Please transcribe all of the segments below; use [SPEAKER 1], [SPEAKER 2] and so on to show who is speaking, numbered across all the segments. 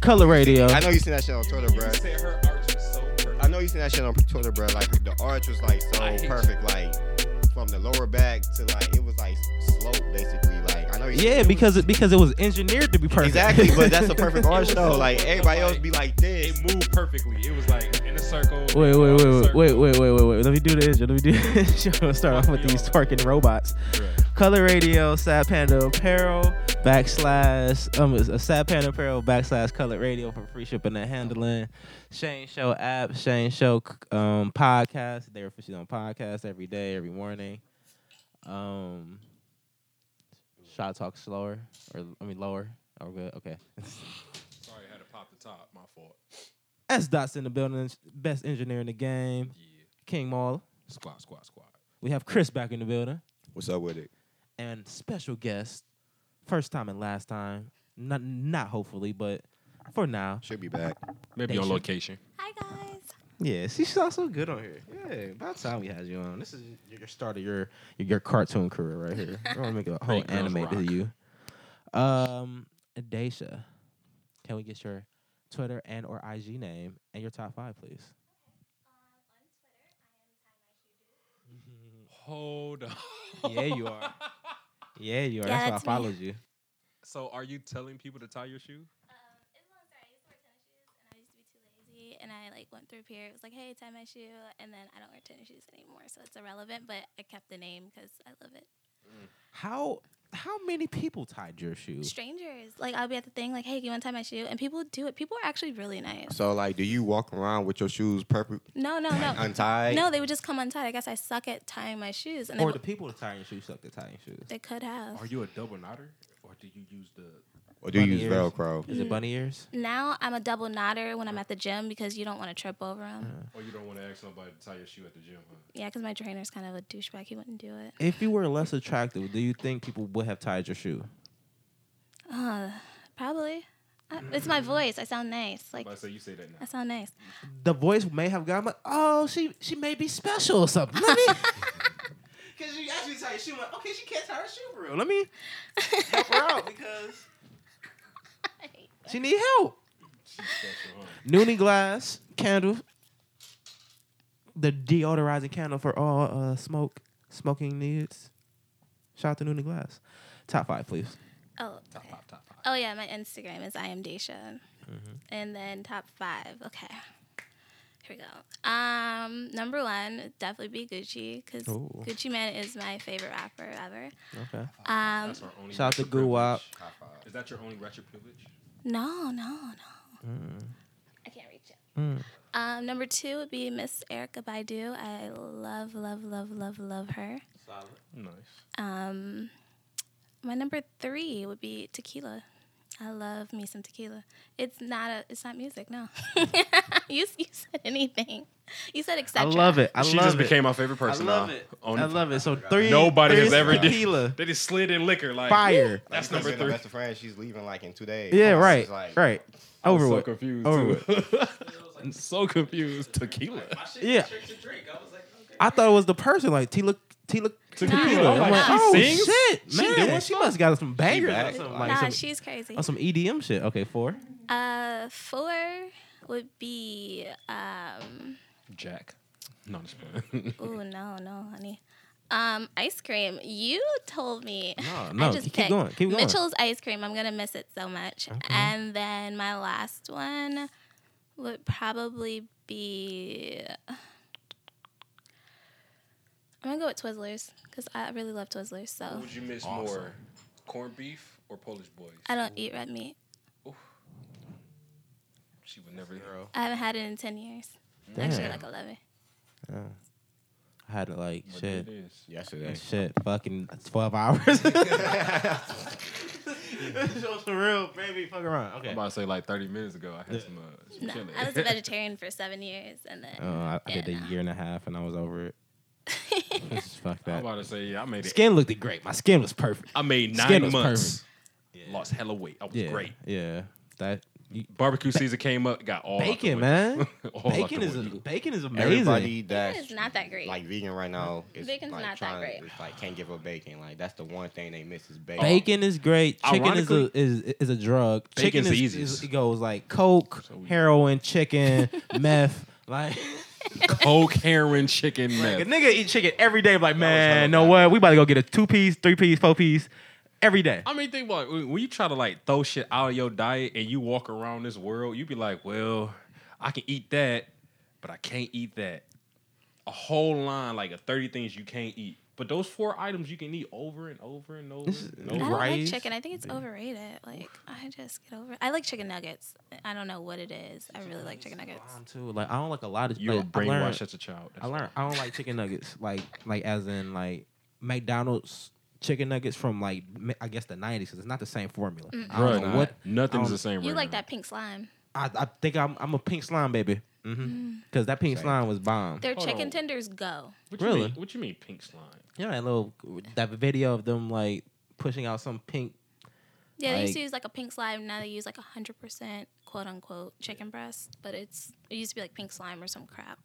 [SPEAKER 1] Color Radio.
[SPEAKER 2] I know you seen that shit on Twitter, bro.
[SPEAKER 3] said her arch was so perfect.
[SPEAKER 2] I know you seen that shit on Twitter, bro. Like the arch was like so
[SPEAKER 3] I hate you.
[SPEAKER 2] perfect, like from the lower back to like it was like slope basically. Like I know you. seen
[SPEAKER 1] Yeah,
[SPEAKER 2] it.
[SPEAKER 1] because it because it was engineered to be perfect.
[SPEAKER 2] exactly, but that's a perfect
[SPEAKER 3] It
[SPEAKER 2] arch
[SPEAKER 3] was
[SPEAKER 2] though.
[SPEAKER 3] so
[SPEAKER 2] Like
[SPEAKER 3] perfect,
[SPEAKER 2] everybody
[SPEAKER 3] like,
[SPEAKER 2] else be like this.
[SPEAKER 3] It moved perfectly. It was like in a circle.
[SPEAKER 1] Wait, wait,
[SPEAKER 3] around the
[SPEAKER 1] wait, wait,
[SPEAKER 3] circle.
[SPEAKER 1] wait, wait, wait, wait, wait. Let me do the intro. Let me do the intro. Start off with these twerking robots. Color Radio, Sad Panda Apparel, backslash, um, it's a Sad Panda Apparel, backslash Color Radio for free shipping and handling. Shane Show app, Shane Show um, podcast. They're officially on podcast every day, every morning. Um, should I talk slower or I mean lower? Oh, good. Okay.
[SPEAKER 3] Sorry, I had to pop the top. My fault.
[SPEAKER 1] S Dots in the building, best engineer in the game.
[SPEAKER 3] Yeah.
[SPEAKER 1] King Maul.
[SPEAKER 3] Squad, squad, squad.
[SPEAKER 1] We have Chris back in the building.
[SPEAKER 2] What's up with it?
[SPEAKER 1] and special guest, first time and last time. Not not hopefully, but for now.
[SPEAKER 2] Should be back.
[SPEAKER 3] Maybe
[SPEAKER 1] They
[SPEAKER 3] on
[SPEAKER 1] should-
[SPEAKER 3] location.
[SPEAKER 4] Hi guys.
[SPEAKER 1] Yeah, she sounds so good on here. Yeah, about time we had you on. This is your start of your your, your cartoon career right here. We're gonna make a whole
[SPEAKER 3] Great girls
[SPEAKER 1] anime
[SPEAKER 3] rock.
[SPEAKER 1] to you. Um, Daisha, can we get your Twitter and or IG name and your top five, please?
[SPEAKER 3] Hold on.
[SPEAKER 1] yeah, you are. Yeah, you are.
[SPEAKER 4] Yeah,
[SPEAKER 1] that's,
[SPEAKER 4] that's me.
[SPEAKER 1] why I followed you.
[SPEAKER 3] So, are you telling people to tie your shoe?
[SPEAKER 4] Um, And I like went through a period. It was like, hey, tie my shoe, and then I don't wear tennis shoes anymore, so it's irrelevant. But I kept the name because I love it.
[SPEAKER 1] How how many people tied your shoe?
[SPEAKER 4] Strangers, like I'll be at the thing, like, hey, do you want to tie my shoe? And people do it. People are actually really nice.
[SPEAKER 2] So like, do you walk around with your shoes perfect
[SPEAKER 4] No, no, no,
[SPEAKER 2] untied?
[SPEAKER 4] no. They would just come untied. I guess I suck at tying my shoes, and they,
[SPEAKER 1] Or
[SPEAKER 4] w-
[SPEAKER 1] the people that tie your shoes suck at tying shoes.
[SPEAKER 4] they could have.
[SPEAKER 3] Are you a double knotter, or do you use the?
[SPEAKER 2] Or do you
[SPEAKER 1] Bunny
[SPEAKER 2] use
[SPEAKER 1] ears.
[SPEAKER 2] Velcro?
[SPEAKER 1] Is it bunny ears?
[SPEAKER 4] Now I'm a double knotter when I'm at the gym because you don't want to trip over them.
[SPEAKER 1] Uh.
[SPEAKER 3] Or you don't want to ask nobody to tie your shoe at the gym, huh?
[SPEAKER 4] Yeah, because my trainer's kind of a douchebag. He wouldn't do it.
[SPEAKER 1] If you were less attractive, do you think people would have tied your shoe?
[SPEAKER 4] Uh, probably. I,
[SPEAKER 3] Mm.
[SPEAKER 4] it's my voice. I sound nice. Like
[SPEAKER 3] But I say you say that
[SPEAKER 4] I
[SPEAKER 3] now.
[SPEAKER 4] sound nice.
[SPEAKER 1] The voice may have gotten like, oh, she she may be special or something. Let me. Because you actually tie your shoe, like, okay, she can't tie her shoe for real. Let me help her out because she need help.
[SPEAKER 3] She's special, huh?
[SPEAKER 1] Noonie glass candle, the deodorizing candle for all uh, smoke smoking needs. Shout out to Noonie glass. Top five, please.
[SPEAKER 4] oh,
[SPEAKER 3] Top
[SPEAKER 4] okay.
[SPEAKER 3] five, Mm-hmm. top five.
[SPEAKER 4] oh yeah. My Instagram is I am Daisha, and then top five. Okay, here we go. Um, number one would definitely be Gucci because
[SPEAKER 1] Ooh.
[SPEAKER 4] Gucci Man is my favorite rapper ever.
[SPEAKER 1] Okay.
[SPEAKER 4] Um,
[SPEAKER 3] Oh, That's our only.
[SPEAKER 1] Shout out to
[SPEAKER 3] retro privilege.
[SPEAKER 1] Guwap.
[SPEAKER 3] High five. Is that your only retro privilege?
[SPEAKER 4] no, no, no.
[SPEAKER 3] Mm.
[SPEAKER 4] I can't reach it. Um, number two would be Miss Erica Baidu. I love, love, love, love, love her.
[SPEAKER 3] Nice.
[SPEAKER 4] Um, my number three would be tequila. I love me some tequila. It's not a. It's not music. No. you you said anything. You said
[SPEAKER 1] I
[SPEAKER 4] etc.
[SPEAKER 1] love it. I
[SPEAKER 3] she
[SPEAKER 1] love
[SPEAKER 3] just
[SPEAKER 1] it.
[SPEAKER 3] became my favorite person.
[SPEAKER 1] I love
[SPEAKER 3] now.
[SPEAKER 1] it.
[SPEAKER 3] On
[SPEAKER 1] I
[SPEAKER 3] the-
[SPEAKER 1] love it. So three.
[SPEAKER 3] Nobody
[SPEAKER 1] three
[SPEAKER 3] has ever did-
[SPEAKER 1] tequila.
[SPEAKER 3] They just slid in liquor like
[SPEAKER 1] Fire.
[SPEAKER 3] That's
[SPEAKER 2] Because
[SPEAKER 3] number
[SPEAKER 2] being a
[SPEAKER 3] three.
[SPEAKER 2] Best of friends, she's leaving like in two days.
[SPEAKER 1] Yeah,
[SPEAKER 2] So
[SPEAKER 1] right.
[SPEAKER 2] it's like-
[SPEAKER 1] right.
[SPEAKER 3] I was
[SPEAKER 1] Over
[SPEAKER 3] so
[SPEAKER 1] with.
[SPEAKER 3] confused.
[SPEAKER 1] Over
[SPEAKER 3] too. I'm so confused. Tequila.
[SPEAKER 1] Yeah. I thought it was the person like Tila Tila
[SPEAKER 3] Nah,
[SPEAKER 1] tequila.
[SPEAKER 3] I'm
[SPEAKER 1] I'm like,
[SPEAKER 3] like,
[SPEAKER 1] oh
[SPEAKER 3] she sings?
[SPEAKER 1] shit,
[SPEAKER 3] She
[SPEAKER 1] man,
[SPEAKER 3] did
[SPEAKER 1] she,
[SPEAKER 3] one
[SPEAKER 1] must got some bangers or
[SPEAKER 2] back.
[SPEAKER 1] something
[SPEAKER 2] Nah,
[SPEAKER 1] like
[SPEAKER 4] nah,
[SPEAKER 1] some,
[SPEAKER 4] she's crazy.
[SPEAKER 1] or some EDM shit. Okay, four.
[SPEAKER 4] Uh, four would be um.
[SPEAKER 3] Jack. No, I'm just playing.
[SPEAKER 4] Ooh no no honey. Um, ice cream. You told me.
[SPEAKER 1] No,
[SPEAKER 4] I
[SPEAKER 1] no,
[SPEAKER 4] just
[SPEAKER 1] keep
[SPEAKER 4] picked
[SPEAKER 1] going, keep going.
[SPEAKER 4] Mitchell's ice cream. I'm gonna miss it so much. And then my last one would probably be. I'm gonna go with Twizzlers because I really love Twizzlers. So
[SPEAKER 3] Would you miss more, corned beef or Polish boys?
[SPEAKER 4] I don't eat red meat.
[SPEAKER 3] She would never.
[SPEAKER 4] I haven't had it in ten years. Actually,
[SPEAKER 1] Damn,
[SPEAKER 4] like eleven.
[SPEAKER 1] I had to like
[SPEAKER 3] But it
[SPEAKER 1] shit,
[SPEAKER 3] is.
[SPEAKER 2] Yesterday.
[SPEAKER 1] shit, fucking twelve hours. Show some real baby, fuck around.
[SPEAKER 3] I'm
[SPEAKER 1] Okay.
[SPEAKER 3] about to say like 30 minutes ago, I had some. Uh, some
[SPEAKER 4] No,
[SPEAKER 3] chili.
[SPEAKER 4] I was a vegetarian for seven years, and then
[SPEAKER 1] Oh, I, I did
[SPEAKER 4] Yeah,
[SPEAKER 1] a
[SPEAKER 4] no.
[SPEAKER 1] year and a half and I was over it. Just fuck
[SPEAKER 3] I'm
[SPEAKER 1] that.
[SPEAKER 3] about to say yeah, I made it.
[SPEAKER 1] Skin looked great. My skin was perfect.
[SPEAKER 3] I made nine
[SPEAKER 1] Skin was
[SPEAKER 3] months. Lost hella weight. I was
[SPEAKER 1] Yeah,
[SPEAKER 3] great.
[SPEAKER 1] Yeah, that You-
[SPEAKER 3] Barbecue season came up, got all out the window.
[SPEAKER 1] Bacon, man.
[SPEAKER 3] All out
[SPEAKER 1] bacon
[SPEAKER 3] the
[SPEAKER 1] is a,
[SPEAKER 3] window.
[SPEAKER 1] bacon is amazing.
[SPEAKER 2] Everybody
[SPEAKER 4] Bacon
[SPEAKER 2] that's
[SPEAKER 4] is not that great.
[SPEAKER 2] like vegan right now is
[SPEAKER 4] Bacon's
[SPEAKER 2] like,
[SPEAKER 4] not that
[SPEAKER 2] trying,
[SPEAKER 4] great.
[SPEAKER 2] It's like can't give up bacon. Like that's the one thing they miss is bacon.
[SPEAKER 1] Bacon is great. Chicken is a,
[SPEAKER 3] Ironically-
[SPEAKER 1] is is a drug. Chicken
[SPEAKER 3] Bacon's
[SPEAKER 1] is,
[SPEAKER 3] the easiest.
[SPEAKER 1] is- it goes like coke,
[SPEAKER 3] So we-
[SPEAKER 1] heroin, chicken, meth. Like,
[SPEAKER 3] Coke, heroin, chicken,
[SPEAKER 1] like a
[SPEAKER 3] meth.
[SPEAKER 1] nigga eat chicken every day. Like man,
[SPEAKER 2] hungry.
[SPEAKER 1] know what? We about to go get a two piece, three piece, four piece every day.
[SPEAKER 3] I mean, think about it. when when you try to like throw shit out of your diet and you walk around this world, you be like, well, I can eat that, but I can't eat that. A whole line like a thirty things you can't eat, but those four items you can eat over and over and over.
[SPEAKER 1] This is-
[SPEAKER 3] and
[SPEAKER 4] I
[SPEAKER 3] over.
[SPEAKER 4] don't like
[SPEAKER 1] rice.
[SPEAKER 4] chicken. I think it's overrated. Like I just get over. It. I like chicken nuggets. I don't know what it is. I really like chicken nuggets.
[SPEAKER 1] I'm too. Like I don't like a lot of.
[SPEAKER 3] You were
[SPEAKER 1] like, I learned,
[SPEAKER 3] brainwashed as a child.
[SPEAKER 1] I learned I don't like chicken nuggets. Like like as in like McDonald's chicken nuggets from like ma- I guess the '90s because it's not the same formula. I
[SPEAKER 3] Bruh,
[SPEAKER 1] don't know
[SPEAKER 3] nah,
[SPEAKER 1] what
[SPEAKER 3] Nothing's
[SPEAKER 1] I
[SPEAKER 3] the same.
[SPEAKER 4] You
[SPEAKER 3] right
[SPEAKER 4] like
[SPEAKER 3] now.
[SPEAKER 4] that pink slime?
[SPEAKER 1] I, I think I'm I'm a pink slime baby. Because
[SPEAKER 4] Mm.
[SPEAKER 1] that pink
[SPEAKER 2] Same.
[SPEAKER 1] slime was bomb.
[SPEAKER 4] Their
[SPEAKER 3] Hold
[SPEAKER 4] chicken
[SPEAKER 3] on.
[SPEAKER 4] tenders go.
[SPEAKER 3] What
[SPEAKER 1] Really?
[SPEAKER 3] You mean, what you mean pink slime?
[SPEAKER 1] You know that little that video of them like pushing out some pink.
[SPEAKER 4] Yeah, they used to
[SPEAKER 1] Like-
[SPEAKER 4] use like a pink slime. Now they use like hundred percent quote unquote chicken breast, but it's it used to be like pink slime or some crap.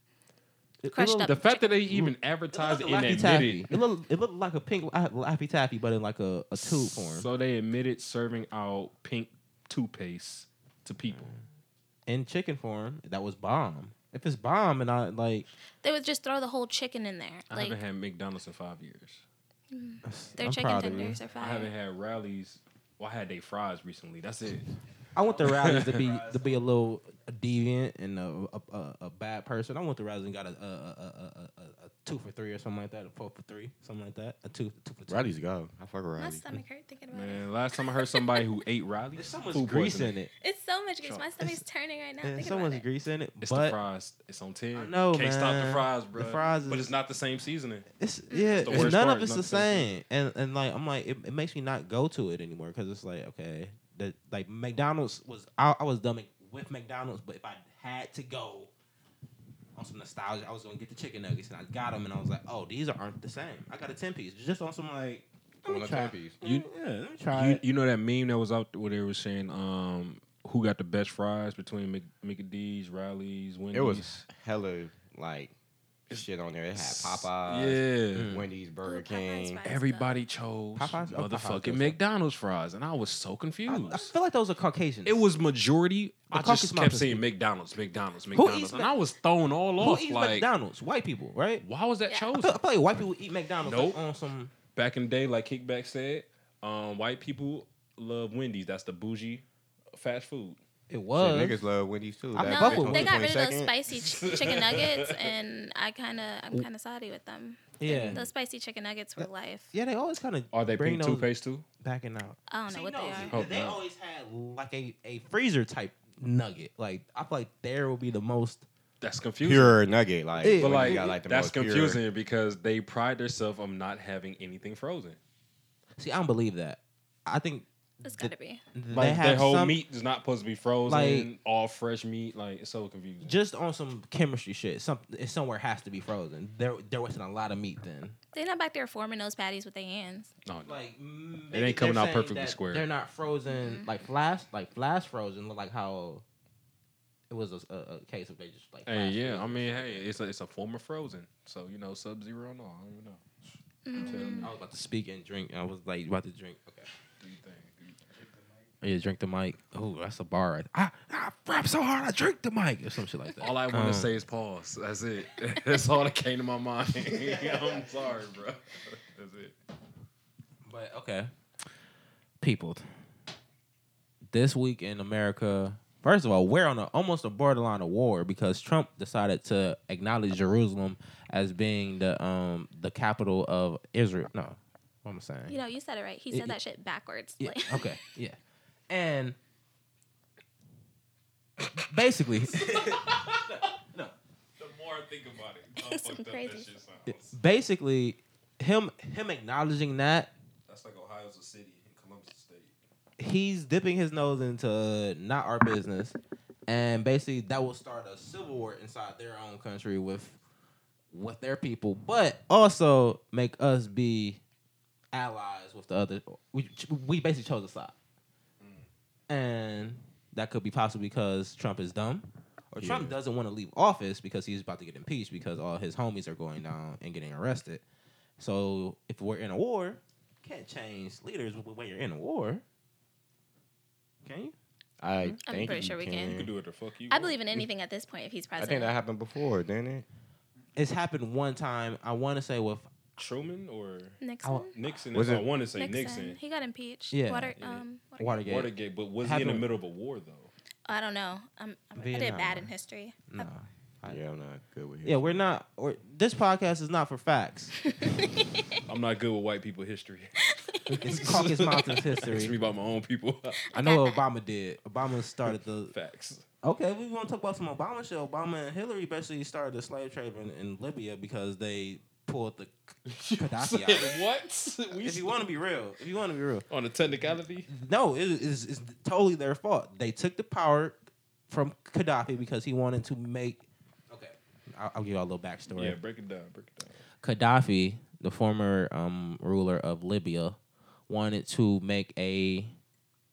[SPEAKER 4] Crushed
[SPEAKER 1] it
[SPEAKER 4] up.
[SPEAKER 3] The fact that they even advertised
[SPEAKER 1] looked,
[SPEAKER 3] it and admitted,
[SPEAKER 1] it looked like a Laffy Taffy. It looked, it looked like a pink La- Laffy Taffy, but in like a, a tube form.
[SPEAKER 3] so they admitted serving out pink toothpaste to people.
[SPEAKER 1] in chicken form, that was bomb. If it's bomb and I like,
[SPEAKER 4] They would just throw the whole chicken in there.
[SPEAKER 3] I
[SPEAKER 4] like
[SPEAKER 3] haven't had McDonald's in five years.
[SPEAKER 4] their
[SPEAKER 1] I'm
[SPEAKER 4] chicken
[SPEAKER 1] proud of you.
[SPEAKER 4] tenders are
[SPEAKER 3] I haven't
[SPEAKER 4] fire.
[SPEAKER 3] had rallies. Well, I had they fries recently. That's it.
[SPEAKER 1] I want the Rowdies to be to be a little deviant and a a, a, a bad person. I want the Rowdies and got a a, a, a, a a two for three or something like that, a four for three, something like that, a two two for two.
[SPEAKER 2] Riley's go. I fuck with
[SPEAKER 4] My
[SPEAKER 2] Riley.
[SPEAKER 4] stomach hurt thinking about it.
[SPEAKER 3] Man, last time I heard somebody who ate rallies,
[SPEAKER 1] There's so much
[SPEAKER 3] food
[SPEAKER 1] grease
[SPEAKER 3] poisoning.
[SPEAKER 1] in it.
[SPEAKER 4] It's so much grease. My
[SPEAKER 3] It's-
[SPEAKER 4] stomach's turning right now.
[SPEAKER 1] There's
[SPEAKER 4] thinking
[SPEAKER 1] so
[SPEAKER 4] about
[SPEAKER 1] much
[SPEAKER 4] it.
[SPEAKER 1] grease in it.
[SPEAKER 3] It's the
[SPEAKER 1] but
[SPEAKER 3] fries. It's on ten.
[SPEAKER 1] I know,
[SPEAKER 3] Can't stop
[SPEAKER 1] man.
[SPEAKER 3] the fries,
[SPEAKER 1] The
[SPEAKER 3] bro.
[SPEAKER 1] fries
[SPEAKER 3] but
[SPEAKER 1] is-
[SPEAKER 3] it's not the same seasoning.
[SPEAKER 1] It's yeah,
[SPEAKER 3] the
[SPEAKER 1] and
[SPEAKER 3] worst
[SPEAKER 1] none
[SPEAKER 3] part,
[SPEAKER 1] of it's
[SPEAKER 3] not
[SPEAKER 1] the
[SPEAKER 3] the same
[SPEAKER 1] same, and and like I'm like it, it makes me not go to it anymore because it's like okay, that like McDonald's was I, I was done Mc- with McDonald's, but if I had to go on some nostalgia, I was gonna get the chicken nuggets and I got them and I was like, oh, these aren't the same. I got a ten piece just on some like let me
[SPEAKER 2] Well,
[SPEAKER 1] try.
[SPEAKER 2] ten piece.
[SPEAKER 1] You,
[SPEAKER 3] You-
[SPEAKER 1] Mm, yeah, let me try.
[SPEAKER 3] You,
[SPEAKER 1] it.
[SPEAKER 3] you know that meme that was out where they were saying um, who got the best fries between Mc, Mickey D's, Rallies, Wendy's.
[SPEAKER 2] It was hella like shit on there. It had Popeyes,
[SPEAKER 3] Yeah.
[SPEAKER 1] Mm.
[SPEAKER 2] Wendy's, Burger
[SPEAKER 4] Ooh, Popeyes
[SPEAKER 2] King.
[SPEAKER 4] fries.
[SPEAKER 3] Everybody chose
[SPEAKER 1] Popeyes? Oh, Popeyes
[SPEAKER 3] motherfucking
[SPEAKER 1] does that.
[SPEAKER 3] McDonald's fries, and I was so
[SPEAKER 1] I,
[SPEAKER 3] confused.
[SPEAKER 1] I feel like those are Caucasians.
[SPEAKER 3] it was majority. I
[SPEAKER 1] Caucus
[SPEAKER 3] just kept
[SPEAKER 1] Mountains.
[SPEAKER 3] saying McDonald's, McDonald's, McDonald's,
[SPEAKER 1] eats
[SPEAKER 3] and
[SPEAKER 1] Mc-
[SPEAKER 3] I was thrown all
[SPEAKER 1] who
[SPEAKER 3] off.
[SPEAKER 1] eats
[SPEAKER 3] Like,
[SPEAKER 1] McDonald's? White people, right?
[SPEAKER 3] why was that
[SPEAKER 4] Yeah.
[SPEAKER 1] I
[SPEAKER 3] chosen?
[SPEAKER 1] feel, I feel like white people eat McDonald's like,
[SPEAKER 3] Nope.
[SPEAKER 1] on some.
[SPEAKER 3] back in the day, like Kickback said, um, white people love Wendy's. That's the bougie fast food.
[SPEAKER 1] It
[SPEAKER 2] Shit,
[SPEAKER 1] was
[SPEAKER 2] niggas love Wendy's too.
[SPEAKER 1] I
[SPEAKER 2] Back
[SPEAKER 1] fuck
[SPEAKER 4] No,
[SPEAKER 1] with
[SPEAKER 2] on
[SPEAKER 4] they
[SPEAKER 1] Wendy's.
[SPEAKER 4] got rid of
[SPEAKER 2] 22nd.
[SPEAKER 4] those spicy ch- chicken nuggets, and I kind of, I'm kind of salty with them.
[SPEAKER 1] yeah.
[SPEAKER 4] Those spicy chicken nuggets were life.
[SPEAKER 1] Yeah, they always kind of
[SPEAKER 3] Are they
[SPEAKER 1] bring
[SPEAKER 3] pink
[SPEAKER 1] those
[SPEAKER 3] toothpaste too?
[SPEAKER 1] backing out.
[SPEAKER 4] I don't know
[SPEAKER 1] See,
[SPEAKER 4] what
[SPEAKER 1] no,
[SPEAKER 4] they
[SPEAKER 1] see,
[SPEAKER 4] are.
[SPEAKER 3] Oh,
[SPEAKER 1] They
[SPEAKER 3] no.
[SPEAKER 1] always had like a, a freezer type nugget. Like I feel like there will be the most.
[SPEAKER 3] That's confusing.
[SPEAKER 2] Pure nugget, like,
[SPEAKER 1] Yeah.
[SPEAKER 2] yeah.
[SPEAKER 1] But,
[SPEAKER 3] But like,
[SPEAKER 2] got, like the
[SPEAKER 3] that's
[SPEAKER 2] most pure-
[SPEAKER 3] confusing because they pride themselves on not having anything frozen.
[SPEAKER 1] See, I don't believe that. I think
[SPEAKER 4] It's gotta be.
[SPEAKER 1] they
[SPEAKER 3] Like
[SPEAKER 1] have
[SPEAKER 3] their whole
[SPEAKER 1] some,
[SPEAKER 3] meat is not supposed to be frozen.
[SPEAKER 1] Like-
[SPEAKER 3] all fresh meat. Like it's so confusing.
[SPEAKER 1] just on some chemistry shit. Some it somewhere has to be frozen. There there wasn't a lot of meat then.
[SPEAKER 4] They're not back there forming those patties with their hands.
[SPEAKER 3] no, no.
[SPEAKER 1] Like mm,
[SPEAKER 3] It
[SPEAKER 1] maybe
[SPEAKER 3] ain't coming
[SPEAKER 1] they're
[SPEAKER 3] out
[SPEAKER 1] saying
[SPEAKER 3] perfectly
[SPEAKER 1] that
[SPEAKER 3] square.
[SPEAKER 1] They're not frozen
[SPEAKER 4] Mm-hmm.
[SPEAKER 1] like flash like flash frozen. Look like how it was a, a, a case of they just like.
[SPEAKER 3] Hey,
[SPEAKER 1] flash
[SPEAKER 3] yeah.
[SPEAKER 1] frozen.
[SPEAKER 3] I mean, hey, it's a, it's a form of frozen. So you know, sub zero and all. I don't even know.
[SPEAKER 4] Mm.
[SPEAKER 1] I was about to speak and drink. I was like about to drink. Okay.
[SPEAKER 3] Do you think?
[SPEAKER 1] Yeah, drink the mic. Oh, that's a bar. right- I, I rap so hard, I drink the mic or some shit like that.
[SPEAKER 3] All I want
[SPEAKER 1] Um,
[SPEAKER 3] to say is pause. That's it. That's all that came to my mind. I'm sorry, bro. That's it.
[SPEAKER 1] But okay, peopled. This week in America, first of all, we're on a, almost a borderline of war because Trump decided to acknowledge Jerusalem as being the um the capital of Israel. No, what am I saying?
[SPEAKER 4] You know, you said it right. He
[SPEAKER 1] Yeah,
[SPEAKER 4] said that shit backwards.
[SPEAKER 1] Yeah.
[SPEAKER 4] Like,
[SPEAKER 1] Okay. Yeah. And basically.
[SPEAKER 3] The more I think about it,
[SPEAKER 4] how It's fucked up that crazy. shit
[SPEAKER 1] basically him him acknowledging that
[SPEAKER 3] That's like Ohio's a city and Columbus a state.
[SPEAKER 1] he's dipping his nose into uh, not our business and basically that will start a civil war inside their own country with with their people but also make us be allies with the other we, we basically chose a side and that could be possible because Trump is dumb, or Trump doesn't want to leave office because he's about to get impeached because all his homies are going down and getting arrested. So if we're in a war, can't change leaders w- when you're in a war. Can you?
[SPEAKER 5] I
[SPEAKER 4] I'm
[SPEAKER 5] think
[SPEAKER 4] pretty
[SPEAKER 5] you
[SPEAKER 4] sure we
[SPEAKER 3] You
[SPEAKER 4] can.
[SPEAKER 3] can do what the fuck you.
[SPEAKER 4] I
[SPEAKER 3] want.
[SPEAKER 4] believe in anything at this point if he's
[SPEAKER 5] I
[SPEAKER 4] president.
[SPEAKER 5] think that happened before, didn't it?
[SPEAKER 1] It's happened one time. I want to say with
[SPEAKER 3] Truman or
[SPEAKER 4] Nixon.
[SPEAKER 1] I'll-
[SPEAKER 3] Nixon.
[SPEAKER 5] Was
[SPEAKER 3] Was I
[SPEAKER 5] it-
[SPEAKER 3] want to say
[SPEAKER 4] Nixon.
[SPEAKER 3] Nixon.
[SPEAKER 4] He got impeached.
[SPEAKER 1] Yeah.
[SPEAKER 4] Water,
[SPEAKER 3] Yeah.
[SPEAKER 4] Um,
[SPEAKER 1] Watergate.
[SPEAKER 4] Watergate.
[SPEAKER 3] Watergate, but was he in the
[SPEAKER 1] Happened-
[SPEAKER 3] middle of a war though?
[SPEAKER 4] I don't know. I'm, I'm, I did
[SPEAKER 1] Vietnam.
[SPEAKER 4] bad in history.
[SPEAKER 1] No. I-
[SPEAKER 5] Yeah, I'm not good with
[SPEAKER 1] Yeah, we're not. Or this podcast is not for facts.
[SPEAKER 3] I'm not good with white people history.
[SPEAKER 1] It's Caucus Mountains
[SPEAKER 3] It's me
[SPEAKER 1] history.
[SPEAKER 3] about my own people.
[SPEAKER 1] I know what Obama did. Obama started the
[SPEAKER 3] Facts.
[SPEAKER 1] Okay, we want to talk about some Obama shit. Obama and Hillary basically started the slave trade in, in Libya because they pulled the Gaddafi out.
[SPEAKER 3] what? We
[SPEAKER 1] If you want to be real, if you want to be real,
[SPEAKER 3] on a technicality.
[SPEAKER 1] no, it is it's totally their fault. They took the power from Gaddafi because he wanted to make. Okay, I'll, I'll give you all a little backstory.
[SPEAKER 3] Yeah, break it down. Break it down.
[SPEAKER 1] Gaddafi, the former um, ruler of Libya, wanted to make a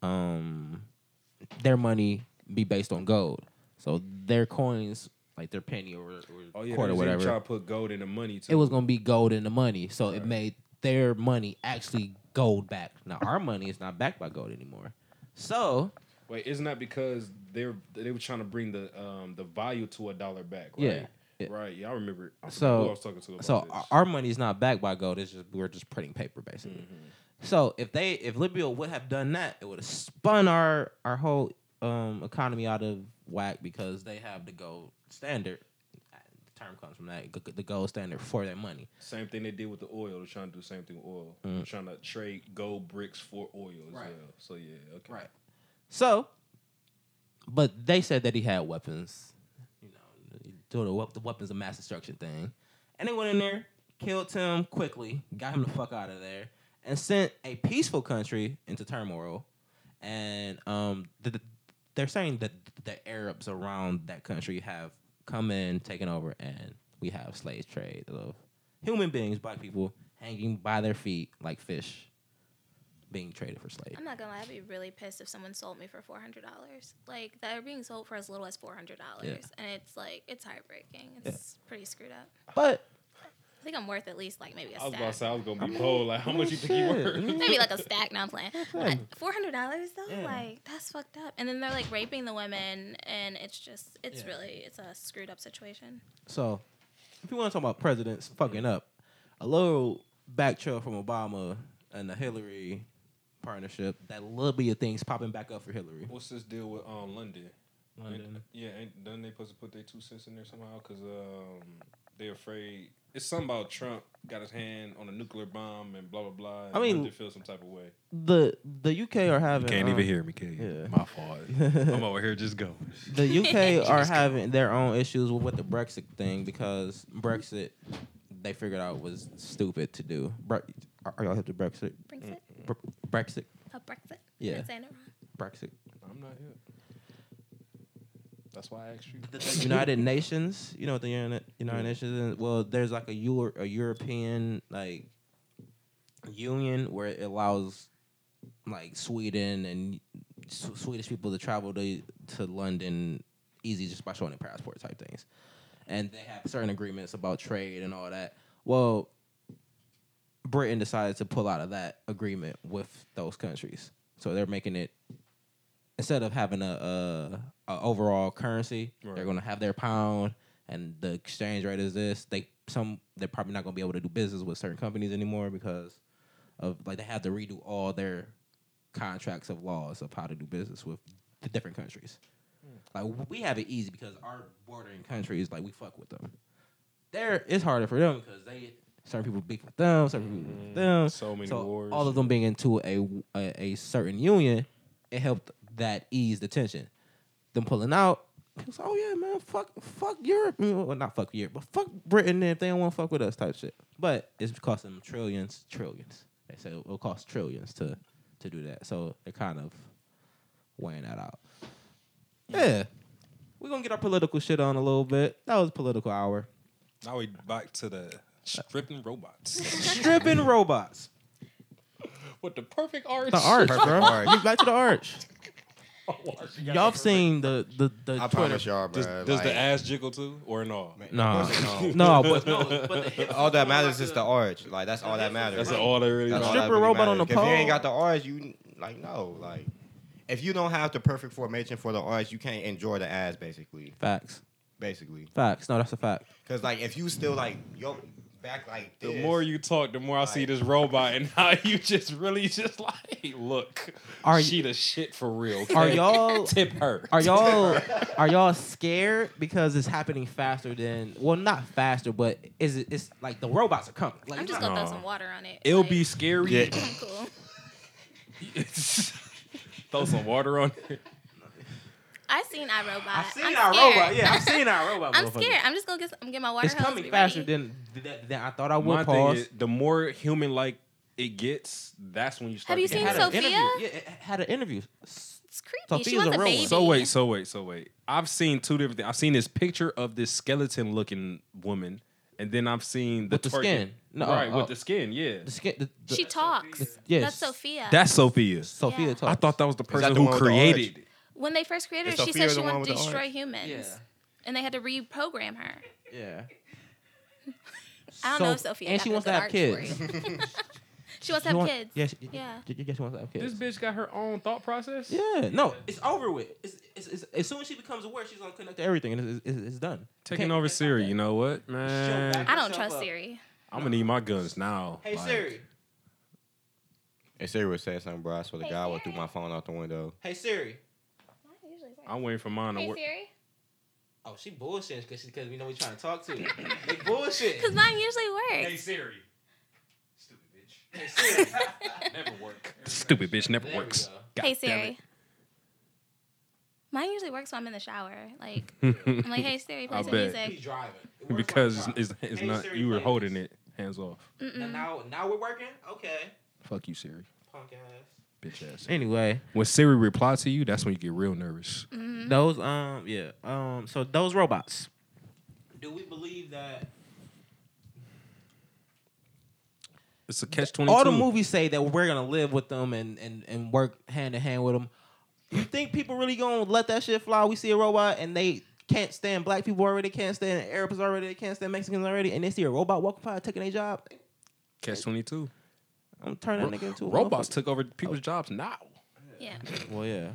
[SPEAKER 1] um, their money be based on gold. So their coins, like their penny or, or
[SPEAKER 3] Oh yeah,
[SPEAKER 1] quarter,
[SPEAKER 3] they
[SPEAKER 1] whatever,
[SPEAKER 3] Try to put gold in the money too.
[SPEAKER 1] it was gonna be gold in the money. So it
[SPEAKER 3] Right.
[SPEAKER 1] made their money actually gold back. Now our money is not backed by gold anymore. So
[SPEAKER 3] Wait, isn't that because they're they were trying to bring the um the value to a dollar back? Right?
[SPEAKER 1] Yeah, yeah.
[SPEAKER 3] Right. Yeah, I remember. I forgot
[SPEAKER 1] So-
[SPEAKER 3] who I was talking to about
[SPEAKER 1] so
[SPEAKER 3] this.
[SPEAKER 1] our, our money is not backed by gold. It's just we're just printing paper basically. So if they if Libya would have done that, it would have spun our our whole um, economy out of whack because they have the gold standard. The term comes from that g- the gold standard for their money.
[SPEAKER 3] same thing they did with the oil. They're trying to do the same thing with oil. They're
[SPEAKER 1] Mm.
[SPEAKER 3] trying to trade gold bricks for oil as
[SPEAKER 1] Right.
[SPEAKER 3] well. So yeah, okay.
[SPEAKER 1] Right. So, but they said that he had weapons, you know, doing the, wep- the weapons of mass destruction thing. And they went in there, killed him quickly, got him the fuck out of there, and sent a peaceful country into turmoil. And um, the, the- they're saying that the Arabs around that country have come in, taken over, and we have slave trade of human beings, black people, hanging by their feet like fish, being traded for slaves.
[SPEAKER 4] I'm not gonna lie, I'd be really pissed if someone sold me for four hundred dollars. Like they're being sold for as little as four hundred dollars, and it's like it's heartbreaking. It's pretty screwed up.
[SPEAKER 1] But
[SPEAKER 4] I think I'm worth at least like maybe
[SPEAKER 3] I
[SPEAKER 4] a
[SPEAKER 3] was about to
[SPEAKER 4] stack.
[SPEAKER 3] say I was gonna be bold. Like, how much you think you
[SPEAKER 1] Oh, Shit.
[SPEAKER 3] worth?
[SPEAKER 4] Maybe like a stack. Now I'm playing.
[SPEAKER 1] Yeah.
[SPEAKER 4] Four hundred dollars though,
[SPEAKER 1] Yeah.
[SPEAKER 4] like that's fucked up. And then they're like raping the women, and it's just it's
[SPEAKER 1] Yeah.
[SPEAKER 4] really it's a screwed up situation.
[SPEAKER 1] So, if you want to talk about presidents fucking up, a little backtrail from Obama and the Hillary partnership, that little bit of things popping back up for Hillary.
[SPEAKER 3] What's this deal with um London? Ain't- yeah, ain't done they supposed to put their two cents in there somehow? Cause um, they're afraid it's something about Trump got his hand on a nuclear bomb and blah blah blah. And
[SPEAKER 1] I mean-
[SPEAKER 3] London feel some type of way.
[SPEAKER 1] The the UK are having um,
[SPEAKER 3] hear me, kid.
[SPEAKER 1] yeah.
[SPEAKER 3] My fault. over here just going.
[SPEAKER 1] the UK are having their own issues with, with the Brexit thing because Brexit they figured out was stupid to do. Bre- are are y'all hip to Brexit?
[SPEAKER 4] Brexit,
[SPEAKER 1] Bre- Brexit,
[SPEAKER 4] a Brexit.
[SPEAKER 1] Yeah.
[SPEAKER 4] Saying it wrong.
[SPEAKER 1] Brexit.
[SPEAKER 3] I'm not here. That's why I asked you.
[SPEAKER 1] the United Nations, you know what the United, United Nations is? Well, there's like a, Euro, a European like union where it allows like Sweden and S- Swedish people to travel to to London easy just by showing their passport type things. And they have certain agreements about trade and all that. Well, Britain decided to pull out of that agreement with those countries. So they're making it instead of having a, a, a overall currency,
[SPEAKER 3] Right.
[SPEAKER 1] they're going to have their pound and the exchange rate is this. They some they're probably not going to be able to do business with certain companies anymore because of like they have to redo all their contracts of laws of how to do business with the different countries. Like we have it easy because our bordering countries like we fuck with them. There it's harder for them because they certain people beef with them, certain people beef with them.
[SPEAKER 3] So many
[SPEAKER 1] So
[SPEAKER 3] wars.
[SPEAKER 1] all of them being into a, a a certain union, it helped that ease the tension. Them pulling out, it's, oh yeah, man, fuck, fuck Europe, Mm, well not fuck Europe, but fuck Britain if they don't want to fuck with us type shit. But it's costing them trillions, trillions. They say it'll cost trillions to to do that, so they're kind of weighing that out. Yeah, we're gonna get our political shit on a little bit. That was political hour.
[SPEAKER 3] Now we back to the stripping robots.
[SPEAKER 1] Stripping robots.
[SPEAKER 3] With the perfect arch.
[SPEAKER 1] The arch, bro.
[SPEAKER 5] Arch.
[SPEAKER 1] Back to the arch. Y'all have seen the the the
[SPEAKER 2] I
[SPEAKER 1] Twitter.
[SPEAKER 2] promise y'all, bro.
[SPEAKER 6] Does, does
[SPEAKER 2] like,
[SPEAKER 6] the ass jiggle too, or no?
[SPEAKER 1] No,
[SPEAKER 2] No.
[SPEAKER 1] no, but no, but the hips
[SPEAKER 2] All
[SPEAKER 1] is
[SPEAKER 2] that
[SPEAKER 1] going
[SPEAKER 2] matters
[SPEAKER 1] like
[SPEAKER 2] is
[SPEAKER 1] a-
[SPEAKER 2] the arch. Like that's all that matters.
[SPEAKER 6] That's all that really.
[SPEAKER 2] That's all
[SPEAKER 1] Stripper
[SPEAKER 2] that really
[SPEAKER 1] robot on
[SPEAKER 2] matters.
[SPEAKER 1] the
[SPEAKER 2] If you ain't
[SPEAKER 1] pole.
[SPEAKER 2] got the arch, you like no. Like if you don't have the perfect formation for the arch, you can't enjoy the ass. Basically,
[SPEAKER 1] Facts,
[SPEAKER 2] basically,
[SPEAKER 1] facts. No, that's a fact.
[SPEAKER 2] because like if you still like yo back like
[SPEAKER 6] The
[SPEAKER 2] this,
[SPEAKER 6] more you talk, the more I see this robot, and how you just really just like, look,
[SPEAKER 1] Are-
[SPEAKER 6] she the shit for real. okay?
[SPEAKER 1] Are y'all
[SPEAKER 6] tip her?
[SPEAKER 1] are y'all are y'all scared because it's happening faster than well not faster but is it it's like the robots are coming like
[SPEAKER 4] I'm
[SPEAKER 1] it's
[SPEAKER 4] just
[SPEAKER 1] not-
[SPEAKER 4] gonna throw
[SPEAKER 3] Nah.
[SPEAKER 4] some water on it.
[SPEAKER 3] It'll
[SPEAKER 4] like,
[SPEAKER 3] be scary.
[SPEAKER 4] I'm cool.
[SPEAKER 3] Throw some water on it.
[SPEAKER 4] I seen iRobot.
[SPEAKER 1] I've seen
[SPEAKER 4] I'm
[SPEAKER 1] our
[SPEAKER 4] scared.
[SPEAKER 1] robot yeah I've seen our robot
[SPEAKER 4] I'm
[SPEAKER 1] motherfucker.
[SPEAKER 4] scared. I'm just gonna get some, get my water.
[SPEAKER 1] it's
[SPEAKER 4] hose,
[SPEAKER 1] coming
[SPEAKER 4] be
[SPEAKER 1] faster
[SPEAKER 4] ready.
[SPEAKER 1] than, than than I thought I would
[SPEAKER 3] My
[SPEAKER 1] pause
[SPEAKER 3] thing is, the more human like it gets, that's when you start.
[SPEAKER 4] Have you
[SPEAKER 3] to
[SPEAKER 1] It
[SPEAKER 4] seen
[SPEAKER 3] get
[SPEAKER 1] had
[SPEAKER 3] mad.
[SPEAKER 1] an
[SPEAKER 4] Sophia?
[SPEAKER 1] interview. yeah it had an interview
[SPEAKER 4] It's creepy. she
[SPEAKER 1] Sophia's
[SPEAKER 4] wants
[SPEAKER 1] a
[SPEAKER 4] a,
[SPEAKER 1] robot.
[SPEAKER 4] baby.
[SPEAKER 3] So wait, so wait, so wait. I've seen two different things. I've seen this picture of this skeleton looking woman, and then I've seen the
[SPEAKER 1] With the
[SPEAKER 3] twerking-
[SPEAKER 1] skin. No,
[SPEAKER 3] right
[SPEAKER 1] oh, oh.
[SPEAKER 3] with the skin. Yeah,
[SPEAKER 1] the skin the, the,
[SPEAKER 4] she talks.
[SPEAKER 1] yes.
[SPEAKER 4] That's Sophia.
[SPEAKER 3] that's Sophia.
[SPEAKER 1] Sophia
[SPEAKER 4] Yeah.
[SPEAKER 1] talks
[SPEAKER 3] I thought that was the person
[SPEAKER 2] that the
[SPEAKER 3] who
[SPEAKER 2] one with the
[SPEAKER 3] created. it.
[SPEAKER 4] when they first created
[SPEAKER 2] Is
[SPEAKER 4] her, she
[SPEAKER 2] Sophia
[SPEAKER 4] said she
[SPEAKER 2] the one
[SPEAKER 4] wanted to
[SPEAKER 2] with the
[SPEAKER 4] destroy
[SPEAKER 2] arch?
[SPEAKER 4] humans.
[SPEAKER 1] Yeah.
[SPEAKER 4] And they had to reprogram her.
[SPEAKER 1] yeah
[SPEAKER 4] I don't know if Sophia
[SPEAKER 1] and
[SPEAKER 4] got
[SPEAKER 1] she
[SPEAKER 4] no
[SPEAKER 1] wants to
[SPEAKER 4] good
[SPEAKER 1] have
[SPEAKER 4] arch
[SPEAKER 1] kids
[SPEAKER 4] for She wants to
[SPEAKER 1] You
[SPEAKER 4] have
[SPEAKER 1] want-
[SPEAKER 4] kids.
[SPEAKER 1] Yeah, she, yeah.
[SPEAKER 4] Yeah.
[SPEAKER 1] yeah, she wants to have kids.
[SPEAKER 3] This bitch got her own thought process.
[SPEAKER 1] Yeah, no, it's over with. It's, it's, it's, as soon as she becomes aware, she's gonna connect to everything, and it's, it's, it's done.
[SPEAKER 3] Taking
[SPEAKER 1] Can't-
[SPEAKER 3] over
[SPEAKER 1] can't stop
[SPEAKER 3] Siri,
[SPEAKER 1] that.
[SPEAKER 3] you know what, man?
[SPEAKER 1] back.
[SPEAKER 4] I don't
[SPEAKER 1] Yourself
[SPEAKER 4] trust
[SPEAKER 1] up.
[SPEAKER 4] Siri.
[SPEAKER 3] I'm gonna need my guns now.
[SPEAKER 1] Hey
[SPEAKER 3] Like,
[SPEAKER 1] Siri,
[SPEAKER 2] Hey Siri was saying something, bro. I swear to
[SPEAKER 4] Hey,
[SPEAKER 2] God, I went through
[SPEAKER 4] Siri.
[SPEAKER 2] my phone out the window.
[SPEAKER 1] hey Siri.
[SPEAKER 3] I'm waiting for mine to
[SPEAKER 4] Hey
[SPEAKER 3] work.
[SPEAKER 4] Siri,
[SPEAKER 1] Oh, she bullshitting because she because we know we trying to talk to. they bullshit.
[SPEAKER 4] because mine usually works.
[SPEAKER 3] Siri. Stupid bitch.
[SPEAKER 1] Hey Siri.
[SPEAKER 6] Never work.
[SPEAKER 3] Stupid bitch never
[SPEAKER 1] There we
[SPEAKER 3] works.
[SPEAKER 1] go.
[SPEAKER 3] God
[SPEAKER 4] hey
[SPEAKER 3] damn
[SPEAKER 4] Siri. Mine usually works when I'm in the shower. Like
[SPEAKER 3] it.
[SPEAKER 4] I'm like, hey Siri, play
[SPEAKER 3] I
[SPEAKER 4] some
[SPEAKER 3] bet.
[SPEAKER 1] He's
[SPEAKER 4] music.
[SPEAKER 1] driving It works
[SPEAKER 3] because
[SPEAKER 1] like
[SPEAKER 3] it's,
[SPEAKER 1] driving.
[SPEAKER 3] it's, it's
[SPEAKER 1] Hey,
[SPEAKER 3] not
[SPEAKER 1] Siri,
[SPEAKER 3] you were
[SPEAKER 1] play
[SPEAKER 3] holding
[SPEAKER 1] this.
[SPEAKER 3] it hands off.
[SPEAKER 1] Now-
[SPEAKER 4] Mm-mm.
[SPEAKER 1] now now we're working. Okay,
[SPEAKER 3] Fuck you, Siri.
[SPEAKER 1] punk ass.
[SPEAKER 3] Bitch ass.
[SPEAKER 1] Anyway,
[SPEAKER 3] When Siri replies to you, that's when you get real nervous.
[SPEAKER 4] Mhm.
[SPEAKER 1] those um yeah um so those robots. Do we believe that
[SPEAKER 3] It's a catch twenty two.
[SPEAKER 1] all the movies say that we're gonna live with them and and and work hand in hand with them. You think people really gonna let that shit fly? We see a robot and they can't stand black people already, can't stand Arabs already, they can't stand Mexicans already, and they see a robot walking by taking their job.
[SPEAKER 3] Catch twenty two.
[SPEAKER 1] I'm turning that nigga into a
[SPEAKER 3] Robots took over people's jobs now.
[SPEAKER 4] Yeah.
[SPEAKER 1] motherfucker. Well, yeah.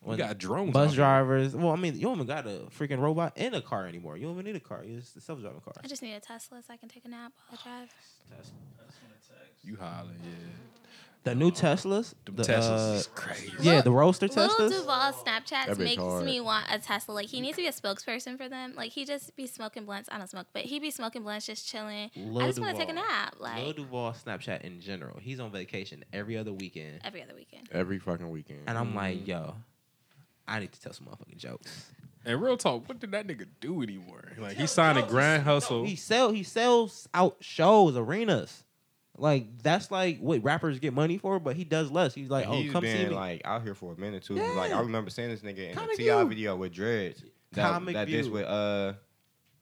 [SPEAKER 3] We
[SPEAKER 1] When
[SPEAKER 3] got drones. out
[SPEAKER 1] bus
[SPEAKER 3] here.
[SPEAKER 1] drivers. Well, I mean, you don't even got a freaking robot in a car anymore. You don't even need a car. It's the self-driving car.
[SPEAKER 4] I just need a Tesla so I can take a nap while I drive.
[SPEAKER 3] You hollering, yeah.
[SPEAKER 1] The new Teslas.
[SPEAKER 3] Them
[SPEAKER 1] The,
[SPEAKER 3] Teslas
[SPEAKER 1] uh,
[SPEAKER 3] is crazy.
[SPEAKER 1] yeah, the roadster
[SPEAKER 4] Lil
[SPEAKER 1] Teslas.
[SPEAKER 4] Duval's Snapchats
[SPEAKER 2] bitch
[SPEAKER 4] makes
[SPEAKER 2] hard.
[SPEAKER 4] me want a Tesla. Like he needs to be a spokesperson for them. Like he just be smoking blunts. I don't smoke, but he be smoking blunts, just chilling.
[SPEAKER 1] Lil
[SPEAKER 4] I just want to take a
[SPEAKER 1] Duval.
[SPEAKER 4] nap,
[SPEAKER 1] Lil
[SPEAKER 4] like
[SPEAKER 1] Duval Snapchat in general. He's on vacation every other weekend.
[SPEAKER 4] every other weekend.
[SPEAKER 2] Every fucking weekend.
[SPEAKER 1] And I'm like, yo, I need to tell some motherfucking jokes.
[SPEAKER 3] And real talk, what did that nigga do anymore? Like he signed a grand hustle.
[SPEAKER 1] He sell he sells out shows, arenas. Like that's like what rappers get money for, but he does less. He's like,
[SPEAKER 2] He's
[SPEAKER 1] oh, come
[SPEAKER 2] been
[SPEAKER 1] see me.
[SPEAKER 2] like out here for a minute too.
[SPEAKER 1] Yeah.
[SPEAKER 2] Like I remember seeing this nigga in
[SPEAKER 1] Comic
[SPEAKER 2] the Ti
[SPEAKER 1] View.
[SPEAKER 2] video with Dreads. That,
[SPEAKER 1] Comic
[SPEAKER 2] that bitch
[SPEAKER 1] View.
[SPEAKER 2] with uh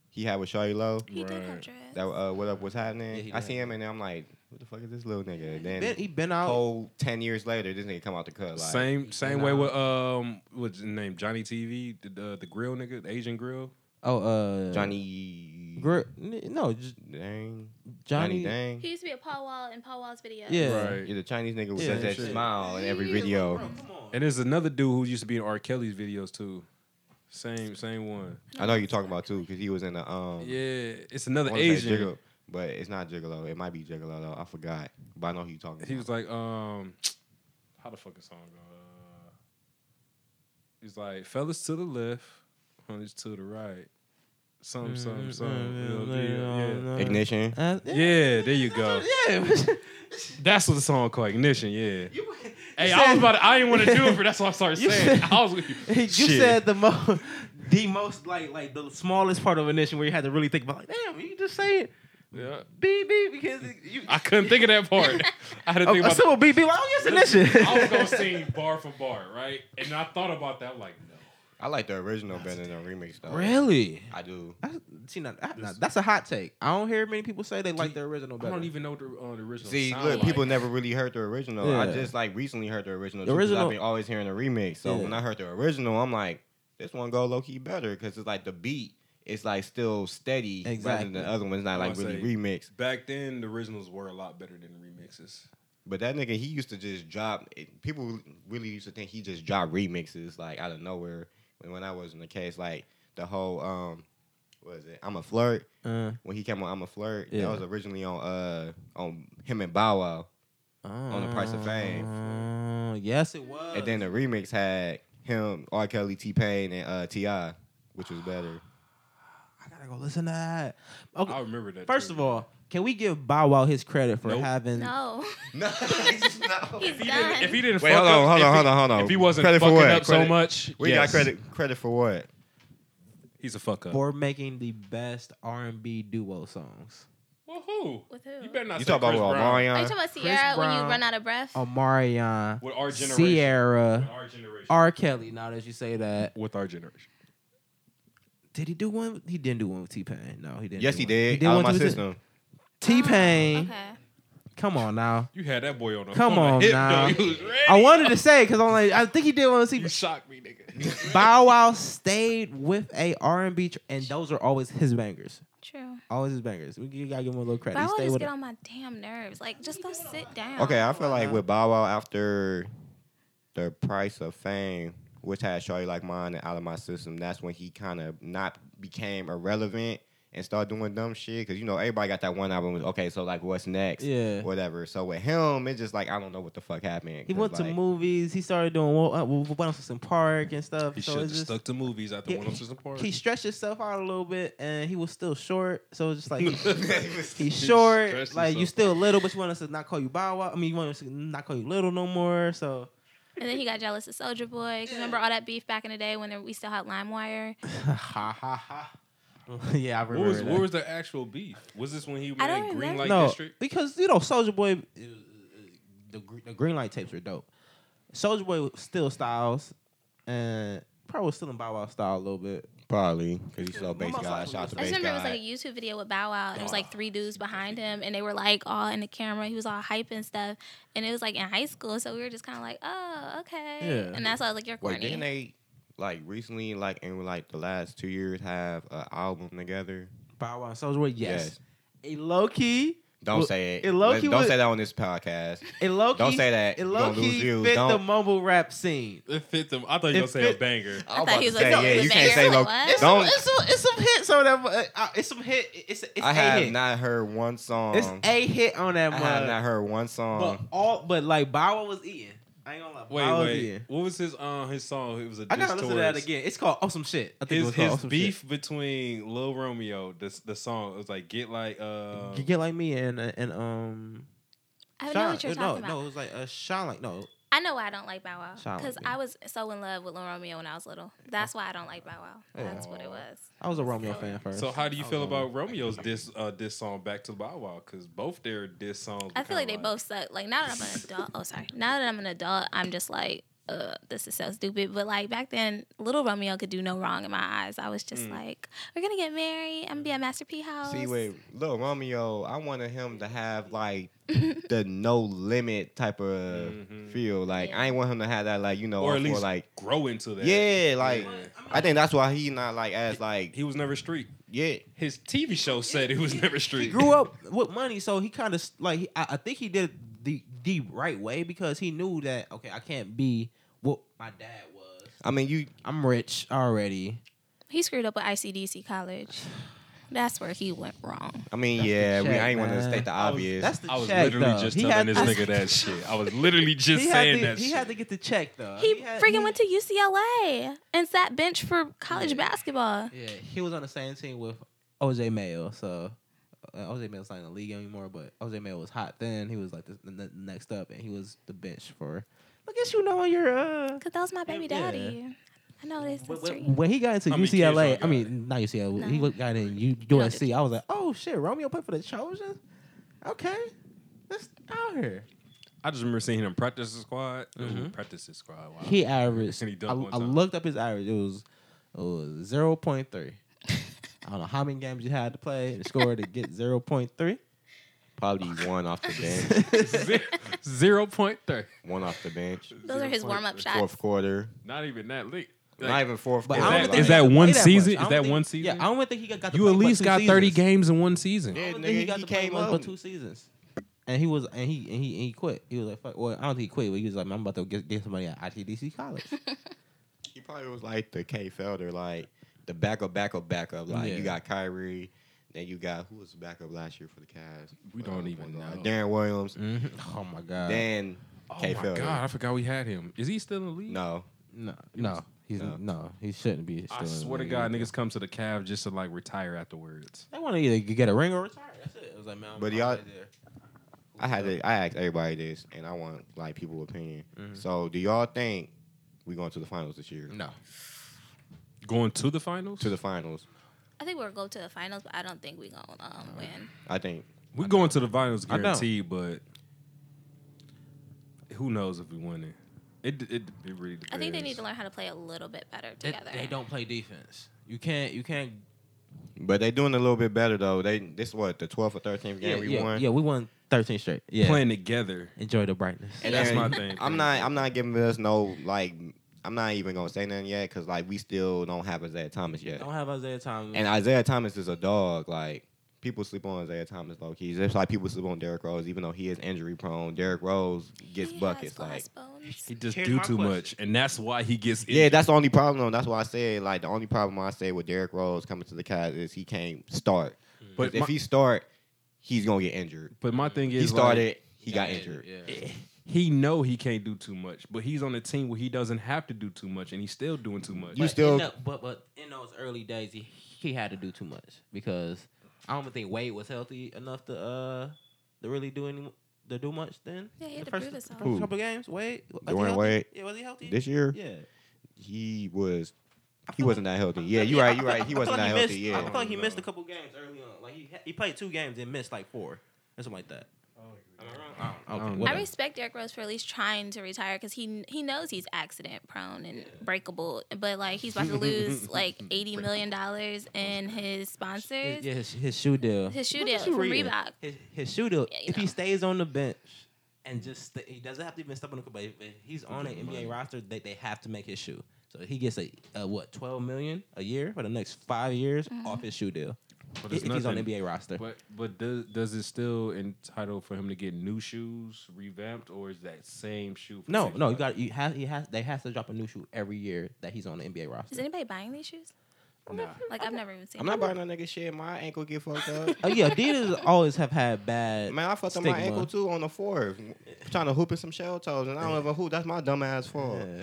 [SPEAKER 2] he had with Shawty Low.
[SPEAKER 4] He did have
[SPEAKER 3] Right.
[SPEAKER 4] dreads.
[SPEAKER 2] That uh, what up? What's
[SPEAKER 1] Yeah,
[SPEAKER 2] happening?
[SPEAKER 1] he
[SPEAKER 2] I
[SPEAKER 1] did.
[SPEAKER 2] see him and I'm like, what the fuck is this little nigga? And
[SPEAKER 1] he
[SPEAKER 2] then
[SPEAKER 1] been, he been out.
[SPEAKER 2] whole ten years later, this nigga come out the cut. Like,
[SPEAKER 3] Same same way
[SPEAKER 1] Nah.
[SPEAKER 3] with um what's his name? Johnny TV, the the, the grill nigga, the Asian grill.
[SPEAKER 1] Oh, uh,
[SPEAKER 2] Johnny.
[SPEAKER 1] Gr- n- no, J-
[SPEAKER 2] Dang.
[SPEAKER 1] Johnny.
[SPEAKER 2] Dang.
[SPEAKER 4] He used to be a Paul Wall in Paul Wall's video.
[SPEAKER 1] Yeah.
[SPEAKER 2] Yeah, the Chinese nigga with
[SPEAKER 1] Yeah,
[SPEAKER 2] that
[SPEAKER 1] shit.
[SPEAKER 2] smile in every
[SPEAKER 1] Yeah,
[SPEAKER 2] video.
[SPEAKER 1] like, bro, come on.
[SPEAKER 3] And there's another dude who used to be in R. Kelly's videos too. Same same one.
[SPEAKER 2] I know you're talking about too, because he was in the um.
[SPEAKER 3] Yeah, it's
[SPEAKER 2] I
[SPEAKER 3] another
[SPEAKER 2] wanna say
[SPEAKER 3] Asian.
[SPEAKER 2] Jiggle, but it's not Gigolo. It might be Gigolo though. I forgot, but I know who you talking.
[SPEAKER 3] He
[SPEAKER 2] about.
[SPEAKER 3] was like, um, how the fuck is song go? Uh, he's like, fellas to the left, honeys to the right. Some,
[SPEAKER 1] Mm-hmm.
[SPEAKER 3] some, some.
[SPEAKER 2] mm,
[SPEAKER 3] Yeah,
[SPEAKER 2] ignition.
[SPEAKER 1] Uh,
[SPEAKER 3] yeah. there you go.
[SPEAKER 1] Yeah.
[SPEAKER 3] That's what the song called, Ignition. Yeah.
[SPEAKER 1] you
[SPEAKER 3] Hey,
[SPEAKER 1] you
[SPEAKER 3] I was
[SPEAKER 1] said-
[SPEAKER 3] about. To, I didn't want to do it, but that's why I started
[SPEAKER 1] You
[SPEAKER 3] saying.
[SPEAKER 1] said-
[SPEAKER 3] it. I was with you.
[SPEAKER 1] you
[SPEAKER 3] Shit.
[SPEAKER 1] said the most, the most like like the smallest part of an issue where you had to really think about like, damn, you just say it,
[SPEAKER 3] Yeah.
[SPEAKER 1] beep beep, because it- you.
[SPEAKER 3] I couldn't think of that part. I had to
[SPEAKER 1] Oh,
[SPEAKER 3] think about.
[SPEAKER 1] simple beep beep. Like, oh yes,
[SPEAKER 3] I was
[SPEAKER 1] ignition.
[SPEAKER 3] gonna sing bar for bar, right? And I thought about that. I'm like, no.
[SPEAKER 2] I like the original better than the remix though.
[SPEAKER 1] Really?
[SPEAKER 2] I do.
[SPEAKER 1] I, see, now, I- now, that's a hot take. I don't hear many people say they like the original
[SPEAKER 6] I
[SPEAKER 1] better.
[SPEAKER 6] don't even know the, uh, the original.
[SPEAKER 2] See,
[SPEAKER 6] sound
[SPEAKER 2] look,
[SPEAKER 6] like.
[SPEAKER 2] people never really heard the original. I
[SPEAKER 1] Yeah.
[SPEAKER 2] just like recently heard the original.
[SPEAKER 1] The
[SPEAKER 2] too, 'cause
[SPEAKER 1] original-
[SPEAKER 2] I've been always hearing the remix. So
[SPEAKER 1] Yeah.
[SPEAKER 2] when I heard the original, I'm like, this one go low key better because it's like the beat is like still steady rather
[SPEAKER 1] Exactly.
[SPEAKER 2] than the other one's not
[SPEAKER 6] I
[SPEAKER 2] like
[SPEAKER 6] wanna
[SPEAKER 2] really
[SPEAKER 6] say-
[SPEAKER 2] remixed.
[SPEAKER 6] Back then, the originals were a lot better than the remixes.
[SPEAKER 2] But that nigga, he used to just drop. It, people really used to think he just dropped remixes like out of nowhere. When, when I was in the case, like the whole um, what is it? I'm a flirt.
[SPEAKER 1] Uh,
[SPEAKER 2] When he came on, I'm a flirt.
[SPEAKER 1] Yeah.
[SPEAKER 2] That was originally on uh on him and Bow Wow.
[SPEAKER 1] on
[SPEAKER 2] the Price of Fame.
[SPEAKER 1] Uh, yes, it was.
[SPEAKER 2] And then the remix had him, R. Kelly, T Pain, and uh, Ti, which was better.
[SPEAKER 1] I gotta go listen to that. Okay,
[SPEAKER 6] I remember that.
[SPEAKER 1] first
[SPEAKER 6] too.
[SPEAKER 1] of all, can we give Bow Wow his credit for
[SPEAKER 6] Nope.
[SPEAKER 1] having?
[SPEAKER 4] No.
[SPEAKER 2] No,
[SPEAKER 4] He's
[SPEAKER 6] if he didn't,
[SPEAKER 4] done.
[SPEAKER 6] if he didn't
[SPEAKER 2] Wait,
[SPEAKER 6] fuck
[SPEAKER 2] hold on,
[SPEAKER 6] up-
[SPEAKER 2] hold
[SPEAKER 6] if
[SPEAKER 2] on,
[SPEAKER 6] he-
[SPEAKER 2] hold on, hold on.
[SPEAKER 6] If he wasn't
[SPEAKER 2] Credit for
[SPEAKER 6] fucking
[SPEAKER 2] what?
[SPEAKER 6] up so
[SPEAKER 2] Credit-
[SPEAKER 6] much,
[SPEAKER 2] We got
[SPEAKER 6] yes.
[SPEAKER 2] credit credit for what?
[SPEAKER 6] He's a fuck up.
[SPEAKER 1] For making the best R and B duo songs,
[SPEAKER 6] Well, who?
[SPEAKER 4] With who?
[SPEAKER 6] You better not
[SPEAKER 2] You
[SPEAKER 6] say
[SPEAKER 2] talk about
[SPEAKER 6] Chris
[SPEAKER 2] what,
[SPEAKER 6] Brown.
[SPEAKER 4] Are you
[SPEAKER 2] Omarion?
[SPEAKER 4] talking about Sierra when you
[SPEAKER 1] Brown.
[SPEAKER 4] run out of breath?
[SPEAKER 2] Oh,
[SPEAKER 1] Omarion,
[SPEAKER 6] With our generation. With
[SPEAKER 1] Sierra,
[SPEAKER 6] our generation.
[SPEAKER 1] R. Kelly. Now that you say that,
[SPEAKER 6] With our generation.
[SPEAKER 1] did he do one? He didn't do one with T Pain. No, he didn't.
[SPEAKER 2] Yes,
[SPEAKER 1] do
[SPEAKER 2] he
[SPEAKER 1] one.
[SPEAKER 2] did.
[SPEAKER 1] did
[SPEAKER 2] Out
[SPEAKER 1] one
[SPEAKER 2] of my
[SPEAKER 1] with T-
[SPEAKER 2] system.
[SPEAKER 1] T Pain.
[SPEAKER 4] Okay.
[SPEAKER 1] Come on now.
[SPEAKER 6] You had that boy on a
[SPEAKER 1] Come
[SPEAKER 6] a
[SPEAKER 1] on
[SPEAKER 6] hip,
[SPEAKER 1] now.
[SPEAKER 6] though. You was ready.
[SPEAKER 1] I wanted to say because I'm like I think he did want to
[SPEAKER 6] You
[SPEAKER 1] see
[SPEAKER 6] shocked me, nigga.
[SPEAKER 1] Bow Wow stayed with a R and B tr- and those are always his bangers.
[SPEAKER 4] True.
[SPEAKER 1] Always his bangers. We you gotta give him a little credit.
[SPEAKER 4] But I
[SPEAKER 1] He
[SPEAKER 4] would
[SPEAKER 1] stayed
[SPEAKER 4] just
[SPEAKER 1] with
[SPEAKER 4] get
[SPEAKER 1] a-
[SPEAKER 4] on my damn nerves. Like, just go sit down.
[SPEAKER 2] Okay, I feel like with Bow Wow after the price of fame, which had Shorty Like Mine and Out of My System, that's when he kind of not became irrelevant and started doing dumb shit. Cause you know, everybody got that one album, okay, so like what's next?
[SPEAKER 1] Yeah.
[SPEAKER 2] Whatever. So with him, it's just like I don't know what the fuck happened.
[SPEAKER 1] He
[SPEAKER 2] 'Cause,
[SPEAKER 1] went to
[SPEAKER 2] like,
[SPEAKER 1] movies. He started doing what uh, what else was in park and stuff.
[SPEAKER 6] He
[SPEAKER 1] so
[SPEAKER 6] should
[SPEAKER 1] it's
[SPEAKER 6] have
[SPEAKER 1] just
[SPEAKER 6] stuck to movies after
[SPEAKER 1] Yeah,
[SPEAKER 6] one of them part.
[SPEAKER 1] he stretched himself out a little bit and he was still short. So it's just like
[SPEAKER 2] He was-
[SPEAKER 1] he's short.
[SPEAKER 6] stretched
[SPEAKER 1] Like you
[SPEAKER 6] himself
[SPEAKER 1] still little, but you want us to not call you Bow Wow. I mean, you want us to not call you little no more. So
[SPEAKER 4] And then he got jealous of Soldier Boy. 'cause remember all that beef back in the day when there- we still had LimeWire?
[SPEAKER 1] ha ha ha. yeah, I remember.
[SPEAKER 6] What was,
[SPEAKER 1] that.
[SPEAKER 6] what was the actual beef? Was this when he was
[SPEAKER 4] I don't
[SPEAKER 6] in Green
[SPEAKER 4] remember.
[SPEAKER 6] Light
[SPEAKER 1] no,
[SPEAKER 6] District?
[SPEAKER 1] because you know Soldier Boy, uh, the gr- the green light tapes were dope. Soldier Boy was still Styles, and probably was still in Bow Wow style a little bit.
[SPEAKER 2] Probably because he's so base
[SPEAKER 1] Most
[SPEAKER 2] guy.
[SPEAKER 1] likely
[SPEAKER 2] Shout out to
[SPEAKER 4] I just
[SPEAKER 2] base
[SPEAKER 4] remember it was like a
[SPEAKER 2] guy.
[SPEAKER 4] YouTube video with Bow Wow, and it was like three dudes behind him, and they were like all in the camera. He was all hype and stuff, and it was like in high school, so we were just kind of like, oh, okay.
[SPEAKER 1] Yeah.
[SPEAKER 4] And that's why I was like, you're
[SPEAKER 2] Wait,
[SPEAKER 4] corny.
[SPEAKER 2] didn't they like recently, like in like the last two years, have an album together?
[SPEAKER 1] Bow Wow and Soldier Boy, yes.
[SPEAKER 2] Yes.
[SPEAKER 1] A low key,
[SPEAKER 2] Don't
[SPEAKER 1] Well,
[SPEAKER 2] say it.
[SPEAKER 1] it
[SPEAKER 2] Let-
[SPEAKER 1] low-key
[SPEAKER 2] Don't
[SPEAKER 1] was-
[SPEAKER 2] say that on this podcast.
[SPEAKER 1] a low key.
[SPEAKER 2] Don't say that.
[SPEAKER 1] It
[SPEAKER 2] You
[SPEAKER 1] low
[SPEAKER 2] gonna lose
[SPEAKER 1] key
[SPEAKER 2] views.
[SPEAKER 1] fit the
[SPEAKER 2] Don't-
[SPEAKER 1] mumble rap scene.
[SPEAKER 6] It fit them. I thought
[SPEAKER 1] It
[SPEAKER 6] you were gonna say a
[SPEAKER 1] fit-
[SPEAKER 6] banger.
[SPEAKER 2] I
[SPEAKER 4] I
[SPEAKER 2] was
[SPEAKER 4] thought he was
[SPEAKER 2] about
[SPEAKER 4] like,
[SPEAKER 2] to
[SPEAKER 4] no,
[SPEAKER 2] say, yeah, you can't say
[SPEAKER 4] banger.
[SPEAKER 2] low.
[SPEAKER 4] What?
[SPEAKER 1] It's
[SPEAKER 2] Don't.
[SPEAKER 1] some, it's some, it's some hits on that. mu- Uh, it's some hit. It's it's
[SPEAKER 2] I
[SPEAKER 1] a
[SPEAKER 2] have
[SPEAKER 1] hit.
[SPEAKER 2] not heard one song.
[SPEAKER 1] it's a hit on that.
[SPEAKER 2] I have not
[SPEAKER 1] mug.
[SPEAKER 2] heard one
[SPEAKER 1] But
[SPEAKER 2] song.
[SPEAKER 1] all, but like Bow Wow was eating. I ain't gonna lie.
[SPEAKER 6] Wait,
[SPEAKER 1] Bow Wow was
[SPEAKER 6] wait.
[SPEAKER 1] eating.
[SPEAKER 6] What was his um his song? It was a
[SPEAKER 1] I
[SPEAKER 6] diss
[SPEAKER 1] gotta listen to that
[SPEAKER 6] towards-
[SPEAKER 1] again. It's called Oh Some Shit. I think it
[SPEAKER 6] His
[SPEAKER 1] was called
[SPEAKER 6] his
[SPEAKER 1] Awesome Shit.
[SPEAKER 6] beef between Lil Romeo, this the song it was like get like uh
[SPEAKER 1] You get like me and uh, and um.
[SPEAKER 4] I know
[SPEAKER 1] Shine.
[SPEAKER 4] what you're
[SPEAKER 1] Uh,
[SPEAKER 4] talking
[SPEAKER 1] no,
[SPEAKER 4] about.
[SPEAKER 1] No, it was like a shine like no.
[SPEAKER 4] I know why I don't like Bow Wow.
[SPEAKER 1] Sound like
[SPEAKER 4] Because
[SPEAKER 1] me.
[SPEAKER 4] I was so in love with Lil Romeo when I was little. That's why I don't like Bow Wow.
[SPEAKER 1] Yeah.
[SPEAKER 4] That's what it was.
[SPEAKER 1] I was a Romeo fan first.
[SPEAKER 6] So how do you
[SPEAKER 1] I
[SPEAKER 6] feel
[SPEAKER 1] was a-
[SPEAKER 6] about Romeo's diss uh diss song back to Bow Wow? Because both their diss songs.
[SPEAKER 4] I
[SPEAKER 6] were
[SPEAKER 4] feel like they
[SPEAKER 6] kinda
[SPEAKER 4] both suck. Like now that I'm an adult, oh sorry. Now that I'm an adult, I'm just like, uh, this is so stupid. But like back then, little Romeo could do no wrong in my eyes. I was
[SPEAKER 1] Mm.
[SPEAKER 4] just like, we're gonna get married. I'm gonna be at Master P
[SPEAKER 1] Oh,
[SPEAKER 4] house.
[SPEAKER 2] See, wait, Lil Romeo, I wanted him to have like the no limit type of
[SPEAKER 6] uh,
[SPEAKER 3] Mm-hmm.
[SPEAKER 1] Mm-hmm.
[SPEAKER 2] feel. Like I ain't want him to have that. Like you know,
[SPEAKER 6] or
[SPEAKER 2] or
[SPEAKER 6] at least
[SPEAKER 2] like
[SPEAKER 6] grow into that.
[SPEAKER 2] yeah, like
[SPEAKER 6] Yeah.
[SPEAKER 2] I think that's why he not like as like
[SPEAKER 6] he was never street.
[SPEAKER 2] yeah.
[SPEAKER 6] His TV show said he was never
[SPEAKER 1] He
[SPEAKER 6] street.
[SPEAKER 1] grew up with money, so he kind of like he- I, I think he did the the right way because he knew that okay, I can't be what my dad was.
[SPEAKER 2] I mean, you
[SPEAKER 1] I'm rich already.
[SPEAKER 4] He screwed up with ICDC college. That's where he went wrong.
[SPEAKER 2] I mean,
[SPEAKER 1] That's the
[SPEAKER 2] yeah, we
[SPEAKER 1] check,
[SPEAKER 2] I ain't want to
[SPEAKER 1] man.
[SPEAKER 2] state the
[SPEAKER 6] I was-
[SPEAKER 2] obvious.
[SPEAKER 1] That's the
[SPEAKER 6] I was
[SPEAKER 1] check,
[SPEAKER 6] literally
[SPEAKER 1] though.
[SPEAKER 6] just
[SPEAKER 1] He
[SPEAKER 6] telling
[SPEAKER 1] had-
[SPEAKER 6] this nigga that shit. I was literally just
[SPEAKER 1] He had
[SPEAKER 6] saying
[SPEAKER 1] to-
[SPEAKER 6] that
[SPEAKER 1] he
[SPEAKER 6] shit.
[SPEAKER 1] had to get the check though.
[SPEAKER 4] He
[SPEAKER 1] had-
[SPEAKER 4] freaking
[SPEAKER 1] Uh, he-
[SPEAKER 4] went to UCLA and sat bench for college
[SPEAKER 1] Yeah.
[SPEAKER 4] basketball.
[SPEAKER 1] Yeah, he was on the same team with OJ Mayo. So uh, OJ Mayo's not in the league anymore, but OJ Mayo was hot then. He was like the, the next up, and he was the bench for. Look at you knowing your uh.
[SPEAKER 4] Cause that was my baby
[SPEAKER 1] Yeah.
[SPEAKER 4] daddy. I know this
[SPEAKER 1] When,
[SPEAKER 4] is
[SPEAKER 1] when-
[SPEAKER 4] true.
[SPEAKER 1] when he got into
[SPEAKER 6] How many kids y'all
[SPEAKER 1] UCLA, I
[SPEAKER 6] got?
[SPEAKER 1] mean not UCLA, he
[SPEAKER 4] No.
[SPEAKER 1] was- got in U- USC. I was like, oh shit, Romeo played for the Trojans. Okay, that's out here.
[SPEAKER 3] I just remember seeing him in practice squad. Ooh,
[SPEAKER 1] Mhm.
[SPEAKER 3] practice squad. Wow.
[SPEAKER 1] He averaged.
[SPEAKER 3] And he
[SPEAKER 1] I,
[SPEAKER 3] dunked one
[SPEAKER 1] I
[SPEAKER 3] time.
[SPEAKER 1] looked up his average. It was it was zero point three. I don't know how many games you had to play and score to get zero point three.
[SPEAKER 2] Probably one off the bench.
[SPEAKER 3] Zero point three.
[SPEAKER 2] one off the bench.
[SPEAKER 4] Those are his warm up shots.
[SPEAKER 2] Fourth quarter.
[SPEAKER 3] Not even that late.
[SPEAKER 2] Not even fourth
[SPEAKER 1] But
[SPEAKER 2] quarter.
[SPEAKER 1] I don't
[SPEAKER 3] that-
[SPEAKER 1] think
[SPEAKER 3] is
[SPEAKER 1] he
[SPEAKER 3] that
[SPEAKER 1] got to
[SPEAKER 3] one
[SPEAKER 1] play much.
[SPEAKER 3] season?
[SPEAKER 1] I don't
[SPEAKER 3] Is that
[SPEAKER 1] think-
[SPEAKER 3] one season?
[SPEAKER 1] Yeah, I don't think he got, got to
[SPEAKER 3] You
[SPEAKER 1] play
[SPEAKER 3] at
[SPEAKER 1] but
[SPEAKER 3] least
[SPEAKER 1] two
[SPEAKER 3] got thirty
[SPEAKER 1] seasons.
[SPEAKER 3] games in one season.
[SPEAKER 2] Yeah,
[SPEAKER 1] I don't think he
[SPEAKER 2] nigga,
[SPEAKER 1] got
[SPEAKER 2] he
[SPEAKER 1] to play
[SPEAKER 2] came
[SPEAKER 1] much but
[SPEAKER 2] up.
[SPEAKER 1] two seasons. And he was, and he, and he, and he quit. He was like, "Fuck." Well, I don't think he quit, but he was like, "I'm about to get, get somebody at ITDC college."
[SPEAKER 2] He probably was like the K Felder, like the backup, backup, backup. Like
[SPEAKER 1] Yeah.
[SPEAKER 2] you got Kyrie, then you got who was the backup last year for the Cavs?
[SPEAKER 3] We don't even
[SPEAKER 2] uh,
[SPEAKER 3] know. Mm.
[SPEAKER 2] Darren Williams.
[SPEAKER 3] Mm-hmm.
[SPEAKER 1] Oh my god!
[SPEAKER 2] Then
[SPEAKER 3] Oh
[SPEAKER 2] K
[SPEAKER 3] my
[SPEAKER 2] Felder.
[SPEAKER 3] god, I forgot we had him. Is he still in the league?
[SPEAKER 2] No,
[SPEAKER 1] No, no, he's
[SPEAKER 2] No.
[SPEAKER 1] no. he shouldn't be.
[SPEAKER 3] I
[SPEAKER 1] still in
[SPEAKER 3] swear
[SPEAKER 1] the
[SPEAKER 3] to God,
[SPEAKER 1] league.
[SPEAKER 3] niggas come to the Cavs just to like retire afterwards.
[SPEAKER 1] They want to either get a ring or retire. That's it. It was like, man, I'm
[SPEAKER 2] But
[SPEAKER 1] I'm
[SPEAKER 2] y'all-
[SPEAKER 1] out there.
[SPEAKER 2] I had to. I asked everybody this, and I want like people's opinion.
[SPEAKER 3] Mm-hmm.
[SPEAKER 2] So, do y'all think we going to the finals this year?
[SPEAKER 1] No,
[SPEAKER 3] Going to the finals?
[SPEAKER 2] To the finals,
[SPEAKER 4] I think we'll go to the finals, but I don't think we gonna
[SPEAKER 1] Uh,
[SPEAKER 4] um, win.
[SPEAKER 2] I think.
[SPEAKER 3] we going to the finals
[SPEAKER 1] I know.
[SPEAKER 3] guaranteed, but who knows if we win it? It it, it really depends.
[SPEAKER 4] I think they need to learn how to play a little bit better
[SPEAKER 1] they,
[SPEAKER 4] together.
[SPEAKER 1] they don't play defense. You can't. You can't.
[SPEAKER 2] But they doing a little bit better though. They this what the 12th or 13th game
[SPEAKER 1] Yeah,
[SPEAKER 2] we
[SPEAKER 1] yeah,
[SPEAKER 2] won.
[SPEAKER 1] yeah, we won 13 straight. Yeah,
[SPEAKER 3] playing together.
[SPEAKER 1] enjoy the brightness.
[SPEAKER 2] And
[SPEAKER 3] That's
[SPEAKER 2] then
[SPEAKER 3] my thing.
[SPEAKER 2] I'm not. I'm not giving us no like. I'm not even gonna say nothing yet because like we still don't have Isaiah Thomas yet.
[SPEAKER 1] Don't have Isaiah Thomas.
[SPEAKER 2] And Isaiah Thomas is a dog. Like people sleep on Isaiah Thomas low key. Just like people sleep on Derrick Rose, even though he is injury prone. Derrick Rose gets
[SPEAKER 4] He has
[SPEAKER 2] buckets.
[SPEAKER 4] glass
[SPEAKER 2] Like
[SPEAKER 4] bones.
[SPEAKER 3] He just
[SPEAKER 1] Here's
[SPEAKER 3] do
[SPEAKER 1] my
[SPEAKER 3] too
[SPEAKER 1] question.
[SPEAKER 3] much, and that's why he gets.
[SPEAKER 2] yeah,
[SPEAKER 3] injured.
[SPEAKER 2] that's the only problem. though. That's why I said like the only problem I say with Derrick Rose coming to the Cavs is he can't start.
[SPEAKER 3] But
[SPEAKER 2] if
[SPEAKER 3] my,
[SPEAKER 2] he start, he's gonna get injured.
[SPEAKER 3] but my thing is,
[SPEAKER 2] He started.
[SPEAKER 3] like,
[SPEAKER 2] he got injured.
[SPEAKER 1] Yeah.
[SPEAKER 3] he know he can't do too much, but he's on a team where he doesn't have to do too much, and he's still doing too much.
[SPEAKER 2] You
[SPEAKER 1] but
[SPEAKER 2] still-
[SPEAKER 1] in the- but but in those early days, he, he had to do too much because I don't think Wade was healthy enough to uh to really do any to do much then.
[SPEAKER 4] Yeah, he had
[SPEAKER 1] the
[SPEAKER 4] to
[SPEAKER 1] first,
[SPEAKER 4] prove himself.
[SPEAKER 1] the first
[SPEAKER 2] Who?
[SPEAKER 1] couple games, Wade. was he
[SPEAKER 2] Dwayne
[SPEAKER 1] healthy?
[SPEAKER 2] Wade?
[SPEAKER 1] Yeah, was he healthy?
[SPEAKER 2] This year,
[SPEAKER 1] yeah.
[SPEAKER 2] he was. He
[SPEAKER 1] feel
[SPEAKER 2] wasn't that healthy. Yeah, you're right. You're right. He
[SPEAKER 1] I feel
[SPEAKER 2] wasn't
[SPEAKER 1] like
[SPEAKER 2] that
[SPEAKER 1] he
[SPEAKER 2] healthy.
[SPEAKER 1] missed- I
[SPEAKER 2] Yeah.
[SPEAKER 1] feel like he missed a couple games early on. Like he he played two games and missed like four or something like that. Am I wrong? I don't-
[SPEAKER 3] I
[SPEAKER 1] okay,
[SPEAKER 3] don't
[SPEAKER 1] whatever.
[SPEAKER 4] I respect Derrick Rose for at least trying to retire because he he knows he's accident prone and breakable, but like he's about to lose like eighty million dollars in his sponsors,
[SPEAKER 1] yeah, his, his shoe deal.
[SPEAKER 4] his shoe
[SPEAKER 1] Look
[SPEAKER 4] deal
[SPEAKER 1] at you
[SPEAKER 4] from
[SPEAKER 1] reading.
[SPEAKER 4] Reebok.
[SPEAKER 1] His, his shoe deal.
[SPEAKER 4] Yeah, you
[SPEAKER 1] if he
[SPEAKER 4] know.
[SPEAKER 1] stays on the bench and just sta he doesn't have to even step on the court, but if if he's on an NBA roster, they, they have to make his shoe. So he gets a, a what twelve million a year for the next five years
[SPEAKER 4] Mm-hmm.
[SPEAKER 1] off his shoe deal.
[SPEAKER 3] But
[SPEAKER 1] If
[SPEAKER 3] it's
[SPEAKER 1] if he's on
[SPEAKER 3] nothing.
[SPEAKER 1] NBA roster,
[SPEAKER 3] But but does does it still entitle for him to get new shoes revamped, or is that same shoe? For
[SPEAKER 1] no,
[SPEAKER 3] six
[SPEAKER 1] no, you
[SPEAKER 3] months?
[SPEAKER 1] got you have he has they has to drop a new shoe every year that he's on the NBA roster.
[SPEAKER 4] Is anybody buying these shoes?
[SPEAKER 3] Nah.
[SPEAKER 4] Like I've never even seen.
[SPEAKER 2] I'm not buying no nigga shit. My ankle get fucked up.
[SPEAKER 1] Oh yeah, Adidas always have had bad.
[SPEAKER 2] Man, I fucked up my
[SPEAKER 1] stigma.
[SPEAKER 2] ankle too on the fourth, trying to hoop in some shell toes, and I don't even hoop. That's my dumb ass fault.
[SPEAKER 1] Yeah.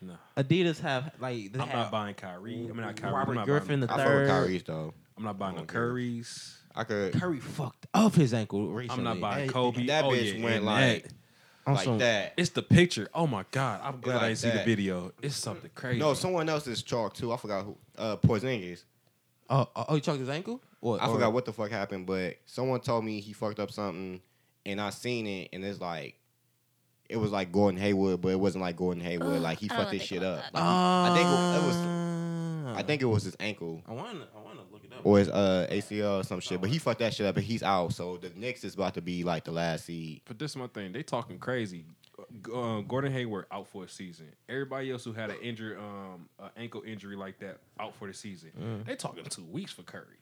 [SPEAKER 3] No.
[SPEAKER 1] Adidas have like they
[SPEAKER 3] I'm
[SPEAKER 1] have
[SPEAKER 3] not buying Kyrie. I'm not Kyrie.
[SPEAKER 1] Robert
[SPEAKER 3] I'm not
[SPEAKER 1] Griffin the
[SPEAKER 3] Buying,
[SPEAKER 2] I fuck
[SPEAKER 1] third.
[SPEAKER 2] with Kyrie's though.
[SPEAKER 3] I'm not buying no
[SPEAKER 2] Okay.
[SPEAKER 3] Curry's.
[SPEAKER 2] I could
[SPEAKER 1] Curry fucked up his ankle recently.
[SPEAKER 3] I'm not buying
[SPEAKER 1] Hey,
[SPEAKER 3] Kobe.
[SPEAKER 2] that
[SPEAKER 3] Oh,
[SPEAKER 2] bitch
[SPEAKER 3] yeah,
[SPEAKER 2] went
[SPEAKER 3] and
[SPEAKER 2] like
[SPEAKER 3] that.
[SPEAKER 1] on
[SPEAKER 2] like
[SPEAKER 1] some-
[SPEAKER 2] that.
[SPEAKER 3] It's the picture. Oh my God! I'm glad I
[SPEAKER 2] like
[SPEAKER 3] didn't see the
[SPEAKER 2] that.
[SPEAKER 3] video. It's something crazy.
[SPEAKER 2] No, someone else is chalk too. I forgot who. Uh, Porzingis.
[SPEAKER 1] Oh, oh, oh, he chucked his ankle. Or,
[SPEAKER 2] I
[SPEAKER 1] or-
[SPEAKER 2] forgot what the fuck happened, but someone told me he fucked up something, and I seen it, and it's like, it was like Gordon Haywood, but it wasn't like Gordon Haywood.
[SPEAKER 4] Ugh,
[SPEAKER 2] like he
[SPEAKER 4] I don't
[SPEAKER 2] fucked his
[SPEAKER 4] think
[SPEAKER 2] shit
[SPEAKER 4] about
[SPEAKER 2] up.
[SPEAKER 4] that.
[SPEAKER 2] Like, I think it it was.
[SPEAKER 1] was.
[SPEAKER 2] I think it was his ankle
[SPEAKER 1] I want. to. I want to look it up.
[SPEAKER 2] or his uh, ACL or some shit,
[SPEAKER 4] Oh.
[SPEAKER 2] but he fucked that shit up, and he's out. So the Knicks is about to be like the last seed.
[SPEAKER 3] But this is my thing. They talking crazy. G- Uh, Gordon Hayward out for a season. Everybody else who had an injury, um, an ankle injury like that, out for the season. They talking two weeks for Curry.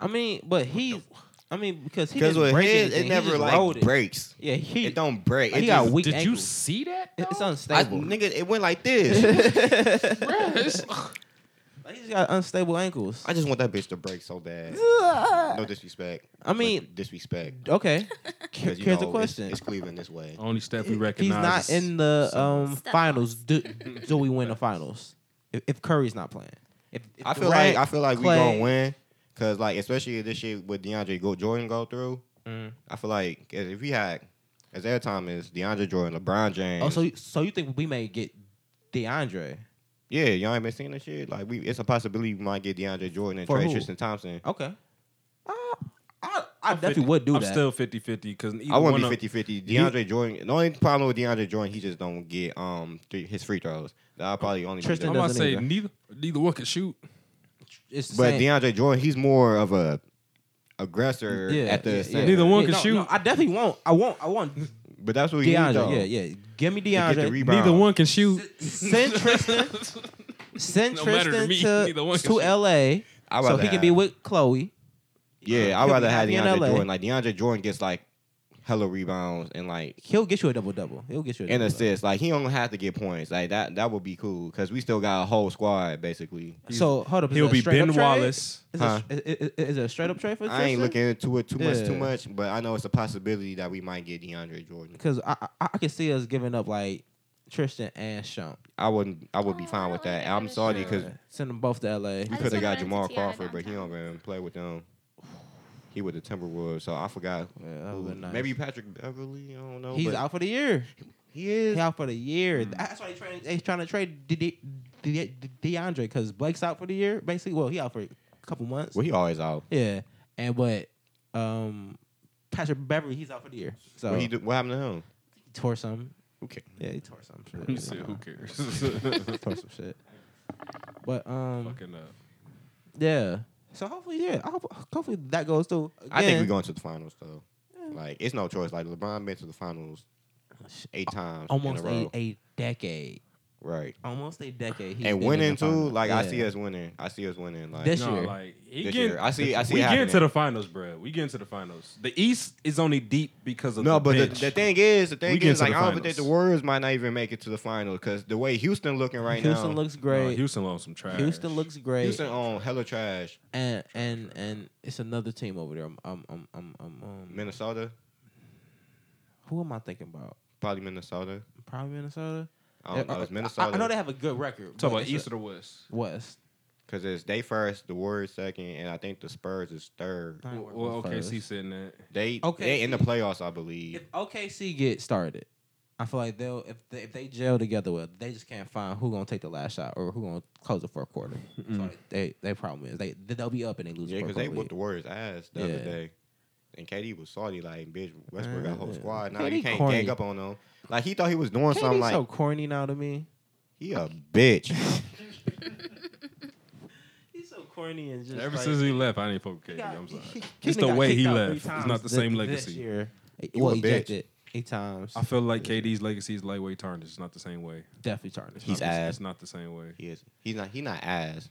[SPEAKER 1] I mean, but he. I mean, because he
[SPEAKER 2] Because
[SPEAKER 1] didn't
[SPEAKER 2] with
[SPEAKER 1] break
[SPEAKER 2] his,
[SPEAKER 1] anything,
[SPEAKER 2] it
[SPEAKER 1] he
[SPEAKER 2] never
[SPEAKER 1] just rolled it.
[SPEAKER 2] like breaks.
[SPEAKER 1] Yeah, he.
[SPEAKER 2] It don't break.
[SPEAKER 1] Like,
[SPEAKER 2] It
[SPEAKER 1] he got
[SPEAKER 2] just-
[SPEAKER 1] weak
[SPEAKER 3] Did
[SPEAKER 1] ankle.
[SPEAKER 3] you see that?
[SPEAKER 1] It's
[SPEAKER 3] though?
[SPEAKER 2] I,
[SPEAKER 1] unstable.
[SPEAKER 2] nigga, it went like this.
[SPEAKER 1] Like, he's got unstable ankles.
[SPEAKER 2] I just want that bitch to break so bad. No disrespect.
[SPEAKER 1] I mean-
[SPEAKER 2] but disrespect.
[SPEAKER 1] okay. Here-
[SPEAKER 2] 'Cause, you
[SPEAKER 1] Here's
[SPEAKER 2] know,
[SPEAKER 1] the question.
[SPEAKER 2] It's, it's Cleveland this way.
[SPEAKER 3] Only Steph we
[SPEAKER 1] He's
[SPEAKER 3] recognize.
[SPEAKER 1] not in the um,
[SPEAKER 4] Step
[SPEAKER 1] finals. Do, do we win the finals? If, if Curry's not playing, if, if
[SPEAKER 2] I feel
[SPEAKER 1] Durant,
[SPEAKER 2] like I feel like
[SPEAKER 1] Clay-
[SPEAKER 2] we gonna win. Cause like especially this shit with DeAndre go Jordan go through.
[SPEAKER 1] Mm.
[SPEAKER 2] I feel like 'cause if we had Isaiah Thomas, DeAndre Jordan, LeBron James.
[SPEAKER 1] Oh, so you- so you think we may get DeAndre?
[SPEAKER 2] yeah, y'all ain't been seeing this shit. Like we, it's a possibility we might get DeAndre Jordan and
[SPEAKER 1] For
[SPEAKER 2] Trey
[SPEAKER 1] who?
[SPEAKER 2] Tristan Thompson.
[SPEAKER 1] Okay. Uh, I, I I definitely would do
[SPEAKER 3] I'm
[SPEAKER 1] that.
[SPEAKER 3] still 50 50 because
[SPEAKER 2] I wouldn't be 50 50. DeAndre Jordan, the only problem with DeAndre Jordan, he just don't get um three, his free throws. That'll probably only be
[SPEAKER 1] Tristan
[SPEAKER 3] I'm
[SPEAKER 2] the-
[SPEAKER 3] about to
[SPEAKER 1] doesn't
[SPEAKER 3] say
[SPEAKER 1] either.
[SPEAKER 3] neither neither one can shoot.
[SPEAKER 1] it's the
[SPEAKER 2] But
[SPEAKER 1] same.
[SPEAKER 2] DeAndre Jordan, he's more of a aggressor
[SPEAKER 1] Yeah,
[SPEAKER 2] at the
[SPEAKER 1] yeah,
[SPEAKER 2] center.
[SPEAKER 1] yeah.
[SPEAKER 3] Neither one can
[SPEAKER 1] No,
[SPEAKER 3] shoot.
[SPEAKER 1] no, I definitely won't. I won't. I won't.
[SPEAKER 2] But that's what he needs, though.
[SPEAKER 1] DeAndre. Yeah, yeah. Give me
[SPEAKER 2] To get the
[SPEAKER 1] DeAndre.
[SPEAKER 2] rebound.
[SPEAKER 3] Neither one can shoot.
[SPEAKER 1] Send Tristan. Send
[SPEAKER 3] No matter to
[SPEAKER 1] Tristan
[SPEAKER 3] me,
[SPEAKER 1] to,
[SPEAKER 3] neither one can
[SPEAKER 1] to
[SPEAKER 3] shoot.
[SPEAKER 1] LA
[SPEAKER 2] I'd
[SPEAKER 1] so
[SPEAKER 2] rather
[SPEAKER 1] he can
[SPEAKER 2] have-
[SPEAKER 1] be with Chloe.
[SPEAKER 2] Yeah, I'd
[SPEAKER 1] He'll
[SPEAKER 2] rather
[SPEAKER 1] be
[SPEAKER 2] have
[SPEAKER 1] happy in
[SPEAKER 2] DeAndre
[SPEAKER 1] LA.
[SPEAKER 2] Jordan. Like DeAndre Jordan gets like hella rebounds and like
[SPEAKER 1] He'll get you a double double. He'll get you a
[SPEAKER 2] and
[SPEAKER 1] double
[SPEAKER 2] assists. Like he don't have to get points. Like that that would be cool because we still got a whole squad basically.
[SPEAKER 1] So hold up. is
[SPEAKER 3] He'll
[SPEAKER 1] it a
[SPEAKER 3] be
[SPEAKER 1] straight up
[SPEAKER 3] Ben
[SPEAKER 1] trade?
[SPEAKER 3] Wallace.
[SPEAKER 1] Is,
[SPEAKER 2] Huh?
[SPEAKER 1] it, is, is it a straight up trade for Tristan?
[SPEAKER 2] I ain't looking into it too much, too
[SPEAKER 1] Yeah.
[SPEAKER 2] much, but I know it's a possibility that we might get DeAndre Jordan.
[SPEAKER 1] because I, I I can see us giving up like Tristan and Shump.
[SPEAKER 2] I wouldn't. I would be
[SPEAKER 4] Oh, I
[SPEAKER 2] fine with
[SPEAKER 4] don't like
[SPEAKER 2] that. I'm
[SPEAKER 4] DeAndre
[SPEAKER 2] sorry because
[SPEAKER 1] Yeah. Send them both to LA.
[SPEAKER 2] we
[SPEAKER 4] I
[SPEAKER 2] could have
[SPEAKER 4] just
[SPEAKER 2] got
[SPEAKER 4] wanted
[SPEAKER 2] Jamal
[SPEAKER 4] to TI
[SPEAKER 2] Crawford, but he don't
[SPEAKER 4] downtown.
[SPEAKER 2] even play with them. He with the Timberwolves, so I forgot.
[SPEAKER 1] Yeah, that
[SPEAKER 2] who.
[SPEAKER 1] would've been nice.
[SPEAKER 2] Maybe Patrick Beverly. I don't know.
[SPEAKER 1] He's
[SPEAKER 2] but
[SPEAKER 1] out for the year.
[SPEAKER 2] He is. Hmm.
[SPEAKER 1] He out for the year. That's why they trying, they trying to trade De, De, De, DeAndre because Blake's out for the year. Basically, well, he out for a couple months.
[SPEAKER 2] Well, he always out.
[SPEAKER 1] Yeah, and but um, Patrick Beverly, he's out for the year. So
[SPEAKER 2] What,
[SPEAKER 1] he
[SPEAKER 2] he do, what happened to him?
[SPEAKER 1] tore some.
[SPEAKER 2] Okay.
[SPEAKER 1] Yeah, he tore some. Shit.
[SPEAKER 3] You said, who cares?
[SPEAKER 1] tore some shit. But um,
[SPEAKER 3] Fucking uh, up.
[SPEAKER 1] yeah. So hopefully, yeah. I hope hopefully that goes through.
[SPEAKER 2] I think
[SPEAKER 1] Again,
[SPEAKER 2] we're going to the finals though. Like it's no choice. Like LeBron been to the finals eight times
[SPEAKER 1] almost
[SPEAKER 2] in a row.
[SPEAKER 1] a, a decade.
[SPEAKER 2] Right.
[SPEAKER 1] Almost a decade. he's
[SPEAKER 2] and
[SPEAKER 1] been in
[SPEAKER 2] winning
[SPEAKER 1] the
[SPEAKER 2] too.
[SPEAKER 1] finals.
[SPEAKER 2] Like I
[SPEAKER 1] Yeah.
[SPEAKER 2] see us winning. I see us winning. Like
[SPEAKER 1] This
[SPEAKER 3] No,
[SPEAKER 1] year.
[SPEAKER 3] like he
[SPEAKER 2] This
[SPEAKER 3] get-
[SPEAKER 2] year. I see- I see it
[SPEAKER 3] We
[SPEAKER 2] happening.
[SPEAKER 3] get to the finals, bro. We get into the finals. The East is only deep because of
[SPEAKER 2] no,
[SPEAKER 3] the
[SPEAKER 2] but the,
[SPEAKER 3] bench.
[SPEAKER 2] the thing is, the thing
[SPEAKER 3] get
[SPEAKER 2] is,
[SPEAKER 3] to
[SPEAKER 2] like
[SPEAKER 3] the
[SPEAKER 2] I don't think the
[SPEAKER 3] finals.
[SPEAKER 2] Warriors might not even make it to the final because the way Houston looking right
[SPEAKER 1] Houston
[SPEAKER 2] now,
[SPEAKER 1] looks
[SPEAKER 3] No,
[SPEAKER 1] great.
[SPEAKER 3] Houston lost some trash.
[SPEAKER 1] Houston looks great.
[SPEAKER 2] Houston um, on hella trash.
[SPEAKER 1] and and and it's another team over there. I'm I'm I'm I'm, I'm um,
[SPEAKER 2] Minnesota,
[SPEAKER 1] who am I thinking about?
[SPEAKER 2] probably Minnesota.
[SPEAKER 1] Probably Minnesota.
[SPEAKER 2] I don't
[SPEAKER 1] Uh,
[SPEAKER 2] know. It's
[SPEAKER 1] I-
[SPEAKER 2] Minnesota.
[SPEAKER 1] I, I know they have a good
[SPEAKER 3] Talk
[SPEAKER 1] record. but
[SPEAKER 3] about
[SPEAKER 1] it's
[SPEAKER 3] East
[SPEAKER 1] a-
[SPEAKER 3] or the West.
[SPEAKER 1] West.
[SPEAKER 2] because it's they first, the Warriors second, and I think the Spurs is third.
[SPEAKER 1] Not where
[SPEAKER 3] Well,
[SPEAKER 1] we're
[SPEAKER 3] OKC
[SPEAKER 1] first.
[SPEAKER 3] sitting at.
[SPEAKER 2] They
[SPEAKER 1] Okay,
[SPEAKER 2] they in the
[SPEAKER 1] see.
[SPEAKER 2] playoffs, I believe.
[SPEAKER 1] If OKC get started, I feel like they'll if they, if they gel together well, they just can't find who gonna take the last shot or who gonna close the fourth quarter. So they they problem is they they'll be up and they lose.
[SPEAKER 2] Yeah,
[SPEAKER 1] the fourth
[SPEAKER 2] because they
[SPEAKER 1] quarter lead.
[SPEAKER 2] whooped the Warriors' ass the
[SPEAKER 1] Yeah.
[SPEAKER 2] other day. And KD was salty, like, bitch, Westbrook got a whole
[SPEAKER 1] Uh,
[SPEAKER 2] squad. Now
[SPEAKER 1] KD
[SPEAKER 2] you can't
[SPEAKER 1] corny.
[SPEAKER 2] gang up on them. Like, he thought he was doing
[SPEAKER 1] KD's
[SPEAKER 2] something. Like,
[SPEAKER 1] so corny now to me.
[SPEAKER 2] he a bitch.
[SPEAKER 1] He's so corny and just.
[SPEAKER 3] Ever
[SPEAKER 1] like-
[SPEAKER 3] since he left, I didn't fuck with
[SPEAKER 1] He
[SPEAKER 3] KD.
[SPEAKER 1] got-
[SPEAKER 3] I'm sorry.
[SPEAKER 1] he- he-
[SPEAKER 3] It's
[SPEAKER 1] Kidney
[SPEAKER 3] the
[SPEAKER 1] got
[SPEAKER 3] way
[SPEAKER 1] kicked
[SPEAKER 3] he
[SPEAKER 1] out three
[SPEAKER 3] left. It's not
[SPEAKER 1] times
[SPEAKER 3] the same
[SPEAKER 1] th- this
[SPEAKER 3] legacy.
[SPEAKER 1] year.
[SPEAKER 2] You
[SPEAKER 1] well,
[SPEAKER 2] a bitch.
[SPEAKER 1] ejected eight times.
[SPEAKER 3] I feel like KD's legacy is lightweight tarnished. It's not the same way.
[SPEAKER 1] Definitely tarnished.
[SPEAKER 2] He's
[SPEAKER 3] Not the-
[SPEAKER 2] ass.
[SPEAKER 3] It's not the same way.
[SPEAKER 2] he is. He's not, he not ass,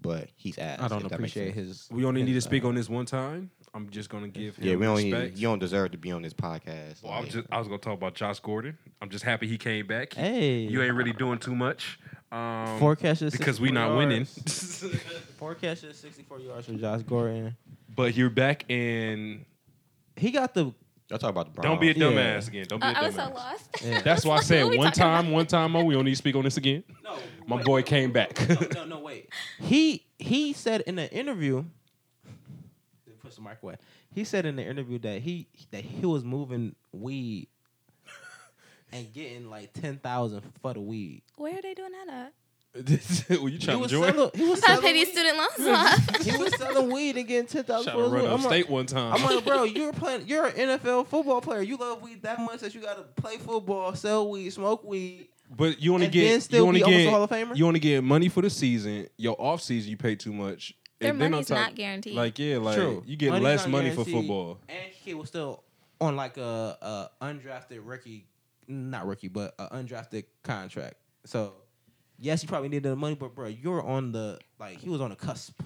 [SPEAKER 2] but he's ass.
[SPEAKER 1] I don't
[SPEAKER 2] if that makes
[SPEAKER 1] appreciate
[SPEAKER 2] sense.
[SPEAKER 1] his.
[SPEAKER 3] We only
[SPEAKER 1] his,
[SPEAKER 3] need to speak
[SPEAKER 1] uh,
[SPEAKER 3] on this one time. I'm just gonna give him
[SPEAKER 2] Yeah, we don't,
[SPEAKER 3] respect.
[SPEAKER 2] need, you don't deserve to be on this podcast.
[SPEAKER 3] Well, I'm
[SPEAKER 2] Like,
[SPEAKER 3] just, I was gonna talk about Josh Gordon. I'm just happy he came back.
[SPEAKER 1] Hey.
[SPEAKER 3] you ain't really doing too much. Um,
[SPEAKER 1] Four catches
[SPEAKER 3] because
[SPEAKER 1] 64
[SPEAKER 3] we not winning.
[SPEAKER 1] yards. Four catches, sixty-four yards for Josh Gordon.
[SPEAKER 3] but you're back and
[SPEAKER 1] He got the.
[SPEAKER 2] y'all talk about the Browns.
[SPEAKER 3] don't be a
[SPEAKER 1] Yeah.
[SPEAKER 3] dumbass again. Don't be
[SPEAKER 4] Uh,
[SPEAKER 3] a dumbass.
[SPEAKER 4] I was so lost.
[SPEAKER 1] Yeah.
[SPEAKER 3] That's why I
[SPEAKER 4] What are
[SPEAKER 3] said
[SPEAKER 4] we
[SPEAKER 3] one
[SPEAKER 4] talking about?
[SPEAKER 3] time, one time more. We don't need to speak on this again.
[SPEAKER 1] No,
[SPEAKER 3] My boy came back.
[SPEAKER 1] no, no, wait. He he said in an interview. Push the mic away. He said in the interview that he that he was moving weed and getting like ten thousand for the weed.
[SPEAKER 4] Where are they doing that at?
[SPEAKER 3] Were you
[SPEAKER 1] he
[SPEAKER 3] trying to
[SPEAKER 1] was
[SPEAKER 3] join?
[SPEAKER 1] selling. He was
[SPEAKER 4] I
[SPEAKER 1] selling
[SPEAKER 4] pay these
[SPEAKER 1] weed.
[SPEAKER 4] student loans off.
[SPEAKER 1] he was selling weed and getting ten thousand
[SPEAKER 3] Trying
[SPEAKER 1] for
[SPEAKER 3] to run
[SPEAKER 1] his weed.
[SPEAKER 3] up
[SPEAKER 1] I'm like,
[SPEAKER 3] state one time.
[SPEAKER 1] I'm like, bro, you're playing. You're an NFL football player. You love weed that much that you got to play football, sell weed, smoke weed.
[SPEAKER 3] But you only
[SPEAKER 1] And then
[SPEAKER 3] get
[SPEAKER 1] still
[SPEAKER 3] you only
[SPEAKER 1] be almost
[SPEAKER 3] get
[SPEAKER 1] a Hall of Famer?
[SPEAKER 3] you only get money for the season. Your off season you pay too much.
[SPEAKER 4] Their
[SPEAKER 3] And then on
[SPEAKER 4] money's
[SPEAKER 3] top-
[SPEAKER 4] not guaranteed.
[SPEAKER 3] Like yeah, like
[SPEAKER 1] True.
[SPEAKER 3] you get
[SPEAKER 1] Money's
[SPEAKER 3] less
[SPEAKER 1] not
[SPEAKER 3] money for
[SPEAKER 1] guaranteed.
[SPEAKER 3] football.
[SPEAKER 1] And he was still on like a, a undrafted rookie, not rookie, but a undrafted contract. So yes, you probably needed the money, but bro, you're on the like he was on the cusp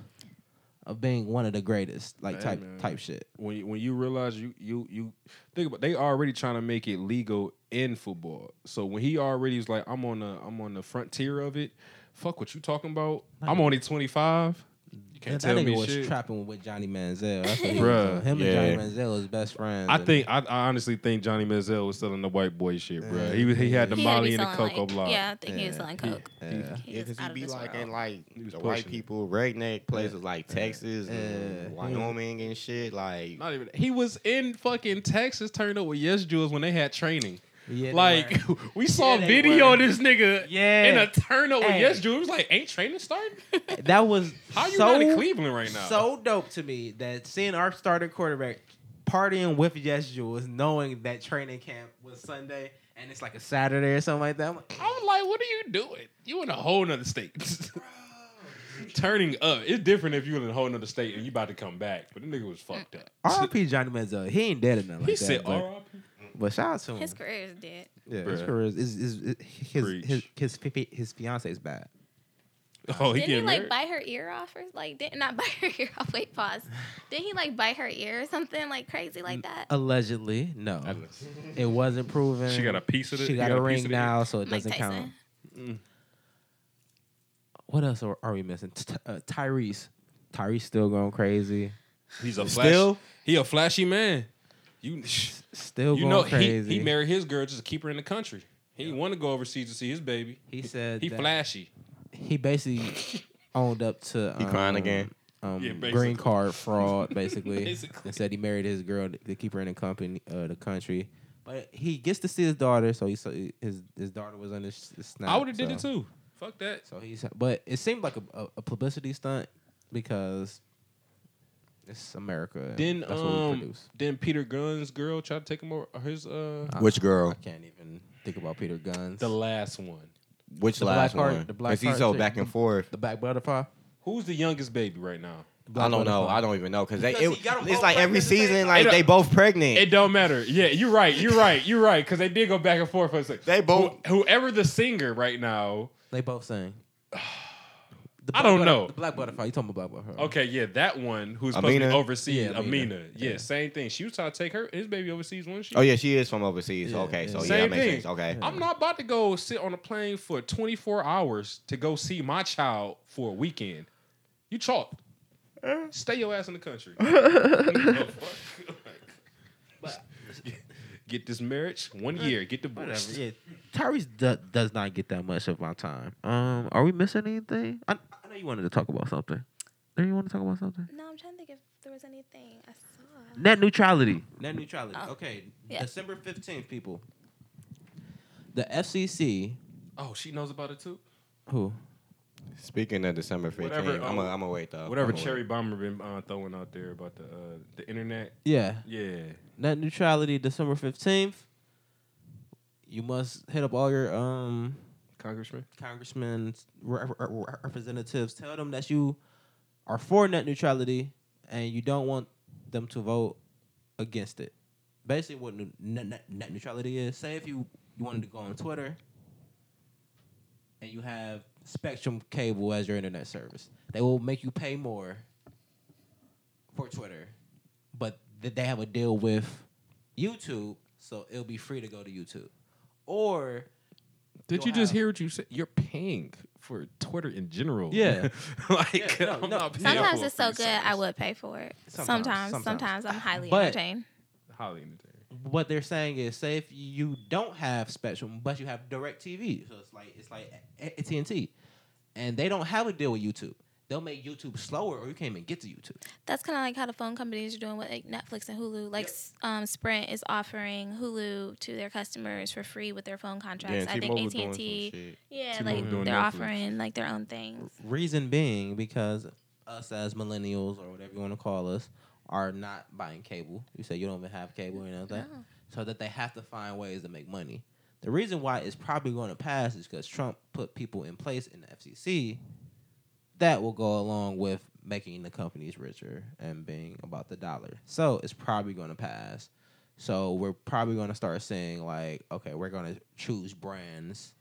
[SPEAKER 1] of being one of the greatest, like
[SPEAKER 3] Hey,
[SPEAKER 1] type
[SPEAKER 3] man.
[SPEAKER 1] type shit.
[SPEAKER 3] When you, when you realize you you you think about they already trying to make it legal in football. So when he already was like I'm on the I'm on the frontier of it. Fuck what you talking about? I'm only 25. You can't
[SPEAKER 1] That,
[SPEAKER 3] tell
[SPEAKER 1] nigga
[SPEAKER 3] me
[SPEAKER 1] was
[SPEAKER 3] shit.
[SPEAKER 1] trapping with Johnny Manziel. That's what he was
[SPEAKER 3] Bruh,
[SPEAKER 1] doing. Him
[SPEAKER 2] yeah.
[SPEAKER 1] and Johnny Manziel was best friends.
[SPEAKER 3] I
[SPEAKER 1] And-
[SPEAKER 3] think I, I honestly think Johnny Manziel was selling the white boy shit, bro.
[SPEAKER 1] Yeah.
[SPEAKER 3] he was he had the
[SPEAKER 4] He had to be
[SPEAKER 3] Molly and the
[SPEAKER 4] selling,
[SPEAKER 3] cocoa
[SPEAKER 4] like-
[SPEAKER 3] block.
[SPEAKER 4] Yeah, I think he was
[SPEAKER 1] Yeah.
[SPEAKER 4] selling coke.
[SPEAKER 1] Yeah.
[SPEAKER 4] He
[SPEAKER 2] Yeah,
[SPEAKER 4] was
[SPEAKER 2] because
[SPEAKER 4] out
[SPEAKER 2] he
[SPEAKER 4] of
[SPEAKER 2] be
[SPEAKER 4] this
[SPEAKER 2] like
[SPEAKER 4] world.
[SPEAKER 2] in like
[SPEAKER 3] He was
[SPEAKER 2] the white
[SPEAKER 3] pushing it.
[SPEAKER 2] people, redneck places like Texas,
[SPEAKER 1] Yeah.
[SPEAKER 2] and Wyoming, and shit. Like,
[SPEAKER 3] Not even. He was in fucking Texas, turned up with Yes Jules when they had training.
[SPEAKER 1] Yeah, they
[SPEAKER 3] like
[SPEAKER 1] were.
[SPEAKER 3] we saw
[SPEAKER 1] they
[SPEAKER 3] video
[SPEAKER 1] were.
[SPEAKER 3] of this nigga
[SPEAKER 1] Yeah.
[SPEAKER 3] in a turn up with
[SPEAKER 1] Hey.
[SPEAKER 3] Yes Jules. It was like, ain't training starting?
[SPEAKER 1] that was
[SPEAKER 3] How you
[SPEAKER 1] so
[SPEAKER 3] not in Cleveland right now?
[SPEAKER 1] so dope to me that seeing our starting quarterback partying with Yes Jules, knowing that training camp was Sunday and it's like a Saturday or something like that. I'm like,
[SPEAKER 3] I was like, what are you doing? You in a whole nother state. Turning up. It's different if you in a whole nother state and you about to come back. But the nigga was fucked up.
[SPEAKER 1] RIP Johnny Manziel. He ain't dead or nothing like
[SPEAKER 3] He
[SPEAKER 1] that.
[SPEAKER 3] said,
[SPEAKER 1] but,
[SPEAKER 3] "R.I.P."
[SPEAKER 1] but shout out to him.
[SPEAKER 4] His career is dead.
[SPEAKER 1] yeah, his
[SPEAKER 3] Bruh.
[SPEAKER 1] career is, is, is, is- his,
[SPEAKER 3] Preach.
[SPEAKER 1] his his fi- his fiance is bad.
[SPEAKER 3] Oh, he
[SPEAKER 4] Didn't he
[SPEAKER 3] getting
[SPEAKER 4] like
[SPEAKER 3] married.
[SPEAKER 4] bite her ear off or like did not bite her ear off? Wait, pause. Didn't he like bite her ear or something like crazy like
[SPEAKER 1] uh,
[SPEAKER 4] that?
[SPEAKER 1] Allegedly, no, it wasn't proven.
[SPEAKER 3] She got a piece of it.
[SPEAKER 1] She got, a ring now, so it
[SPEAKER 4] Mike
[SPEAKER 1] doesn't
[SPEAKER 4] Tyson.
[SPEAKER 1] count. What else are, are we missing? T- uh, Tyrese. Tyrese still going crazy.
[SPEAKER 3] He's a flash.
[SPEAKER 2] Still?
[SPEAKER 3] He a flashy man. You
[SPEAKER 1] Still
[SPEAKER 3] you
[SPEAKER 1] going
[SPEAKER 3] know he,
[SPEAKER 1] crazy.
[SPEAKER 3] he married his girl just to keep her in the country. He want to go overseas to see his baby.
[SPEAKER 1] He said
[SPEAKER 3] he
[SPEAKER 1] that-
[SPEAKER 3] flashy.
[SPEAKER 1] he basically owned up to um,
[SPEAKER 2] He crying again.
[SPEAKER 1] Um,
[SPEAKER 3] Yeah, basically.
[SPEAKER 1] green card fraud, basically,
[SPEAKER 3] Basically.
[SPEAKER 1] and said he married his girl to keep her in the company, uh, the country. But he gets to see his daughter, so he saw his his daughter was on his, his snap.
[SPEAKER 3] I would have
[SPEAKER 1] so.
[SPEAKER 3] did it too. Fuck that.
[SPEAKER 1] So he's, but it seemed like a, a, a publicity stunt because it's America. and
[SPEAKER 3] Then
[SPEAKER 1] that's what we
[SPEAKER 3] um
[SPEAKER 1] produce.
[SPEAKER 3] then Peter Gunn's girl tried to take him over his uh
[SPEAKER 1] Uh,
[SPEAKER 2] Which girl?
[SPEAKER 1] I can't even think about Peter Guns.
[SPEAKER 3] the last one.
[SPEAKER 2] Which
[SPEAKER 1] The
[SPEAKER 2] last
[SPEAKER 1] black heart-
[SPEAKER 2] one?
[SPEAKER 1] the black
[SPEAKER 2] Because he's
[SPEAKER 1] heart
[SPEAKER 2] so
[SPEAKER 1] chick.
[SPEAKER 2] back and forth.
[SPEAKER 1] The black butterfly.
[SPEAKER 3] Who's the youngest baby right now?
[SPEAKER 1] The
[SPEAKER 2] I
[SPEAKER 1] black
[SPEAKER 2] don't know.
[SPEAKER 1] butterfly.
[SPEAKER 2] I don't even know because they.
[SPEAKER 1] Because
[SPEAKER 2] It,
[SPEAKER 1] he got 'em
[SPEAKER 2] it's
[SPEAKER 1] both
[SPEAKER 2] like
[SPEAKER 1] pregnant
[SPEAKER 2] every
[SPEAKER 1] at the same
[SPEAKER 2] season,
[SPEAKER 1] time.
[SPEAKER 2] like
[SPEAKER 3] It
[SPEAKER 2] they
[SPEAKER 3] don't-
[SPEAKER 2] both pregnant.
[SPEAKER 3] It don't matter. Yeah, you're right. You're right. You're right. Cause they did go back and forth for a second.
[SPEAKER 2] They both-
[SPEAKER 3] Who- whoever the singer right now.
[SPEAKER 1] They both sing. The
[SPEAKER 3] I
[SPEAKER 1] black
[SPEAKER 3] don't
[SPEAKER 1] butter-
[SPEAKER 3] know.
[SPEAKER 1] The black butterfly. You talking about black butterfly?
[SPEAKER 3] Okay, yeah, that one who's supposed to
[SPEAKER 2] Amina?
[SPEAKER 3] be overseas,
[SPEAKER 1] Yeah,
[SPEAKER 3] Amina.
[SPEAKER 1] Amina.
[SPEAKER 3] Yeah,
[SPEAKER 1] Yeah.
[SPEAKER 3] same thing. She was trying to take her his baby overseas, wasn't she?
[SPEAKER 2] Oh yeah, she is from overseas.
[SPEAKER 1] Yeah,
[SPEAKER 2] okay,
[SPEAKER 1] yeah.
[SPEAKER 2] so yeah,
[SPEAKER 3] Same
[SPEAKER 2] that makes
[SPEAKER 3] thing.
[SPEAKER 2] sense. Okay,
[SPEAKER 3] I'm not about to go sit on a plane for 24 hours to go see my child for a weekend. You chalked.
[SPEAKER 1] Eh.
[SPEAKER 3] Stay your ass in the country. The fuck? Get this marriage one year. Get divorced.
[SPEAKER 1] Eh, Whatever. Yeah. Tyrese do, does not get that much of my time. Um, are we missing anything? I, I know you wanted to talk about something. Do you want to talk about something?
[SPEAKER 4] No, I'm trying to think if there was anything I saw.
[SPEAKER 1] Net neutrality. Net neutrality.
[SPEAKER 4] Oh.
[SPEAKER 1] Okay,
[SPEAKER 4] Yeah.
[SPEAKER 1] December fifteenth, people. The FCC.
[SPEAKER 3] Oh, she knows about it too.
[SPEAKER 1] Who?
[SPEAKER 2] speaking of December 15th,
[SPEAKER 3] Whatever,
[SPEAKER 2] I'm
[SPEAKER 3] um,
[SPEAKER 2] gonna wait though.
[SPEAKER 3] Whatever
[SPEAKER 2] I'ma
[SPEAKER 3] Cherry
[SPEAKER 2] wait.
[SPEAKER 3] Bomber been uh, throwing out there about the uh, the internet.
[SPEAKER 1] Yeah,
[SPEAKER 3] Yeah.
[SPEAKER 1] net neutrality, December fifteenth. You must hit up all your um
[SPEAKER 3] Congressman.
[SPEAKER 1] congressmen, re- re- re- representatives, tell them that you are for net neutrality and you don't want them to vote against it. Basically, what nu- net, net, net neutrality is. Say if you you wanted to go on Twitter and you have Spectrum cable as your internet service, they will make you pay more for Twitter, but th- they have a deal with YouTube, so it'll be free to go to YouTube. Or
[SPEAKER 3] Did
[SPEAKER 1] You'll
[SPEAKER 3] you just
[SPEAKER 1] have-
[SPEAKER 3] hear what you said? You're paying for Twitter in general.
[SPEAKER 1] Yeah.
[SPEAKER 3] like
[SPEAKER 1] Yeah, no,
[SPEAKER 3] I'm
[SPEAKER 1] no.
[SPEAKER 3] not paying
[SPEAKER 4] Sometimes
[SPEAKER 3] for
[SPEAKER 4] it's so
[SPEAKER 3] free
[SPEAKER 4] good, I
[SPEAKER 3] service.
[SPEAKER 4] would pay for it.
[SPEAKER 1] Sometimes,
[SPEAKER 4] Sometimes, sometimes,
[SPEAKER 1] sometimes.
[SPEAKER 4] I'm highly
[SPEAKER 1] But-
[SPEAKER 4] entertained.
[SPEAKER 3] Highly entertaining.
[SPEAKER 1] what they're saying is, say if you don't have Spectrum, but you have Direct TV, so it's like it's like AT and T, and they don't have a deal with YouTube. They'll make YouTube slower, or you can't even get to YouTube.
[SPEAKER 4] That's kind of like how the phone companies are doing with like Netflix and Hulu. Like s um, Sprint is offering Hulu to their customers for free with their phone
[SPEAKER 2] Yeah,
[SPEAKER 4] contracts. I think
[SPEAKER 2] T-Mobile
[SPEAKER 4] AT
[SPEAKER 2] doing
[SPEAKER 4] and
[SPEAKER 2] some
[SPEAKER 4] T.
[SPEAKER 2] shit.
[SPEAKER 4] Yeah,
[SPEAKER 3] T-Mobile
[SPEAKER 4] like
[SPEAKER 3] doing
[SPEAKER 4] they're
[SPEAKER 3] Netflix.
[SPEAKER 4] offering like their own things.
[SPEAKER 1] Reason being, because us as millennials or whatever you want to call us are not buying cable. You say you don't even have cable and all that,
[SPEAKER 4] No.
[SPEAKER 1] so that they have to find ways to make money. The reason why it's probably going to pass is because Trump put people in place in the FCC that will go along with making the companies richer and being about the dollar. So it's probably going to pass. So we're probably going to start saying like, okay, we're going to choose brands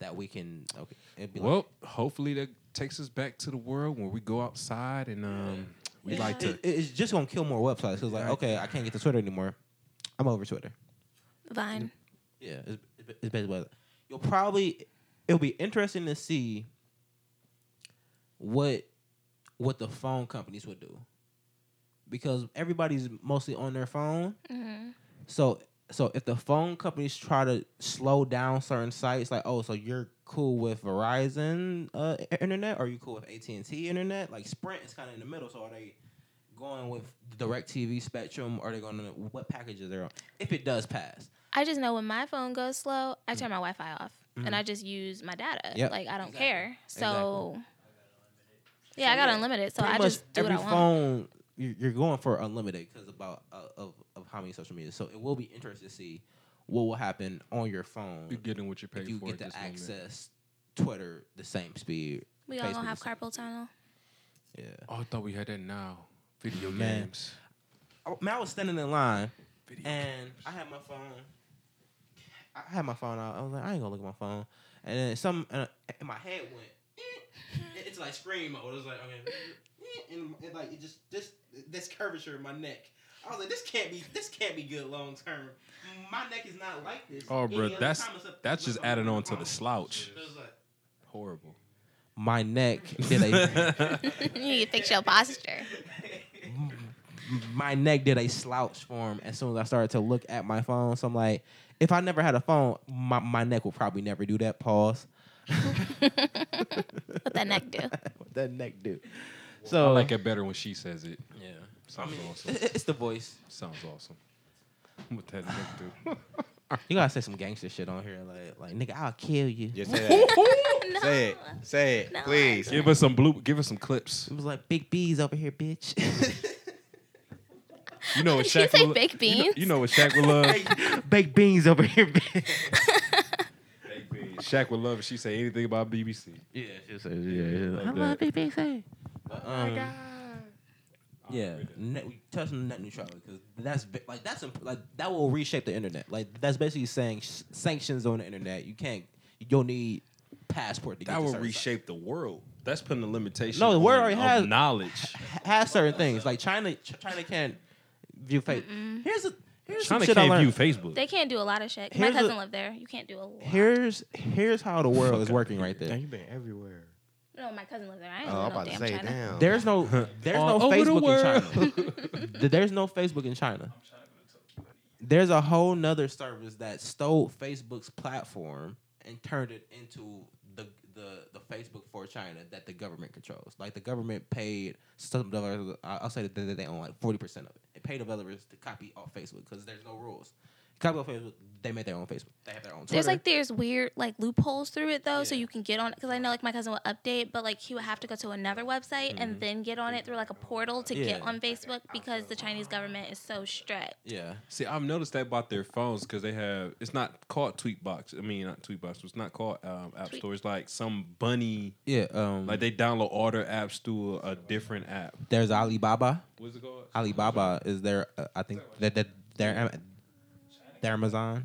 [SPEAKER 1] that we can. Okay, it'd be like-
[SPEAKER 3] Well, hopefully that takes us back to the world when we go outside and um, we
[SPEAKER 1] It's-
[SPEAKER 3] like to.
[SPEAKER 1] it- it's just gonna kill more websites. Cause like, okay, I can't get to Twitter anymore. I'm over Twitter.
[SPEAKER 4] Vine.
[SPEAKER 1] Yeah, it's, it's basically what- you'll probably it'll be interesting to see what what the phone companies would do because everybody's mostly on their phone.
[SPEAKER 4] hmm
[SPEAKER 1] So so if the phone companies try to slow down certain sites, like oh, so you're cool with Verizon uh, i- internet, or you cool with AT and T internet? Like Sprint is kind of in the middle. So are they going with Direct TV Spectrum? Or are they going to what packages they're on? If it does pass,
[SPEAKER 4] I just know when my phone goes slow, I turn my Wi-Fi off and I just use my data.
[SPEAKER 1] Yep.
[SPEAKER 4] Like I don't
[SPEAKER 1] Exactly.
[SPEAKER 4] care. So yeah, I got unlimited, so
[SPEAKER 1] Pretty
[SPEAKER 4] I
[SPEAKER 1] much
[SPEAKER 4] just do what
[SPEAKER 1] every
[SPEAKER 4] I want.
[SPEAKER 1] phone you're you're going for unlimited because about uh, of of how many social media. So it will be interesting to see what will happen on your phone
[SPEAKER 6] You're getting what you pay
[SPEAKER 1] if you
[SPEAKER 6] for.
[SPEAKER 1] get
[SPEAKER 6] at
[SPEAKER 1] to
[SPEAKER 6] this moment.
[SPEAKER 1] access Twitter the same speed.
[SPEAKER 4] We all
[SPEAKER 1] Facebook
[SPEAKER 4] gonna have
[SPEAKER 1] the same.
[SPEAKER 4] carpal tunnel.
[SPEAKER 1] Yeah.
[SPEAKER 6] Oh, I thought we had that now. Video
[SPEAKER 1] Man.
[SPEAKER 6] games.
[SPEAKER 1] I, man, I was standing in line
[SPEAKER 6] Video
[SPEAKER 1] and I had my phone. I had my phone out. I was like, I ain't gonna look at my phone. And then some, and, and my head went. "Eh." It's like scream mode. It was like, okay, "Eh," and it like it just this this curvature of my neck. I was like, this can't be this can't be good long term. My neck is not like this.
[SPEAKER 6] Oh,
[SPEAKER 1] Any
[SPEAKER 6] bruh,
[SPEAKER 1] other
[SPEAKER 6] that's-
[SPEAKER 1] time except
[SPEAKER 6] that's
[SPEAKER 1] when
[SPEAKER 6] just
[SPEAKER 1] I'm
[SPEAKER 6] adding
[SPEAKER 1] on
[SPEAKER 6] on
[SPEAKER 1] my
[SPEAKER 6] to the
[SPEAKER 1] phone.
[SPEAKER 6] slouch.
[SPEAKER 1] It was like,
[SPEAKER 6] Horrible.
[SPEAKER 1] My neck did a
[SPEAKER 4] You need to fix your posture.
[SPEAKER 1] my neck did a slouch form as soon as I started to look at my phone. So I'm like, if I never had a phone, my, my neck will probably never do that. Pause.
[SPEAKER 4] What that neck do?
[SPEAKER 1] What that neck do?
[SPEAKER 6] I
[SPEAKER 1] So
[SPEAKER 6] like it better when she says it.
[SPEAKER 1] yeah,
[SPEAKER 6] Sounds awesome.
[SPEAKER 1] it's the voice.
[SPEAKER 6] Sounds awesome. What that nigga
[SPEAKER 1] You gotta say some gangster shit on here, like like nigga, I'll kill you.
[SPEAKER 2] Just say that.
[SPEAKER 4] no.
[SPEAKER 2] Say it. Say it,
[SPEAKER 4] No,
[SPEAKER 2] please.
[SPEAKER 6] do? give us some blue. Give us some clips.
[SPEAKER 1] It was like big B's over here, bitch.
[SPEAKER 6] You know what
[SPEAKER 4] Did you
[SPEAKER 6] Shaq
[SPEAKER 4] say
[SPEAKER 6] will.
[SPEAKER 4] baked
[SPEAKER 6] You know,
[SPEAKER 4] beans?
[SPEAKER 6] you know what Shaq would love.
[SPEAKER 1] Baked beans over here, bitch.
[SPEAKER 6] Shaq would love if she say anything about BBC.
[SPEAKER 1] yeah, she was like, yeah, yeah. Like
[SPEAKER 6] How about
[SPEAKER 1] big B's say? But, um, Yeah,
[SPEAKER 6] Alright,
[SPEAKER 1] net, we touched on net neutrality because that's ba- like that's imp- like that will reshape the internet. Like that's basically saying sh- sanctions on the internet. You can't. You don't need passport to get
[SPEAKER 3] That
[SPEAKER 1] to
[SPEAKER 3] would
[SPEAKER 1] certain sites.
[SPEAKER 3] reshape the world. That's putting a limitation.
[SPEAKER 1] No, the world
[SPEAKER 3] on-
[SPEAKER 1] already
[SPEAKER 3] of
[SPEAKER 1] has-
[SPEAKER 3] knowledge.
[SPEAKER 1] H- have certain things like China. Ch- China can't view face. Here's a here's some
[SPEAKER 6] China
[SPEAKER 1] shit I
[SPEAKER 6] can't view
[SPEAKER 1] learned.
[SPEAKER 6] Facebook.
[SPEAKER 4] They can't do a lot of shit.
[SPEAKER 1] Here's
[SPEAKER 4] My
[SPEAKER 1] a-
[SPEAKER 4] cousin lived there. You can't do a lot.
[SPEAKER 1] Here's here's how the world is working right there.
[SPEAKER 2] you been everywhere.
[SPEAKER 4] No, my cousin lived there. I ain't
[SPEAKER 2] Oh, I'm
[SPEAKER 4] no
[SPEAKER 2] about to
[SPEAKER 4] damn
[SPEAKER 2] say,
[SPEAKER 4] China.
[SPEAKER 2] damn.
[SPEAKER 1] There's no there's no
[SPEAKER 6] All over the
[SPEAKER 1] Facebook in China. Th- there's no Facebook in China. There's a whole nother service that stole Facebook's platform and turned it into the the, the Facebook for China that the government controls. Like the government paid some developers. I- I'll say that they- that they own like forty percent of it. It paid developers to copy off Facebook because there's no rules. Copy off Facebook. They made their own Facebook. They have their own. Twitter.
[SPEAKER 4] There's like there's weird like loopholes through it though, so
[SPEAKER 1] Yeah.
[SPEAKER 4] you can get on because I know like my cousin would update, but like he would have to go to another website
[SPEAKER 2] Mm.
[SPEAKER 4] and then get on it through like a portal to get
[SPEAKER 1] Yeah.
[SPEAKER 4] on Facebook because the Chinese government is so strict.
[SPEAKER 1] yeah.
[SPEAKER 3] See, I've noticed that about their phones because they have. It's not called Tweetbox. I mean, not Tweetbox. It's not called um, App
[SPEAKER 4] Tweet-
[SPEAKER 3] Store. It's like some bunny.
[SPEAKER 1] Yeah, um,
[SPEAKER 3] Like they download all their apps through a, a different app.
[SPEAKER 1] there's Alibaba.
[SPEAKER 3] What's it called?
[SPEAKER 1] Alibaba is their, uh, I think that that their Am- their Amazon.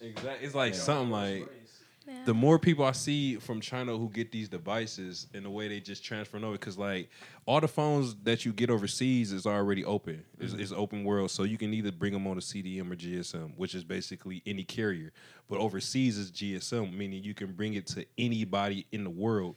[SPEAKER 3] Exactly. It's like something like
[SPEAKER 4] Yeah.
[SPEAKER 3] the more people I see from China who get these devices and the way they just transfer over, because like all the phones that you get overseas is already open. It's, it's open world, so you can either bring them on a CDM or GSM, which is basically any carrier. But overseas is GSM, meaning you can bring it to anybody in the world.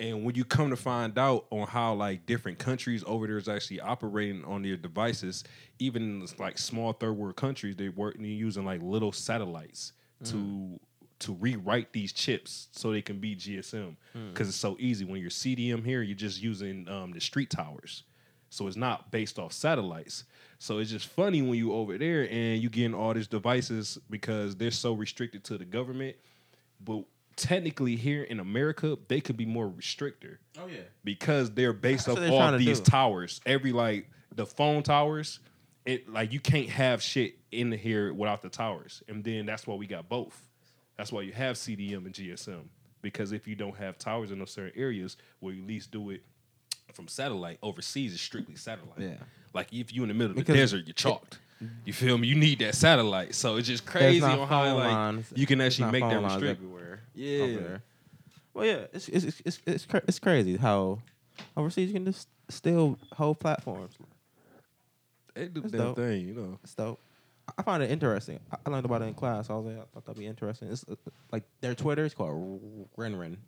[SPEAKER 3] And when you come to find out on how like different countries over there is actually operating on their devices, even in this, like small third world countries, they work they're using like little satellites to to rewrite these chips so they can be GSM because it's so easy. When you're CDM here, you're just using um, the street towers, so it's not based off satellites. So it's just funny when you over there and you getting all these devices because they're so restricted to the government. But technically, here in America, they could be more restrictor
[SPEAKER 1] Oh yeah.
[SPEAKER 3] because they're based off
[SPEAKER 1] That's what they're
[SPEAKER 3] all
[SPEAKER 1] trying to
[SPEAKER 3] these
[SPEAKER 1] do.
[SPEAKER 3] towers. Every like the phone towers, it like you can't have shit in here without the towers. And then that's why we got both. That's why you have CDM and GSM because if you don't have towers in those certain areas, well, you at least do it from satellite. Overseas is strictly satellite.
[SPEAKER 1] Yeah.
[SPEAKER 3] Like if you in the middle of the
[SPEAKER 1] Because-
[SPEAKER 3] desert, you're chalked. You feel me? You need that satellite. So it's just crazy
[SPEAKER 1] not
[SPEAKER 3] on how
[SPEAKER 1] phone
[SPEAKER 3] like
[SPEAKER 1] lines.
[SPEAKER 3] you can
[SPEAKER 1] There's
[SPEAKER 3] actually
[SPEAKER 1] not
[SPEAKER 3] make that
[SPEAKER 1] phone lines
[SPEAKER 3] restrict.
[SPEAKER 1] everywhere.
[SPEAKER 3] Yeah.
[SPEAKER 1] over there. Well, yeah, it's it's it's it's, it's, cra- it's crazy how overseas you can just steal whole platforms.
[SPEAKER 3] They do
[SPEAKER 1] That's
[SPEAKER 3] their
[SPEAKER 1] dope.
[SPEAKER 3] thing, you know.
[SPEAKER 1] It's dope. I- I found it interesting. I- I learned about it in class. I was like, I thought that'd be interesting. It's uh, like their Twitter is called Renren.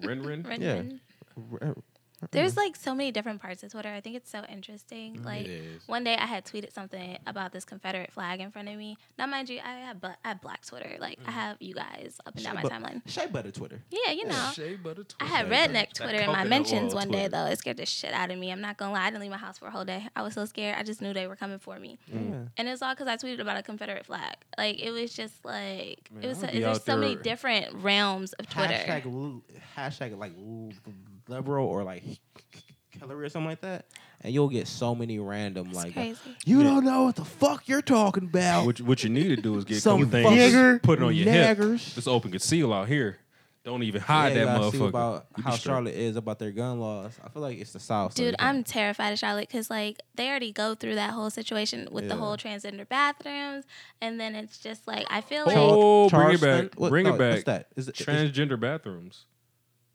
[SPEAKER 3] Renren.
[SPEAKER 4] Right
[SPEAKER 1] Yeah.
[SPEAKER 4] then.
[SPEAKER 1] Ren-
[SPEAKER 4] There's like so many different parts of Twitter. I think it's so
[SPEAKER 2] Mm,
[SPEAKER 4] interesting. Like
[SPEAKER 6] is.
[SPEAKER 4] one day I had tweeted something about this Confederate flag in front of me. Now mind you, I have bu- I have black Twitter. Like
[SPEAKER 2] Mm.
[SPEAKER 4] I have you guys up and down my
[SPEAKER 1] Shea
[SPEAKER 4] timeline.
[SPEAKER 1] Bu- Shea Butter Twitter.
[SPEAKER 4] Yeah, you
[SPEAKER 2] Oh,
[SPEAKER 4] know.
[SPEAKER 6] Shea butter
[SPEAKER 4] I
[SPEAKER 6] Twitter.
[SPEAKER 4] had redneck Twitter in my
[SPEAKER 3] coconut
[SPEAKER 4] mentions
[SPEAKER 3] oil
[SPEAKER 4] one day
[SPEAKER 3] Twitter.
[SPEAKER 4] though. It scared the shit out of me. I'm not gonna lie. I didn't leave my house for a whole day. I was so scared. I just knew they were coming for me,
[SPEAKER 1] Yeah.
[SPEAKER 4] and it's all because I tweeted about a Confederate flag. Like it was just like
[SPEAKER 3] Man,
[SPEAKER 4] it was.
[SPEAKER 3] I
[SPEAKER 4] So,
[SPEAKER 3] be
[SPEAKER 4] there's
[SPEAKER 3] out
[SPEAKER 4] so many
[SPEAKER 3] there-
[SPEAKER 4] different realms of Twitter.
[SPEAKER 1] Hashtag, l- hashtag like l- liberal or like Hillary or something like that, and you'll get so many random like uh,
[SPEAKER 4] crazy.
[SPEAKER 1] you don't know what the fuck you're talking about.
[SPEAKER 3] What, what you need to do is get
[SPEAKER 1] Some
[SPEAKER 3] some things,
[SPEAKER 1] fucking
[SPEAKER 3] put it on your
[SPEAKER 1] niggers.
[SPEAKER 3] hip. It's open conceal out here. Don't even hide
[SPEAKER 1] Yeah,
[SPEAKER 3] that
[SPEAKER 1] y'all see
[SPEAKER 3] motherfucker.
[SPEAKER 1] about
[SPEAKER 3] You be
[SPEAKER 1] how
[SPEAKER 3] straight.
[SPEAKER 1] Charlotte is about their gun laws. I feel like it's the South. so
[SPEAKER 4] Dude,
[SPEAKER 1] they can't-
[SPEAKER 4] I'm terrified of Charlotte because like they already go through that whole situation with the
[SPEAKER 1] Yeah.
[SPEAKER 4] whole transgender bathrooms, and then it's just like I feel
[SPEAKER 1] Char-
[SPEAKER 4] like
[SPEAKER 3] Oh, bring it
[SPEAKER 1] Charleston?
[SPEAKER 3] back. Bring it
[SPEAKER 1] What's
[SPEAKER 3] back.
[SPEAKER 1] that? Is, it? is,
[SPEAKER 3] Transgender bathrooms.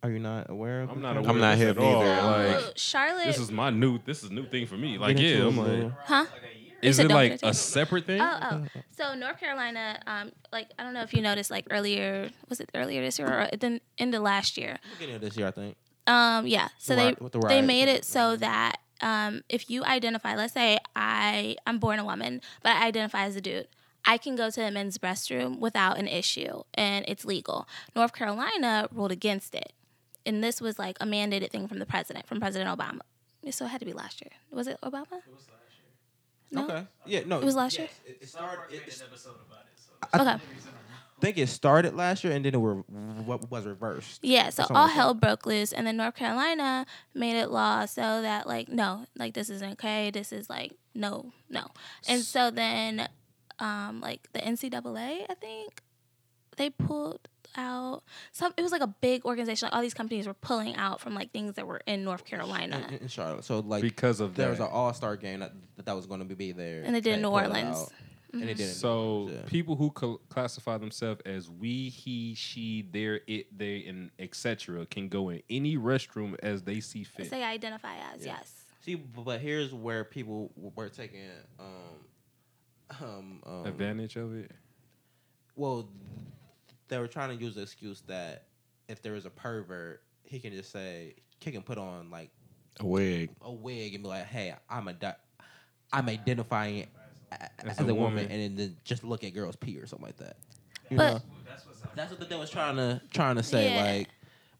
[SPEAKER 1] are you not aware? Of
[SPEAKER 3] I'm
[SPEAKER 1] the
[SPEAKER 3] not
[SPEAKER 1] trans-
[SPEAKER 3] aware.
[SPEAKER 2] I'm not
[SPEAKER 3] of this
[SPEAKER 2] hip
[SPEAKER 3] at all.
[SPEAKER 2] either.
[SPEAKER 3] Like,
[SPEAKER 4] Ooh, Charlotte,
[SPEAKER 3] this is my new. This is new thing for me. Like,
[SPEAKER 1] Get into
[SPEAKER 3] yeah,
[SPEAKER 1] it,
[SPEAKER 3] I'm
[SPEAKER 1] Maria.
[SPEAKER 3] like,
[SPEAKER 4] huh? You
[SPEAKER 3] is
[SPEAKER 4] said
[SPEAKER 3] it
[SPEAKER 4] don't
[SPEAKER 3] like
[SPEAKER 4] get
[SPEAKER 3] a
[SPEAKER 4] into it.
[SPEAKER 3] separate thing?
[SPEAKER 4] Oh, oh. So North Carolina, um, like I don't know if you noticed, like earlier was it earlier this year or at the end of last year?
[SPEAKER 1] Beginning of this year, I think.
[SPEAKER 4] Um, yeah. So
[SPEAKER 1] The ri-
[SPEAKER 4] they
[SPEAKER 1] with the
[SPEAKER 4] they
[SPEAKER 1] riots
[SPEAKER 4] made
[SPEAKER 1] and-
[SPEAKER 4] it so that um, if you identify, let's say I I'm born a woman, but I identify as a dude. I can go to the men's restroom without an issue, and it's legal. North Carolina ruled against it, and this was like a mandated thing from the president, from President Obama. So it had to be last year. Was it Obama? It was last year. No,
[SPEAKER 1] Okay. Yeah. No.
[SPEAKER 4] it was last year.
[SPEAKER 1] It, it started. It, it's-
[SPEAKER 4] Okay.
[SPEAKER 1] I think it started last year and then it were, what was reversed.
[SPEAKER 4] Yeah, so
[SPEAKER 1] That's all
[SPEAKER 4] all
[SPEAKER 1] I'm
[SPEAKER 4] hell broke loose, and then North Carolina made it law so that like no, like this isn't okay. This is like no, no, and so then, um, like the NCAA, I think they pulled out some. It was like a big organization. Like all these companies were pulling out from like things that were in North
[SPEAKER 1] In,
[SPEAKER 4] Carolina,
[SPEAKER 1] in- in Charlotte. So like
[SPEAKER 3] because of
[SPEAKER 1] there
[SPEAKER 3] that.
[SPEAKER 1] was an All Star game that that, that was going to be there,
[SPEAKER 4] And they did
[SPEAKER 1] They
[SPEAKER 4] New
[SPEAKER 1] pulled it
[SPEAKER 4] Orleans. Mm-hmm.
[SPEAKER 1] out, And they did. it in
[SPEAKER 3] So
[SPEAKER 1] New Orleans, yeah.
[SPEAKER 3] people who cl- classify themselves as we, he, she, there, it, they, and etc. can go in any restroom as they see fit.
[SPEAKER 4] they identify as
[SPEAKER 1] Yeah.
[SPEAKER 4] yes.
[SPEAKER 1] See, b- but here's where people w- were taking um, um, um
[SPEAKER 3] Advantage of it.
[SPEAKER 1] Well, they were trying to use the excuse that if there is a pervert, he can just say he can put on like
[SPEAKER 3] A wig.
[SPEAKER 1] a wig and be like, "Hey, I'm a di- I'm identifying a- as,
[SPEAKER 3] a
[SPEAKER 1] a, woman.
[SPEAKER 3] woman.
[SPEAKER 1] and then just look at girls' pee or something like that. You
[SPEAKER 4] But-
[SPEAKER 1] know? that's what the thing was trying to trying to say.
[SPEAKER 4] Yeah.
[SPEAKER 1] Like,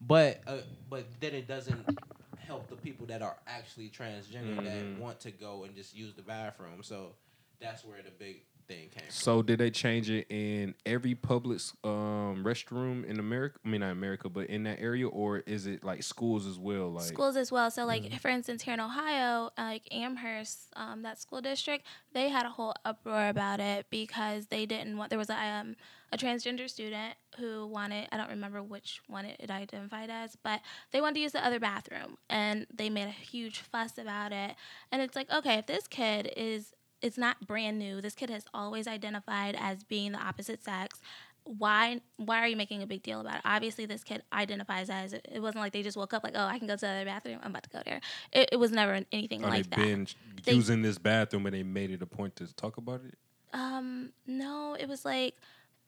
[SPEAKER 1] but uh, but then it doesn't help the people that are actually transgender that
[SPEAKER 3] Mhm.
[SPEAKER 1] want to go and just use the bathroom. So that's where the big thing came. from.
[SPEAKER 3] So did they change it in every public um, restroom in America? I mean, not America, but in that area, or is it like schools as well? Like
[SPEAKER 4] schools as well. So, like for instance, here in Ohio, uh, like Amherst, um, that school district, they had a whole uproar about it because they didn't want. There was a um, a transgender student who wanted. I don't remember which one it, it identified as, but they wanted to use the other bathroom, and they made a huge fuss about it. And it's like, okay, if this kid is it's not brand new. This kid has always identified as being the opposite sex. Why why are you making a big deal about it? Obviously this kid identifies as it wasn't like they just woke up like, Oh, I can go to the other bathroom, I'm about to go there. It, it was never anything
[SPEAKER 3] Are
[SPEAKER 4] like
[SPEAKER 3] they
[SPEAKER 4] that.
[SPEAKER 3] been
[SPEAKER 4] They-
[SPEAKER 3] using this bathroom and they made it a point to talk about it?
[SPEAKER 4] Um, no, it was like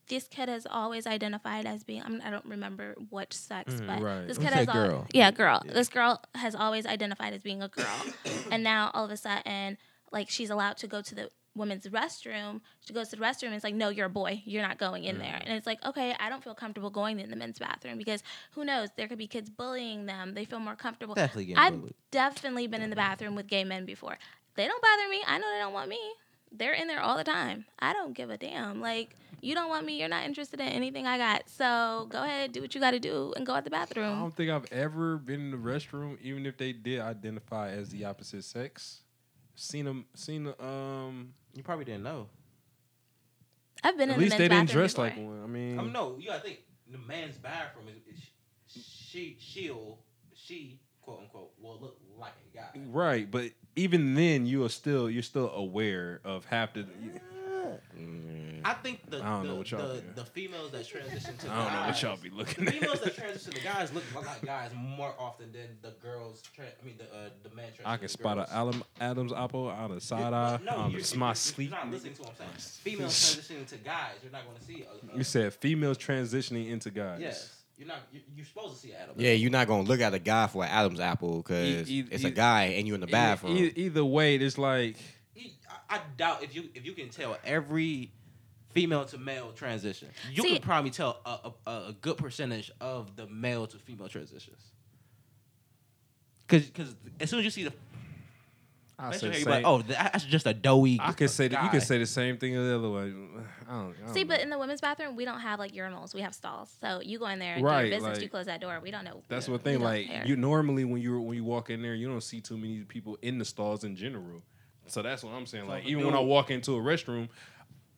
[SPEAKER 4] this kid has always identified as being. I, mean, I don't remember which sex, but
[SPEAKER 3] Mm, right.
[SPEAKER 4] this
[SPEAKER 1] We
[SPEAKER 4] kid
[SPEAKER 1] said
[SPEAKER 4] has al-
[SPEAKER 1] girl.
[SPEAKER 4] yeah, girl.
[SPEAKER 1] Yeah.
[SPEAKER 4] This girl has always identified as being a girl, and now all of a sudden, like she's allowed to go to the women's restroom. She goes to the restroom. And it's like, no, you're a boy. You're not going in there. And it's like, okay, I don't feel comfortable going in the men's bathroom because who knows? There could be kids bullying them. They feel more comfortable.
[SPEAKER 1] Definitely getting
[SPEAKER 4] I've
[SPEAKER 1] bullied.
[SPEAKER 4] definitely been in the bathroom with gay men before. They don't bother me. I know they don't want me. They're in there all the time. I don't give a damn. Like, you don't want me. You're not interested in anything I got. So go ahead, do what you got to do and go out the
[SPEAKER 3] I
[SPEAKER 4] bathroom.
[SPEAKER 3] don't think I've ever been in the restroom, even if they did identify as the opposite sex. Seen them, seen the, um.
[SPEAKER 1] You probably didn't know.
[SPEAKER 4] I've been
[SPEAKER 3] At
[SPEAKER 4] in the
[SPEAKER 3] least
[SPEAKER 4] men's
[SPEAKER 3] they didn't
[SPEAKER 4] bathroom
[SPEAKER 3] dress
[SPEAKER 4] before.
[SPEAKER 3] like one. I mean,
[SPEAKER 1] I mean, no, you gotta think the man's bathroom is, is she she'll she quote unquote will look like a guy.
[SPEAKER 3] right? But even then, you are still you're still aware of half the.
[SPEAKER 2] Mm.
[SPEAKER 1] I think the
[SPEAKER 3] I don't
[SPEAKER 1] the,
[SPEAKER 3] know what y'all
[SPEAKER 1] the,
[SPEAKER 3] do.
[SPEAKER 1] the females that transition to
[SPEAKER 3] I don't know what
[SPEAKER 1] guys,
[SPEAKER 3] y'all be looking
[SPEAKER 1] the females that
[SPEAKER 3] at.
[SPEAKER 1] transition to guys look like guys more often than the girls. Tra- I mean the uh, the man.
[SPEAKER 3] I can
[SPEAKER 1] transition to
[SPEAKER 3] spot
[SPEAKER 1] girls.
[SPEAKER 3] a Adam, Adam's apple on a
[SPEAKER 1] You-
[SPEAKER 3] side eye.
[SPEAKER 1] no,
[SPEAKER 3] um,
[SPEAKER 1] you're-
[SPEAKER 3] it's
[SPEAKER 1] you're-
[SPEAKER 3] my
[SPEAKER 1] you're
[SPEAKER 3] sleep.
[SPEAKER 1] Not listening to what I'm saying. Females transitioning to guys, you're not going to see. A, a,
[SPEAKER 3] You said females transitioning into guys.
[SPEAKER 1] yes. You're not. You're, you're supposed to see Adam.
[SPEAKER 2] Yeah, you're not gonna look at a guy for an Adam's apple because
[SPEAKER 3] E- e-
[SPEAKER 2] it's a
[SPEAKER 3] e-
[SPEAKER 2] guy and you in the
[SPEAKER 3] E-
[SPEAKER 2] bathroom.
[SPEAKER 3] e- either way, it's like
[SPEAKER 1] You- I, I doubt if you if you can tell every female to male transition, you
[SPEAKER 4] See-
[SPEAKER 1] can probably tell a, a, a good percentage of the male to female transitions. Because as soon as you see the
[SPEAKER 3] I
[SPEAKER 1] Bet you
[SPEAKER 3] say,
[SPEAKER 1] everybody-
[SPEAKER 3] say,
[SPEAKER 1] oh, that's just a doughy.
[SPEAKER 3] I could say that you
[SPEAKER 1] guy.
[SPEAKER 3] could say the same thing as the other way. I don't, I don't
[SPEAKER 4] See,
[SPEAKER 3] know.
[SPEAKER 4] but in the women's bathroom, we don't have like urinals. We have stalls. So you go in there, do
[SPEAKER 3] Right,
[SPEAKER 4] your business,
[SPEAKER 3] like-
[SPEAKER 4] you close that door. We don't know.
[SPEAKER 3] That's
[SPEAKER 4] we
[SPEAKER 3] one thing.
[SPEAKER 4] don't
[SPEAKER 3] Like
[SPEAKER 4] care.
[SPEAKER 3] you normally when you when you walk in there, you don't see too many people in the stalls in general. So that's what I'm saying. Like even when I walk into a restroom,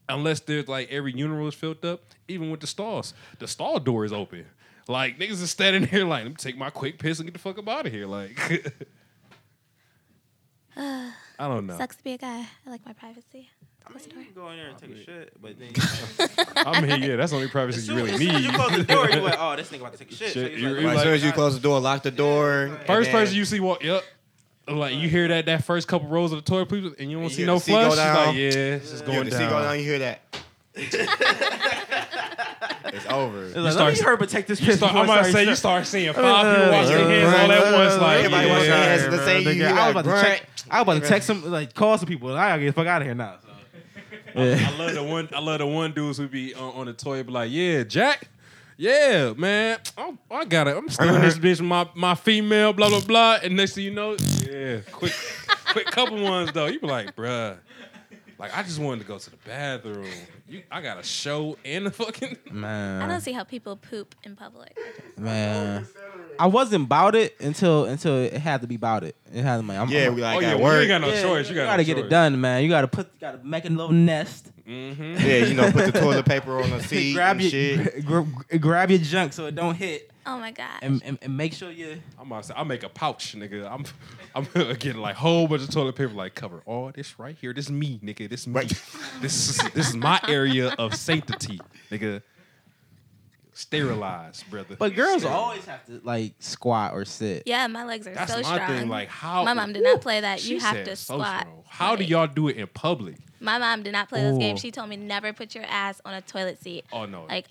[SPEAKER 3] unless there's like every urinal is filled up, even with the stalls, the stall door is open. Like niggas is standing here like, let me take my quick piss and get the fuck up out of here. Like I don't know.
[SPEAKER 4] Sucks to be a guy. I like my privacy.
[SPEAKER 1] I mean,
[SPEAKER 4] Close the
[SPEAKER 1] you
[SPEAKER 4] door.
[SPEAKER 1] can go in there and take a shit, but then
[SPEAKER 3] I mean, yeah, that's the only
[SPEAKER 1] as
[SPEAKER 3] privacy you
[SPEAKER 1] soon,
[SPEAKER 3] really
[SPEAKER 1] as soon as you
[SPEAKER 3] need.
[SPEAKER 1] close the door, you like, oh, this nigga about to take a shit. So
[SPEAKER 3] Shit,
[SPEAKER 1] you
[SPEAKER 3] you-
[SPEAKER 1] like,
[SPEAKER 3] you
[SPEAKER 2] Like, as
[SPEAKER 3] like-
[SPEAKER 2] soon as you close the door, lock the door. and
[SPEAKER 3] First
[SPEAKER 2] then-
[SPEAKER 3] person you see walk, yep. Like you hear that that first couple rows of the toilet paper, and you don't
[SPEAKER 2] You
[SPEAKER 3] see
[SPEAKER 2] hear
[SPEAKER 3] no
[SPEAKER 2] the sea go
[SPEAKER 3] flush. It's like,
[SPEAKER 2] down.
[SPEAKER 3] yeah, it's just
[SPEAKER 2] you
[SPEAKER 3] going
[SPEAKER 2] the seat go
[SPEAKER 3] down.
[SPEAKER 2] down, you hear that. it's over.
[SPEAKER 1] It's like,
[SPEAKER 3] start-
[SPEAKER 1] let me hurry but take this
[SPEAKER 3] You
[SPEAKER 1] piss.
[SPEAKER 3] start,
[SPEAKER 1] before
[SPEAKER 3] I'm
[SPEAKER 1] I
[SPEAKER 3] about to say
[SPEAKER 1] start-
[SPEAKER 3] you start seeing five people washing their hands all at once. Like,
[SPEAKER 2] Everybody washing their
[SPEAKER 3] yeah.
[SPEAKER 2] hands at the same-
[SPEAKER 1] Nigga,
[SPEAKER 2] you
[SPEAKER 1] I was
[SPEAKER 2] like,
[SPEAKER 1] about to check. I was about to
[SPEAKER 2] bruh.
[SPEAKER 1] text some, like, call some people, and I gotta get the fuck out of here now. So.
[SPEAKER 3] I love the one. I love the one dudes who be on, on the toilet, be like, "Yeah, Jack, yeah, man, I'm, I got it. I'm stealing this bitch, my my female, blah blah blah." And next thing you know, yeah, quick, quick couple ones though. You be like, "Bruh, like I just wanted to go to the bathroom. You, I got a show and a fucking."
[SPEAKER 1] Man,
[SPEAKER 4] I don't see how people poop in public.
[SPEAKER 1] Man, I wasn't about it until until it had to be about it. It had to be. I'm,
[SPEAKER 2] Yeah,
[SPEAKER 1] I'm,
[SPEAKER 2] we
[SPEAKER 3] oh
[SPEAKER 2] like
[SPEAKER 3] yeah,
[SPEAKER 2] at
[SPEAKER 3] well, you
[SPEAKER 2] work.
[SPEAKER 3] ain't got no choice. You,
[SPEAKER 1] gotta,
[SPEAKER 3] got to
[SPEAKER 1] get it done, man. You gotta put, gotta make a little nest.
[SPEAKER 3] Mm-hmm.
[SPEAKER 2] yeah, you know, put the toilet paper on the seat
[SPEAKER 1] grab
[SPEAKER 2] and
[SPEAKER 1] your,
[SPEAKER 2] shit.
[SPEAKER 1] gra- gra- grab your junk so it don't hit,
[SPEAKER 4] Oh my god.
[SPEAKER 1] and, and, and make sure you.
[SPEAKER 3] I'm about to say, I make a pouch, nigga. I'm I'm getting like whole bunch of toilet paper, like cover all this right here. This me, nigga. This me.
[SPEAKER 2] Right.
[SPEAKER 3] This is this is my area of sanctity, nigga. Sterilized, brother.
[SPEAKER 1] But girls
[SPEAKER 3] Sterilized.
[SPEAKER 1] always have to like squat or sit.
[SPEAKER 4] yeah, my legs are
[SPEAKER 3] That's
[SPEAKER 4] so
[SPEAKER 3] my
[SPEAKER 4] strong.
[SPEAKER 3] thing. Like how
[SPEAKER 4] my mom did not play that.
[SPEAKER 3] She
[SPEAKER 4] You have
[SPEAKER 3] said
[SPEAKER 4] to
[SPEAKER 3] so
[SPEAKER 4] squat.
[SPEAKER 3] strong. How do
[SPEAKER 4] Like,
[SPEAKER 3] y'all do it in public?
[SPEAKER 4] My mom did not play this game.
[SPEAKER 1] Ooh.
[SPEAKER 4] She told me never put your ass on a toilet seat.
[SPEAKER 3] Oh no.
[SPEAKER 4] Like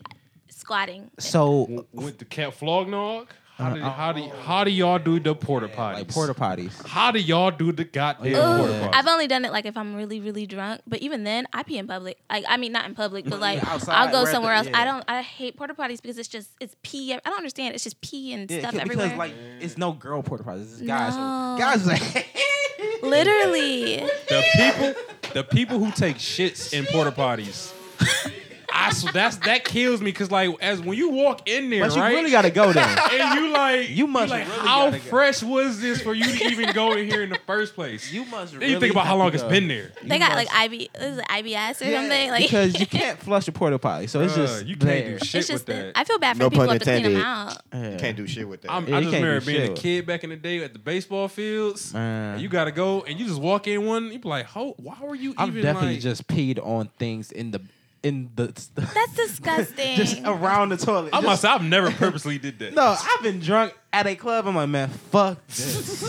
[SPEAKER 4] squatting.
[SPEAKER 1] So
[SPEAKER 3] with the cat flog nog? How do how do how do y'all do the porta potties?
[SPEAKER 1] like porta potties.
[SPEAKER 3] how do y'all do the goddamn
[SPEAKER 1] Ugh.
[SPEAKER 3] porta
[SPEAKER 1] Yeah.
[SPEAKER 3] potties?
[SPEAKER 4] I've only done it like if I'm really, really drunk. But even then, I pee in public. Like I mean, not in public, but like
[SPEAKER 1] Yeah, outside,
[SPEAKER 4] I'll
[SPEAKER 1] we're at
[SPEAKER 4] go
[SPEAKER 1] the-
[SPEAKER 4] somewhere else.
[SPEAKER 1] yeah.
[SPEAKER 4] I don't. I hate porta potties because it's just it's pee. I don't understand. It's just pee and
[SPEAKER 1] Yeah,
[SPEAKER 4] stuff
[SPEAKER 1] because
[SPEAKER 4] everywhere.
[SPEAKER 1] like it's no girl porta potties. It's just guys.
[SPEAKER 4] No.
[SPEAKER 1] So guys is like
[SPEAKER 4] Literally,
[SPEAKER 3] The people, the people who take shits in porta potties. I sw- that's that kills me because like as when you walk in there,
[SPEAKER 1] But you
[SPEAKER 3] right?
[SPEAKER 1] really gotta go there.
[SPEAKER 3] and you like
[SPEAKER 1] You must
[SPEAKER 3] like,
[SPEAKER 1] really
[SPEAKER 3] how
[SPEAKER 1] gotta go.
[SPEAKER 3] fresh was this for you to even go in here in the first place?
[SPEAKER 1] You must.
[SPEAKER 3] then you think about how long it's been there.
[SPEAKER 4] they got like IB, is it IBS or something. Like
[SPEAKER 1] because you can't flush a porta potty, so it's
[SPEAKER 3] Bruh,
[SPEAKER 1] just
[SPEAKER 3] you can't
[SPEAKER 1] there.
[SPEAKER 3] do shit
[SPEAKER 4] it's just.
[SPEAKER 3] with that.
[SPEAKER 4] I feel bad for
[SPEAKER 2] No
[SPEAKER 4] people
[SPEAKER 2] pun
[SPEAKER 4] who have to clean them
[SPEAKER 2] intended.
[SPEAKER 4] out.
[SPEAKER 1] Yeah.
[SPEAKER 2] Can't do shit with that.
[SPEAKER 3] I'm,
[SPEAKER 1] Yeah,
[SPEAKER 3] I
[SPEAKER 1] you
[SPEAKER 3] just
[SPEAKER 1] can't do
[SPEAKER 3] remember being
[SPEAKER 1] shit.
[SPEAKER 3] a kid back in the day at the baseball fields.
[SPEAKER 1] Man.
[SPEAKER 3] And you gotta go, and you just walk in one. You be like, "How? Why were you
[SPEAKER 1] I've
[SPEAKER 3] even
[SPEAKER 1] definitely
[SPEAKER 3] like?"
[SPEAKER 1] just peed on things in the in the
[SPEAKER 4] That's disgusting.
[SPEAKER 1] just around the toilet.
[SPEAKER 3] I
[SPEAKER 1] Just-
[SPEAKER 3] must. say, I've never purposely did that.
[SPEAKER 1] no, I've been drunk at a club. I'm like, man, fuck this.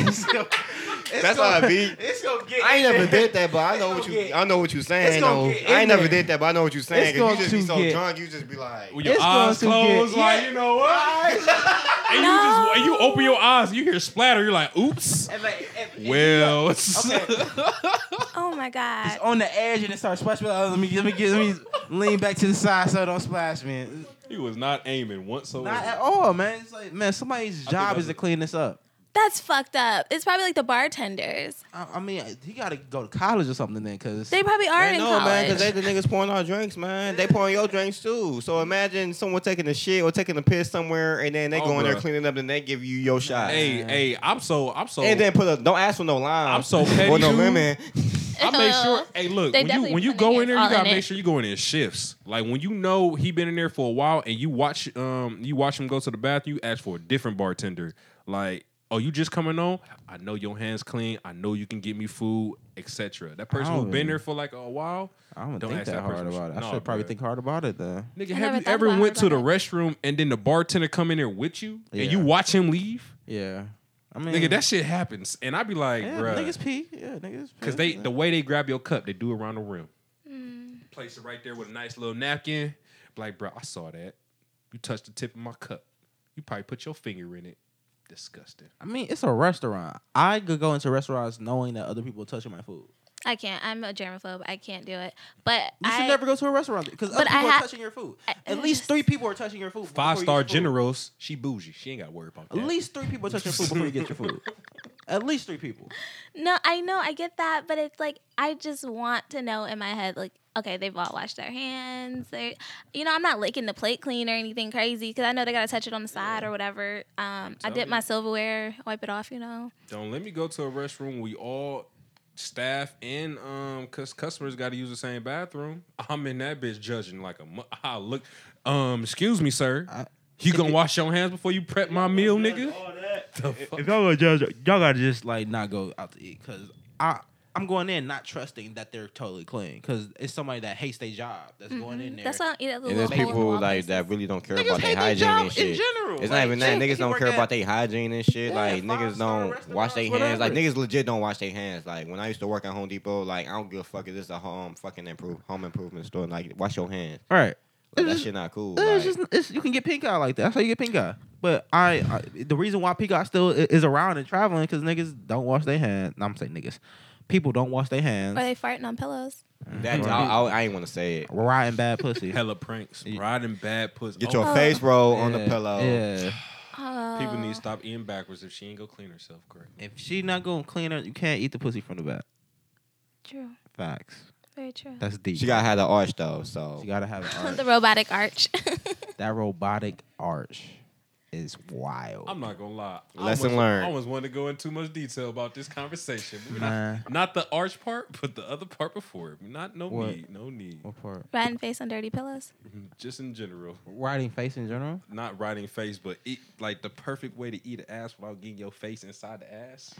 [SPEAKER 1] It's gonna- it's
[SPEAKER 2] That's
[SPEAKER 1] gonna-
[SPEAKER 2] how I be.
[SPEAKER 1] It's gonna get.
[SPEAKER 2] I ain't
[SPEAKER 1] in
[SPEAKER 2] never
[SPEAKER 1] there.
[SPEAKER 2] did that, but I know what you.
[SPEAKER 1] gonna get-
[SPEAKER 2] I know what you
[SPEAKER 1] it's
[SPEAKER 2] saying.
[SPEAKER 1] gonna
[SPEAKER 2] Though
[SPEAKER 1] get in
[SPEAKER 2] I ain't never
[SPEAKER 1] there.
[SPEAKER 2] did that, but I know what you saying.
[SPEAKER 1] It's
[SPEAKER 2] 'cause
[SPEAKER 1] gonna
[SPEAKER 2] you just be
[SPEAKER 1] to
[SPEAKER 2] so
[SPEAKER 1] get-
[SPEAKER 2] drunk, you just be like,
[SPEAKER 3] With your
[SPEAKER 1] It's going
[SPEAKER 3] eyes
[SPEAKER 1] to get-
[SPEAKER 3] closed, like
[SPEAKER 1] yeah.
[SPEAKER 3] you know what? And you just and you open your eyes, you hear splatter, you're like, oops.
[SPEAKER 1] And like, if- if
[SPEAKER 3] Well,
[SPEAKER 4] oh my god.
[SPEAKER 1] it's on the edge and it starts splashing. Oh, let me let me get let me lean back to the side so it don't splash, man.
[SPEAKER 3] he was not aiming whatsoever.
[SPEAKER 1] Not at all, man. It's like, man, somebody's job
[SPEAKER 3] that's
[SPEAKER 1] is to
[SPEAKER 3] a-
[SPEAKER 1] clean this up.
[SPEAKER 4] That's fucked up. It's probably like the bartenders.
[SPEAKER 1] I, I mean, he got to go to college or something then, because
[SPEAKER 4] They probably are
[SPEAKER 2] They
[SPEAKER 4] in
[SPEAKER 2] know,
[SPEAKER 4] college.
[SPEAKER 2] man, because they the niggas pouring our drinks, man. They pouring your drinks too. So imagine someone taking a shit or taking a piss somewhere, and then they
[SPEAKER 3] Oh,
[SPEAKER 2] go in there
[SPEAKER 3] bruh.
[SPEAKER 2] cleaning up, and they give you your shot.
[SPEAKER 3] Hey, hey, I'm so I'm so
[SPEAKER 2] And then put a don't ask for no lime.
[SPEAKER 3] I'm so petty,
[SPEAKER 2] Or no
[SPEAKER 3] dude.
[SPEAKER 2] lemon.
[SPEAKER 3] I make sure hey look,
[SPEAKER 4] They
[SPEAKER 3] when you
[SPEAKER 4] definitely
[SPEAKER 3] when you
[SPEAKER 4] put the
[SPEAKER 3] go in
[SPEAKER 4] hands
[SPEAKER 3] there, you
[SPEAKER 4] all
[SPEAKER 3] gotta
[SPEAKER 4] in
[SPEAKER 3] make
[SPEAKER 4] it.
[SPEAKER 3] sure you go in in shifts. Like when you know he been in there for a while and you watch um you watch him go to the bathroom, you ask for a different bartender. Like Oh, you just coming on? I know your hands clean. I know you can get me food, etc. That person who
[SPEAKER 1] Oh.
[SPEAKER 3] been there for like a while,
[SPEAKER 1] I don't,
[SPEAKER 3] Don't
[SPEAKER 1] think
[SPEAKER 3] ask
[SPEAKER 1] that
[SPEAKER 3] that
[SPEAKER 1] hard
[SPEAKER 3] person
[SPEAKER 1] about it. I
[SPEAKER 3] shit. No,
[SPEAKER 1] should probably
[SPEAKER 3] bruh.
[SPEAKER 1] think hard about it then.
[SPEAKER 3] Nigga,
[SPEAKER 4] I
[SPEAKER 3] have
[SPEAKER 4] never
[SPEAKER 3] you
[SPEAKER 4] thought
[SPEAKER 3] ever
[SPEAKER 4] about
[SPEAKER 3] went to
[SPEAKER 4] her
[SPEAKER 3] the
[SPEAKER 4] like
[SPEAKER 3] restroom and then the bartender come in there with you and you
[SPEAKER 1] Yeah.
[SPEAKER 3] watch him leave?
[SPEAKER 1] Yeah, I mean,
[SPEAKER 3] Nigga, that shit happens. And I be like,
[SPEAKER 1] yeah,
[SPEAKER 3] bruh.
[SPEAKER 1] niggas pee. Yeah, niggas.
[SPEAKER 3] Because they the way they grab your cup, they do it around the rim.
[SPEAKER 4] Mm.
[SPEAKER 3] Place it right there with a nice little napkin. Be like, bro, I saw that. You touched the tip of my cup. You probably put your finger in it. Disgusting.
[SPEAKER 1] I mean, it's a restaurant. I could go into restaurants knowing that other people are touching my food.
[SPEAKER 4] I can't. I'm a germaphobe. I can't do it. But
[SPEAKER 1] You should
[SPEAKER 4] I
[SPEAKER 1] never go to a restaurant because other
[SPEAKER 4] But I
[SPEAKER 1] people are
[SPEAKER 4] ha-
[SPEAKER 1] touching your food.
[SPEAKER 4] I-
[SPEAKER 1] At least three people are touching your food. before
[SPEAKER 3] Five
[SPEAKER 1] you
[SPEAKER 3] star
[SPEAKER 1] get food.
[SPEAKER 3] generals. She bougie. She ain't got to worry about
[SPEAKER 1] At
[SPEAKER 3] that.
[SPEAKER 1] least three people are touching your food before you get your food. At least three people.
[SPEAKER 4] No, I know, I get that, but it's like I just want to know in my head, like, okay, they've all washed their hands. They, you know, I'm not licking the plate clean or anything crazy because I know they gotta touch it on the side or whatever. Um, I
[SPEAKER 3] telling
[SPEAKER 4] dip my
[SPEAKER 3] you.
[SPEAKER 4] silverware, wipe it off, you know.
[SPEAKER 3] Don't let me go to a restroom. We all staff and um, cause customers got to use the same bathroom. I'm in that bitch judging like a. mu- I look. Um, excuse me, sir.
[SPEAKER 1] I-
[SPEAKER 3] you gonna wash your hands before you prep my meal, nigga? The fuck?
[SPEAKER 1] If y'all gonna judge, y'all gotta just like not go out to eat because I I'm going in not trusting that they're totally clean because it's somebty that hates their job that's going in there.
[SPEAKER 4] Mm-hmm. That's why I don't eat at the
[SPEAKER 2] And there's
[SPEAKER 4] little hole in the
[SPEAKER 2] people
[SPEAKER 4] wall
[SPEAKER 2] like
[SPEAKER 4] places.
[SPEAKER 2] that really don't care
[SPEAKER 1] Niggas
[SPEAKER 2] about
[SPEAKER 1] hate
[SPEAKER 2] their
[SPEAKER 1] their
[SPEAKER 2] hygiene
[SPEAKER 1] job
[SPEAKER 2] and shit.
[SPEAKER 1] in general.
[SPEAKER 2] It's
[SPEAKER 1] Like,
[SPEAKER 2] not even that.
[SPEAKER 1] shit,
[SPEAKER 2] Niggas
[SPEAKER 1] you
[SPEAKER 2] don't
[SPEAKER 1] work
[SPEAKER 2] care
[SPEAKER 1] at-
[SPEAKER 2] about their hygiene and shit.
[SPEAKER 1] Yeah,
[SPEAKER 2] like
[SPEAKER 1] five-star
[SPEAKER 2] niggas don't wash their
[SPEAKER 1] restaurants,
[SPEAKER 2] hands. Like
[SPEAKER 1] whatever.
[SPEAKER 2] niggas legit don't wash their hands. Like when I used to work at Home Depot, like I don't give a fuck if this is a home fucking improve home improvement store. Like wash your hands.
[SPEAKER 1] All right.
[SPEAKER 2] Like,
[SPEAKER 1] It's
[SPEAKER 2] that
[SPEAKER 1] just-
[SPEAKER 2] shit not cool.
[SPEAKER 1] It's
[SPEAKER 2] Like,
[SPEAKER 1] just it's, you can get pink eye like that. That's how you get pink eye. But I, I the reason why pink eye still i- is around and traveling because niggas don't wash their hands. No, I'm saying niggas, people don't wash their hands.
[SPEAKER 4] Are they farting on pillows?
[SPEAKER 2] that I, I, I ain't want to say it.
[SPEAKER 1] Rotten bad pussy.
[SPEAKER 3] Hella pranks,
[SPEAKER 1] Yeah.
[SPEAKER 3] riding bad pussy.
[SPEAKER 2] Get
[SPEAKER 3] Oh,
[SPEAKER 2] your face roll on the
[SPEAKER 1] Yeah,
[SPEAKER 2] pillow.
[SPEAKER 1] Yeah.
[SPEAKER 4] Oh.
[SPEAKER 3] people need to stop eating backwards if she ain't gonna clean herself correctly.
[SPEAKER 1] If she not gonna clean her, you can't eat the pussy from the back.
[SPEAKER 4] True.
[SPEAKER 1] Facts.
[SPEAKER 4] Very true.
[SPEAKER 1] That's deep.
[SPEAKER 2] She gotta have the arch though. So
[SPEAKER 1] She gotta have an arch.
[SPEAKER 4] the robotic arch.
[SPEAKER 3] Oh.
[SPEAKER 1] that robotic arch is wild.
[SPEAKER 3] I'm not gonna lie. I
[SPEAKER 2] Lesson
[SPEAKER 3] almost-
[SPEAKER 2] learned.
[SPEAKER 3] I almost wanted to go into too much detail about this conversation. We're not,
[SPEAKER 1] Man,
[SPEAKER 3] not the arch part, but the other part before. it. Not no
[SPEAKER 1] What?
[SPEAKER 3] need, no need.
[SPEAKER 1] what part?
[SPEAKER 4] Riding face on dirty pillows.
[SPEAKER 3] Just in general.
[SPEAKER 1] Riding face in general.
[SPEAKER 3] not riding face, but eat like the perfect way to eat an ass without getting your face inside the ass,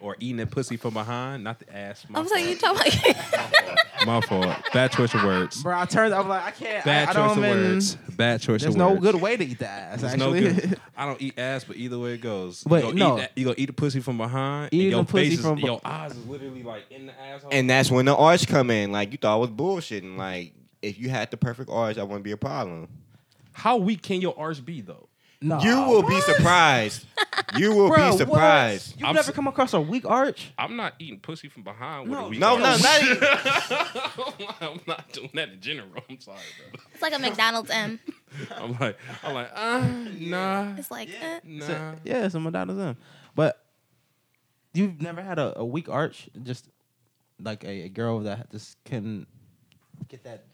[SPEAKER 3] or eating a pussy from behind, not the ass. My
[SPEAKER 4] I'm
[SPEAKER 3] fault.
[SPEAKER 4] sorry, you talking about
[SPEAKER 3] my fault. Bad choice of words.
[SPEAKER 1] Bro, I turned. I'm like, I can't.
[SPEAKER 3] Bad
[SPEAKER 1] I,
[SPEAKER 3] choice
[SPEAKER 1] I don't
[SPEAKER 3] of
[SPEAKER 1] even-
[SPEAKER 3] words. Bad choice
[SPEAKER 1] There's
[SPEAKER 3] of
[SPEAKER 1] no
[SPEAKER 3] words.
[SPEAKER 1] good way to eat the ass.
[SPEAKER 3] There's no
[SPEAKER 1] actually.
[SPEAKER 3] good. I don't eat ass, but either way it goes.
[SPEAKER 1] But
[SPEAKER 3] you gonna
[SPEAKER 1] no.
[SPEAKER 3] eat, that- you gonna eat the pussy from behind.
[SPEAKER 1] Eating
[SPEAKER 3] and your
[SPEAKER 1] the pussy
[SPEAKER 3] face is-
[SPEAKER 1] from be-
[SPEAKER 3] your eyes is literally like in the asshole.
[SPEAKER 2] and that's when the arch come in. Like you thought I was bullshitting. Like if you had the perfect arch, that wouldn't be a problem.
[SPEAKER 3] how weak can your arch be though?
[SPEAKER 1] no.
[SPEAKER 2] You will be surprised. You will
[SPEAKER 1] Bro,
[SPEAKER 2] be
[SPEAKER 1] what?
[SPEAKER 2] surprised.
[SPEAKER 1] You've
[SPEAKER 3] I'm
[SPEAKER 1] never
[SPEAKER 3] s-
[SPEAKER 1] come across a weak arch.
[SPEAKER 3] I'm not eating pussy from behind.
[SPEAKER 1] No,
[SPEAKER 3] with a
[SPEAKER 2] No,
[SPEAKER 3] weak
[SPEAKER 2] no,
[SPEAKER 3] arch.
[SPEAKER 2] not even.
[SPEAKER 3] I'm not doing that in general. I'm sorry, brother.
[SPEAKER 4] It's like a McDonald's M.
[SPEAKER 3] I'm like, I'm like, uh, nah,
[SPEAKER 4] It's like, eh.
[SPEAKER 1] It's
[SPEAKER 3] nah.
[SPEAKER 1] a- yeah, it's a Madonna's M. But you've never had a, a weak arch, just like a, a girl that just can get that.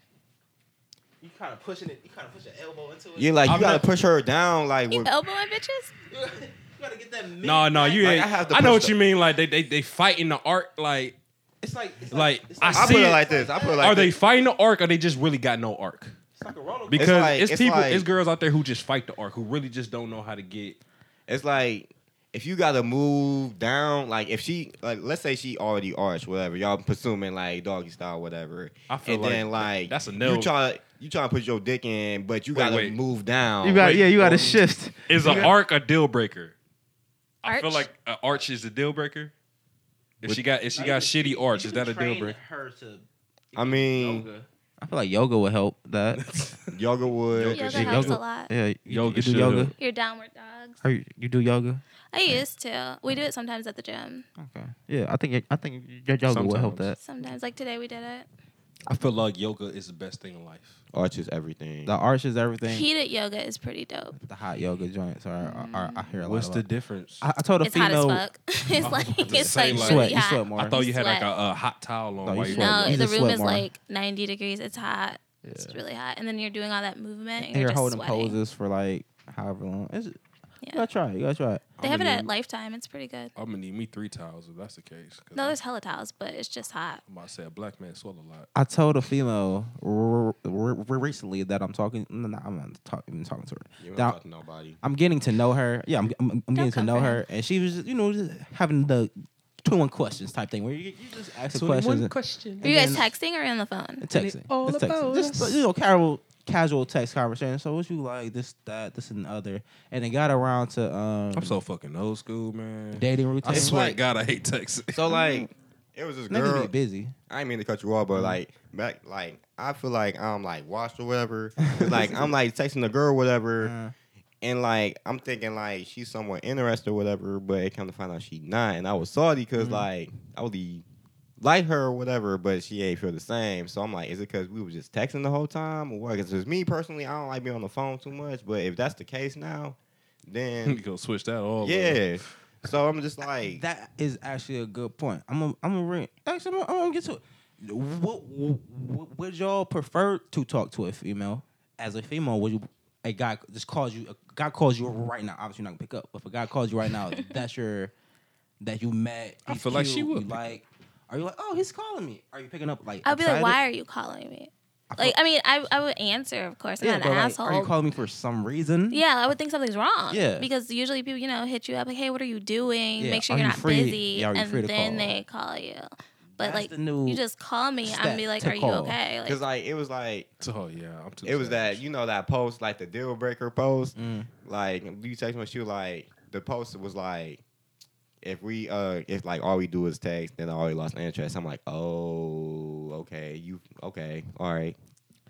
[SPEAKER 1] You kind of pushing it. You kind of push your elbow into it.
[SPEAKER 2] You're like you
[SPEAKER 3] I'm
[SPEAKER 2] gotta
[SPEAKER 3] not-
[SPEAKER 2] push her down. Like
[SPEAKER 4] you
[SPEAKER 2] with,
[SPEAKER 4] elbowing bitches?
[SPEAKER 1] you gotta get that. mid
[SPEAKER 3] No, no,
[SPEAKER 1] back.
[SPEAKER 3] you
[SPEAKER 2] Like,
[SPEAKER 3] ain't.
[SPEAKER 2] I
[SPEAKER 3] I,
[SPEAKER 2] have to
[SPEAKER 3] know
[SPEAKER 2] push
[SPEAKER 3] what you mean. Like they, they, they fighting the arc. Like,
[SPEAKER 1] It's like it's
[SPEAKER 3] Like,
[SPEAKER 1] it's
[SPEAKER 3] I
[SPEAKER 2] I
[SPEAKER 3] see
[SPEAKER 2] put it
[SPEAKER 3] it.
[SPEAKER 2] like this. I put it like
[SPEAKER 3] are they
[SPEAKER 2] this.
[SPEAKER 3] fighting the arc, or they just really got no arc?
[SPEAKER 1] It's like a roller coaster.
[SPEAKER 3] Because it's,
[SPEAKER 2] like- it's
[SPEAKER 3] people,
[SPEAKER 2] like-
[SPEAKER 3] it's girls out there who just fight the arc, who really just don't know how to get.
[SPEAKER 2] It's like if you gotta move down, like if she like let's say she already arched, whatever, y'all presuming like doggy style, whatever.
[SPEAKER 3] I feel
[SPEAKER 2] and
[SPEAKER 3] like
[SPEAKER 2] then like
[SPEAKER 3] that's a
[SPEAKER 2] You
[SPEAKER 3] no.
[SPEAKER 2] try you trying to put your dick in, but you
[SPEAKER 3] Wait,
[SPEAKER 2] gotta
[SPEAKER 3] wait.
[SPEAKER 2] move down.
[SPEAKER 1] You got
[SPEAKER 3] wait,
[SPEAKER 1] yeah. You got to
[SPEAKER 3] um,
[SPEAKER 1] shift.
[SPEAKER 3] Is an arc a deal breaker? I feel
[SPEAKER 4] Arch?
[SPEAKER 3] like an arch is a deal breaker. If she got if she got shitty arch, is that a deal breaker?
[SPEAKER 2] I mean,
[SPEAKER 1] I feel like yoga would help that.
[SPEAKER 2] yoga would.
[SPEAKER 4] Yoga
[SPEAKER 1] shit.
[SPEAKER 4] helps a
[SPEAKER 1] Yoga-
[SPEAKER 4] lot.
[SPEAKER 1] yeah, you,
[SPEAKER 3] Yoga
[SPEAKER 1] you do
[SPEAKER 3] should
[SPEAKER 1] yoga.
[SPEAKER 3] help.
[SPEAKER 4] Your downward dogs.
[SPEAKER 1] Or you, you do yoga.
[SPEAKER 4] I used to. We do it sometimes at the gym.
[SPEAKER 1] Okay. Yeah, I think I think your yoga would help that.
[SPEAKER 3] Sometimes.
[SPEAKER 4] Sometimes, like today, we did it.
[SPEAKER 3] I feel like yoga is the best thing in life.
[SPEAKER 2] Arch is everything.
[SPEAKER 1] The arch is everything.
[SPEAKER 4] Heated yoga is pretty dope.
[SPEAKER 1] the hot yoga joints are, are, I hear a lot.
[SPEAKER 3] What's the
[SPEAKER 1] about.
[SPEAKER 3] difference?
[SPEAKER 1] I, I told a
[SPEAKER 4] Mm. It's hot as
[SPEAKER 1] female.
[SPEAKER 4] fuck. it's like it's
[SPEAKER 3] say,
[SPEAKER 4] like
[SPEAKER 3] like-
[SPEAKER 1] Sweat,
[SPEAKER 4] really
[SPEAKER 1] you sweat
[SPEAKER 4] hot.
[SPEAKER 1] more.
[SPEAKER 3] I thought you had like
[SPEAKER 4] Sweat.
[SPEAKER 3] a, a hot towel on.
[SPEAKER 1] No, you
[SPEAKER 3] while you
[SPEAKER 1] sweat
[SPEAKER 3] were-
[SPEAKER 1] more.
[SPEAKER 4] No,
[SPEAKER 1] You
[SPEAKER 4] the
[SPEAKER 1] just
[SPEAKER 4] room
[SPEAKER 1] sweat
[SPEAKER 4] is
[SPEAKER 1] more.
[SPEAKER 4] like 90 degrees. It's hot.
[SPEAKER 1] Yeah.
[SPEAKER 4] It's really hot, and then you're doing all that movement.
[SPEAKER 1] And
[SPEAKER 4] you're,
[SPEAKER 1] you're
[SPEAKER 4] just
[SPEAKER 1] holding
[SPEAKER 4] sweating.
[SPEAKER 1] poses for like however long. It's, You
[SPEAKER 4] Yeah.
[SPEAKER 1] gotta try it. You gotta try it.
[SPEAKER 4] They
[SPEAKER 3] I'm
[SPEAKER 4] have it
[SPEAKER 3] gonna
[SPEAKER 4] at
[SPEAKER 3] need-
[SPEAKER 4] Lifetime. It's pretty good.
[SPEAKER 3] I'm gonna need me three towels if that's the case. 'cause
[SPEAKER 4] No,
[SPEAKER 3] I'm-
[SPEAKER 4] there's hella towels, but it's just hot.
[SPEAKER 3] I'm about to say a black man swallow a lot.
[SPEAKER 1] I told a female r- r- r- recently that I'm talking. No, no, I'm not talk, even talking to her.
[SPEAKER 2] you don't
[SPEAKER 1] Now-
[SPEAKER 2] talk to nobody.
[SPEAKER 1] I'm getting to know her. Yeah, I'm, I'm, I'm getting to
[SPEAKER 4] come
[SPEAKER 1] know
[SPEAKER 4] for
[SPEAKER 1] her, and she was, just, you know, just having the 21 questions type thing where you, you just ask her questions. and-
[SPEAKER 6] question.
[SPEAKER 4] Are you guys
[SPEAKER 1] then-
[SPEAKER 4] texting or on the phone?
[SPEAKER 1] texting.
[SPEAKER 6] all
[SPEAKER 1] Just texting.
[SPEAKER 6] about
[SPEAKER 1] Just
[SPEAKER 6] us.
[SPEAKER 1] you know, casual, casual text conversation. So what you like? This, that, this, and the other. And it got around to um,
[SPEAKER 3] I'm so fucking old school, man.
[SPEAKER 1] dating
[SPEAKER 3] I
[SPEAKER 1] routine.
[SPEAKER 3] swear
[SPEAKER 2] like-
[SPEAKER 3] to God, I hate Texas.
[SPEAKER 2] So like it was this
[SPEAKER 1] Niggas
[SPEAKER 2] girl.
[SPEAKER 1] be Mm. busy.
[SPEAKER 2] I ain't mean to cut you off, but like back like I feel like I'm like washed or whatever. 'Cause, like I'm like texting the girl
[SPEAKER 3] Mm.
[SPEAKER 2] whatever.
[SPEAKER 1] Uh,
[SPEAKER 2] And like I'm thinking like she's somewhat interested or whatever, but it come to find out she not. And I was salty because like I was the like her or whatever, but she ain't feel the same. So I'm like, is it because we was just texting the whole time or what? Because me personally, I don't like being on the phone too much. But if that's the case now,
[SPEAKER 3] You
[SPEAKER 2] then
[SPEAKER 3] gonna switch that all? over.
[SPEAKER 2] yeah. So I'm just like,
[SPEAKER 1] That is actually a good point. I'm a, I'm a ring. Actually, I'm gonna get to it. What, what would y'all prefer to talk to a female? As a female, would you a guy just calls you? A guy calls you right now. Obviously, you're not gonna pick up. But if a guy calls you right now, that's your that you met.
[SPEAKER 3] I
[SPEAKER 1] he's
[SPEAKER 3] feel like
[SPEAKER 1] cute,
[SPEAKER 3] she would
[SPEAKER 1] you
[SPEAKER 3] pick up.
[SPEAKER 1] like. Are you like, oh, he's calling me? Are you picking up? Like,
[SPEAKER 4] I'll be like,
[SPEAKER 1] excited?
[SPEAKER 4] why are you calling me?
[SPEAKER 1] feel-
[SPEAKER 4] Like, I mean, I, I would answer, of course. I'm
[SPEAKER 1] Yeah,
[SPEAKER 4] not
[SPEAKER 1] but
[SPEAKER 4] an
[SPEAKER 1] like,
[SPEAKER 4] asshole.
[SPEAKER 1] are you calling me for some reason?
[SPEAKER 4] yeah, I would think something's wrong.
[SPEAKER 1] Yeah.
[SPEAKER 4] Because usually people, you know, hit you up like, hey, what are you doing?
[SPEAKER 1] Yeah,
[SPEAKER 4] Make sure
[SPEAKER 1] are
[SPEAKER 4] you're
[SPEAKER 1] you
[SPEAKER 4] not
[SPEAKER 1] free?
[SPEAKER 4] busy.
[SPEAKER 1] Yeah, are you
[SPEAKER 4] and
[SPEAKER 1] free to
[SPEAKER 4] then
[SPEAKER 1] call?
[SPEAKER 4] they call you. But
[SPEAKER 1] That's
[SPEAKER 4] like,
[SPEAKER 1] the new
[SPEAKER 4] you just call me. I'm
[SPEAKER 1] step
[SPEAKER 4] be like,
[SPEAKER 1] to
[SPEAKER 4] are you
[SPEAKER 1] call.
[SPEAKER 4] okay? Like,
[SPEAKER 2] because like it was like
[SPEAKER 3] Oh yeah, I'm too.
[SPEAKER 2] it was that
[SPEAKER 3] savage.
[SPEAKER 2] you know that post like the deal breaker post.
[SPEAKER 1] Mm.
[SPEAKER 2] Like you text me, she was like the post was like. If we uh, if like all we do is text, then I already lost interest. I'm like, oh, okay, you okay, all right.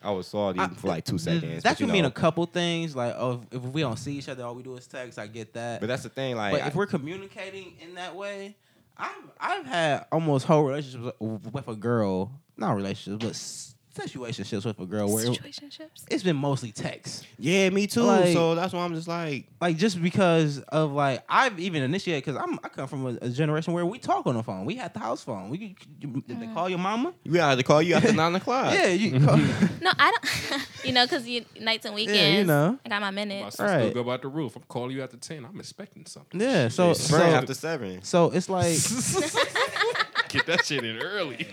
[SPEAKER 2] I was salty
[SPEAKER 1] I-
[SPEAKER 2] for like two seconds.
[SPEAKER 1] That
[SPEAKER 2] but you
[SPEAKER 1] could mean
[SPEAKER 2] know.
[SPEAKER 1] a couple things. Like, oh, if, if we don't see each other, all we do is text. I get that.
[SPEAKER 2] But that's the thing, like
[SPEAKER 1] but if we're communicating in that way, I've I've had almost whole relationships with with a girl, not relationships, but s- situationships with a girl where it,
[SPEAKER 4] situationships.
[SPEAKER 1] has been mostly text.
[SPEAKER 2] yeah, me too.
[SPEAKER 1] Like-
[SPEAKER 2] so that's why I'm just like,
[SPEAKER 1] Like just because of like I've even initiated because I'm I come from a, a generation where we talk on the phone. We had the house phone. We could- did they
[SPEAKER 4] Mm.
[SPEAKER 1] call your mama?
[SPEAKER 2] we had to call you after nine o'clock.
[SPEAKER 1] Yeah, you call,
[SPEAKER 4] No, I don't. you know, because you nights and weekends.
[SPEAKER 1] know.
[SPEAKER 4] I got my
[SPEAKER 3] My
[SPEAKER 4] minutes.
[SPEAKER 3] sister
[SPEAKER 1] Right.
[SPEAKER 3] go out the roof. I'm calling you after ten. I'm expecting something.
[SPEAKER 1] yeah. So
[SPEAKER 3] Yeah.
[SPEAKER 2] It's
[SPEAKER 1] so,
[SPEAKER 2] burn after seven.
[SPEAKER 1] so it's like
[SPEAKER 3] Get that shit in early.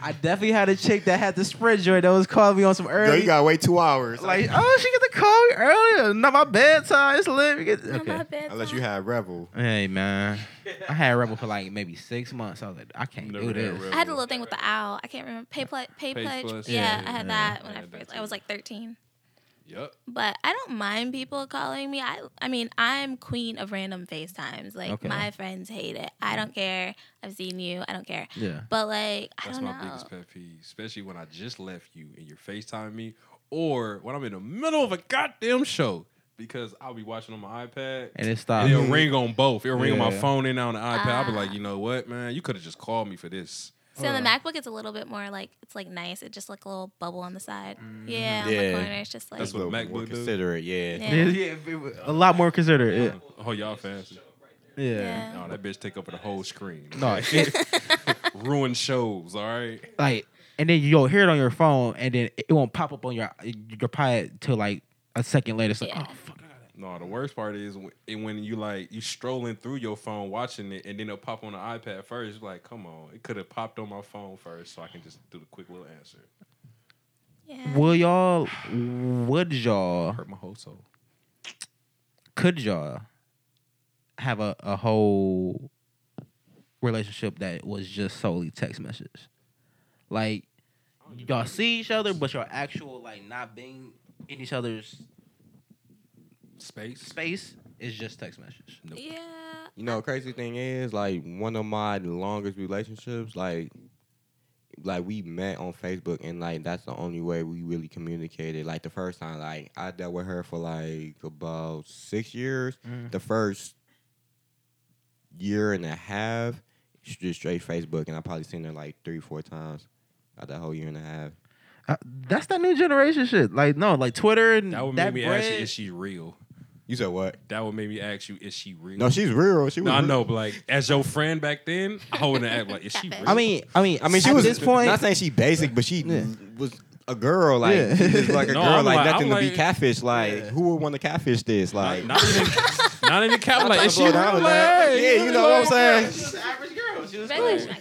[SPEAKER 1] I definitely had a chick that had the spread joint that was calling me on some early.
[SPEAKER 2] Girl, you gotta wait two hours.
[SPEAKER 1] like, oh, she get to call me earlier. Not my bedtime. It's lit. We get-
[SPEAKER 4] Not my
[SPEAKER 1] Okay.
[SPEAKER 4] bedtime.
[SPEAKER 2] unless you had Rebel.
[SPEAKER 1] Hey man, I had Rebel for like maybe six months. I was like, I can't
[SPEAKER 3] Never
[SPEAKER 1] do
[SPEAKER 3] had
[SPEAKER 1] this.
[SPEAKER 3] Rebel.
[SPEAKER 4] I had a little thing with the owl. I can't remember. Pay pl- pay
[SPEAKER 3] Pay
[SPEAKER 4] pledge.
[SPEAKER 3] pledge.
[SPEAKER 4] Yeah,
[SPEAKER 3] Yeah,
[SPEAKER 4] I had
[SPEAKER 1] yeah.
[SPEAKER 4] that when
[SPEAKER 3] I
[SPEAKER 4] I
[SPEAKER 3] had that
[SPEAKER 4] first.
[SPEAKER 3] too.
[SPEAKER 4] I was like 13.
[SPEAKER 3] Yep.
[SPEAKER 4] But I don't mind people calling me. I I mean, I'm queen of random FaceTimes. Like
[SPEAKER 1] Okay.
[SPEAKER 4] my friends hate it.
[SPEAKER 3] Mm-hmm.
[SPEAKER 4] I don't care. I've seen you. I don't care.
[SPEAKER 1] Yeah.
[SPEAKER 4] But like, I
[SPEAKER 3] That's
[SPEAKER 4] don't
[SPEAKER 3] my
[SPEAKER 4] know.
[SPEAKER 3] biggest pet peeve, especially when I just left you and you're FaceTiming me, or when I'm in the middle of a goddamn show because I'll be watching on my iPad.
[SPEAKER 1] And it
[SPEAKER 3] And
[SPEAKER 1] stopped.
[SPEAKER 3] it'll ring on both. It'll ring on my
[SPEAKER 1] Yeah.
[SPEAKER 3] phone and on the iPad. I'll be
[SPEAKER 4] Ah.
[SPEAKER 3] like, you know what, man? You could have just called me for this.
[SPEAKER 4] so in the MacBook, it's a little bit more like it's like nice. It's just like a little bubble on the side. Yeah, on
[SPEAKER 2] Yeah.
[SPEAKER 4] the corner. It's just like
[SPEAKER 3] Mm-hmm. That's what
[SPEAKER 2] Little
[SPEAKER 3] MacBook
[SPEAKER 2] more
[SPEAKER 3] do.
[SPEAKER 2] considerate, yeah.
[SPEAKER 1] Yeah, yeah, it was a lot more considerate.
[SPEAKER 3] Oh, y'all fancy.
[SPEAKER 1] Yeah. yeah.
[SPEAKER 4] Yeah.
[SPEAKER 3] No, that bitch take over the whole screen.
[SPEAKER 1] No, it,
[SPEAKER 3] Ruin shows, all right?
[SPEAKER 1] like, and then you'll hear it on your phone, and then it won't pop up on your your pad till like a second later. It's like,
[SPEAKER 4] Yeah.
[SPEAKER 1] oh fuck. I got it.
[SPEAKER 3] No, the worst part is when, and when you like you strolling through your phone watching it, and then it'll pop on the iPad first. Like, come on, it could have popped on my phone first, so I can just do the quick little answer.
[SPEAKER 4] yeah.
[SPEAKER 1] Will y'all? Would y'all?
[SPEAKER 3] Hurt my whole soul.
[SPEAKER 1] Could y'all have a a whole relationship that was just solely text message? Like, y'all see each other, but y'all actual like not being in each other's
[SPEAKER 3] Space.
[SPEAKER 1] space is just text message.
[SPEAKER 3] Nope.
[SPEAKER 4] Yeah.
[SPEAKER 2] You know, crazy thing is, like one of my longest relationships, like, like we met on Facebook, and like that's the only way we really communicated. Like the first time, like I dealt with her for like about six years.
[SPEAKER 1] Mm.
[SPEAKER 2] The first year and a half, sh- just straight Facebook, and I probably seen her like three, four times. Out that whole year and a half.
[SPEAKER 1] Uh, that's that new generation shit. Like no, like Twitter and
[SPEAKER 3] That would
[SPEAKER 1] that,
[SPEAKER 3] make me
[SPEAKER 1] bread.
[SPEAKER 3] ask you, is she real?
[SPEAKER 2] You said what?
[SPEAKER 3] That would make me ask you, is she real?
[SPEAKER 2] No, she's real. She was
[SPEAKER 3] No, I
[SPEAKER 2] real.
[SPEAKER 3] know, but like as your friend back then, I wouldn't act like is she real?
[SPEAKER 4] Stop it.
[SPEAKER 1] I mean, I mean,
[SPEAKER 2] I mean, she
[SPEAKER 1] at
[SPEAKER 2] was
[SPEAKER 1] this point.
[SPEAKER 2] Not saying she basic, but she
[SPEAKER 1] Yeah.
[SPEAKER 2] was a girl, like
[SPEAKER 1] Yeah.
[SPEAKER 2] she just like a
[SPEAKER 3] No,
[SPEAKER 2] girl,
[SPEAKER 3] I'm
[SPEAKER 2] like,
[SPEAKER 3] like-
[SPEAKER 2] nothing
[SPEAKER 3] I'm
[SPEAKER 2] to be
[SPEAKER 3] like-
[SPEAKER 2] catfish. Like
[SPEAKER 1] Yeah.
[SPEAKER 2] who would want to catfish this?
[SPEAKER 3] not,
[SPEAKER 2] Like
[SPEAKER 3] not in the, not in the cap.
[SPEAKER 2] I'm
[SPEAKER 3] Like
[SPEAKER 2] trying
[SPEAKER 3] is
[SPEAKER 2] to
[SPEAKER 3] she
[SPEAKER 2] blow
[SPEAKER 3] real?
[SPEAKER 2] down on that.
[SPEAKER 3] Like,
[SPEAKER 2] Yeah, you know what I'm saying.
[SPEAKER 1] average girl. She was
[SPEAKER 4] Regular regular.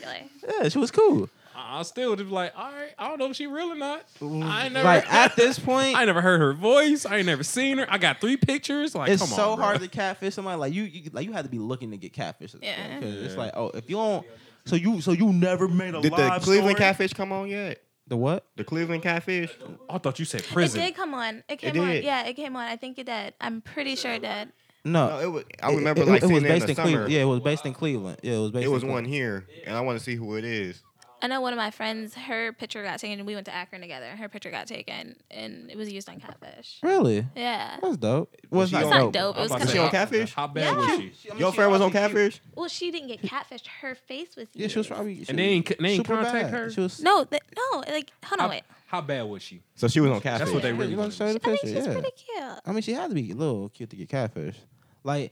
[SPEAKER 1] Yeah, she was cool.
[SPEAKER 3] I I still would be like, all right, I don't know if she real or not. I ain't never.
[SPEAKER 1] Like at this point,
[SPEAKER 3] I ain't never heard her voice. I ain't never seen her. I got three pictures. Like,
[SPEAKER 1] it's
[SPEAKER 3] come
[SPEAKER 1] so
[SPEAKER 3] on,
[SPEAKER 1] hard
[SPEAKER 3] bruh.
[SPEAKER 1] to catfish somebody. Like you, you like you had to be looking to get catfish. at this point,
[SPEAKER 4] Yeah.
[SPEAKER 1] 'cause It's
[SPEAKER 3] Yeah.
[SPEAKER 1] like, oh, if you don't, so you, so you never made a
[SPEAKER 2] Did the
[SPEAKER 1] live
[SPEAKER 2] Cleveland
[SPEAKER 1] story?
[SPEAKER 2] catfish come on yet?
[SPEAKER 1] The what?
[SPEAKER 2] The Cleveland catfish.
[SPEAKER 3] I thought you said prison.
[SPEAKER 4] It did come on. It came on.
[SPEAKER 2] did.
[SPEAKER 4] Yeah, it came on. I think it did. I'm pretty sure it did.
[SPEAKER 1] No,
[SPEAKER 2] No, it was. I remember
[SPEAKER 1] it-
[SPEAKER 2] like
[SPEAKER 1] it
[SPEAKER 2] seeing
[SPEAKER 1] was
[SPEAKER 2] it in
[SPEAKER 1] based
[SPEAKER 2] the
[SPEAKER 1] in Cleveland.
[SPEAKER 2] summer.
[SPEAKER 1] Yeah, it was based in Cleveland. Yeah, it was based.
[SPEAKER 2] It was
[SPEAKER 1] in
[SPEAKER 2] one
[SPEAKER 1] Cleveland.
[SPEAKER 2] here, and I want to see who it is.
[SPEAKER 4] I know one of my friends, her picture got taken. We went to Akron together. Her picture got taken, and it was used on Catfish.
[SPEAKER 1] Really?
[SPEAKER 4] Yeah.
[SPEAKER 1] That's dope. Well, it's
[SPEAKER 2] she
[SPEAKER 1] not
[SPEAKER 2] on-
[SPEAKER 4] It's not dope. It was
[SPEAKER 2] about
[SPEAKER 4] kind
[SPEAKER 2] to
[SPEAKER 4] of
[SPEAKER 2] say, she on Catfish?
[SPEAKER 3] How bad was
[SPEAKER 4] Yeah.
[SPEAKER 3] she?
[SPEAKER 2] Your friend was on Catfish?
[SPEAKER 4] well, she didn't get catfished. Her face was
[SPEAKER 1] Yeah, she was probably. She
[SPEAKER 3] And they ain't- they ain't
[SPEAKER 1] super
[SPEAKER 3] contact
[SPEAKER 1] bad.
[SPEAKER 3] her?
[SPEAKER 1] She was.
[SPEAKER 4] no, th- no. Like, hold on,
[SPEAKER 3] How-
[SPEAKER 4] wait.
[SPEAKER 3] How bad was she?
[SPEAKER 2] So she was on Catfish.
[SPEAKER 3] That's what they
[SPEAKER 1] Yeah,
[SPEAKER 3] really
[SPEAKER 1] you gonna
[SPEAKER 3] want.
[SPEAKER 1] show the
[SPEAKER 4] I think
[SPEAKER 1] picture?
[SPEAKER 4] she's
[SPEAKER 1] Yeah.
[SPEAKER 4] pretty cute.
[SPEAKER 1] I mean, she had to be a little cute to get catfish. Like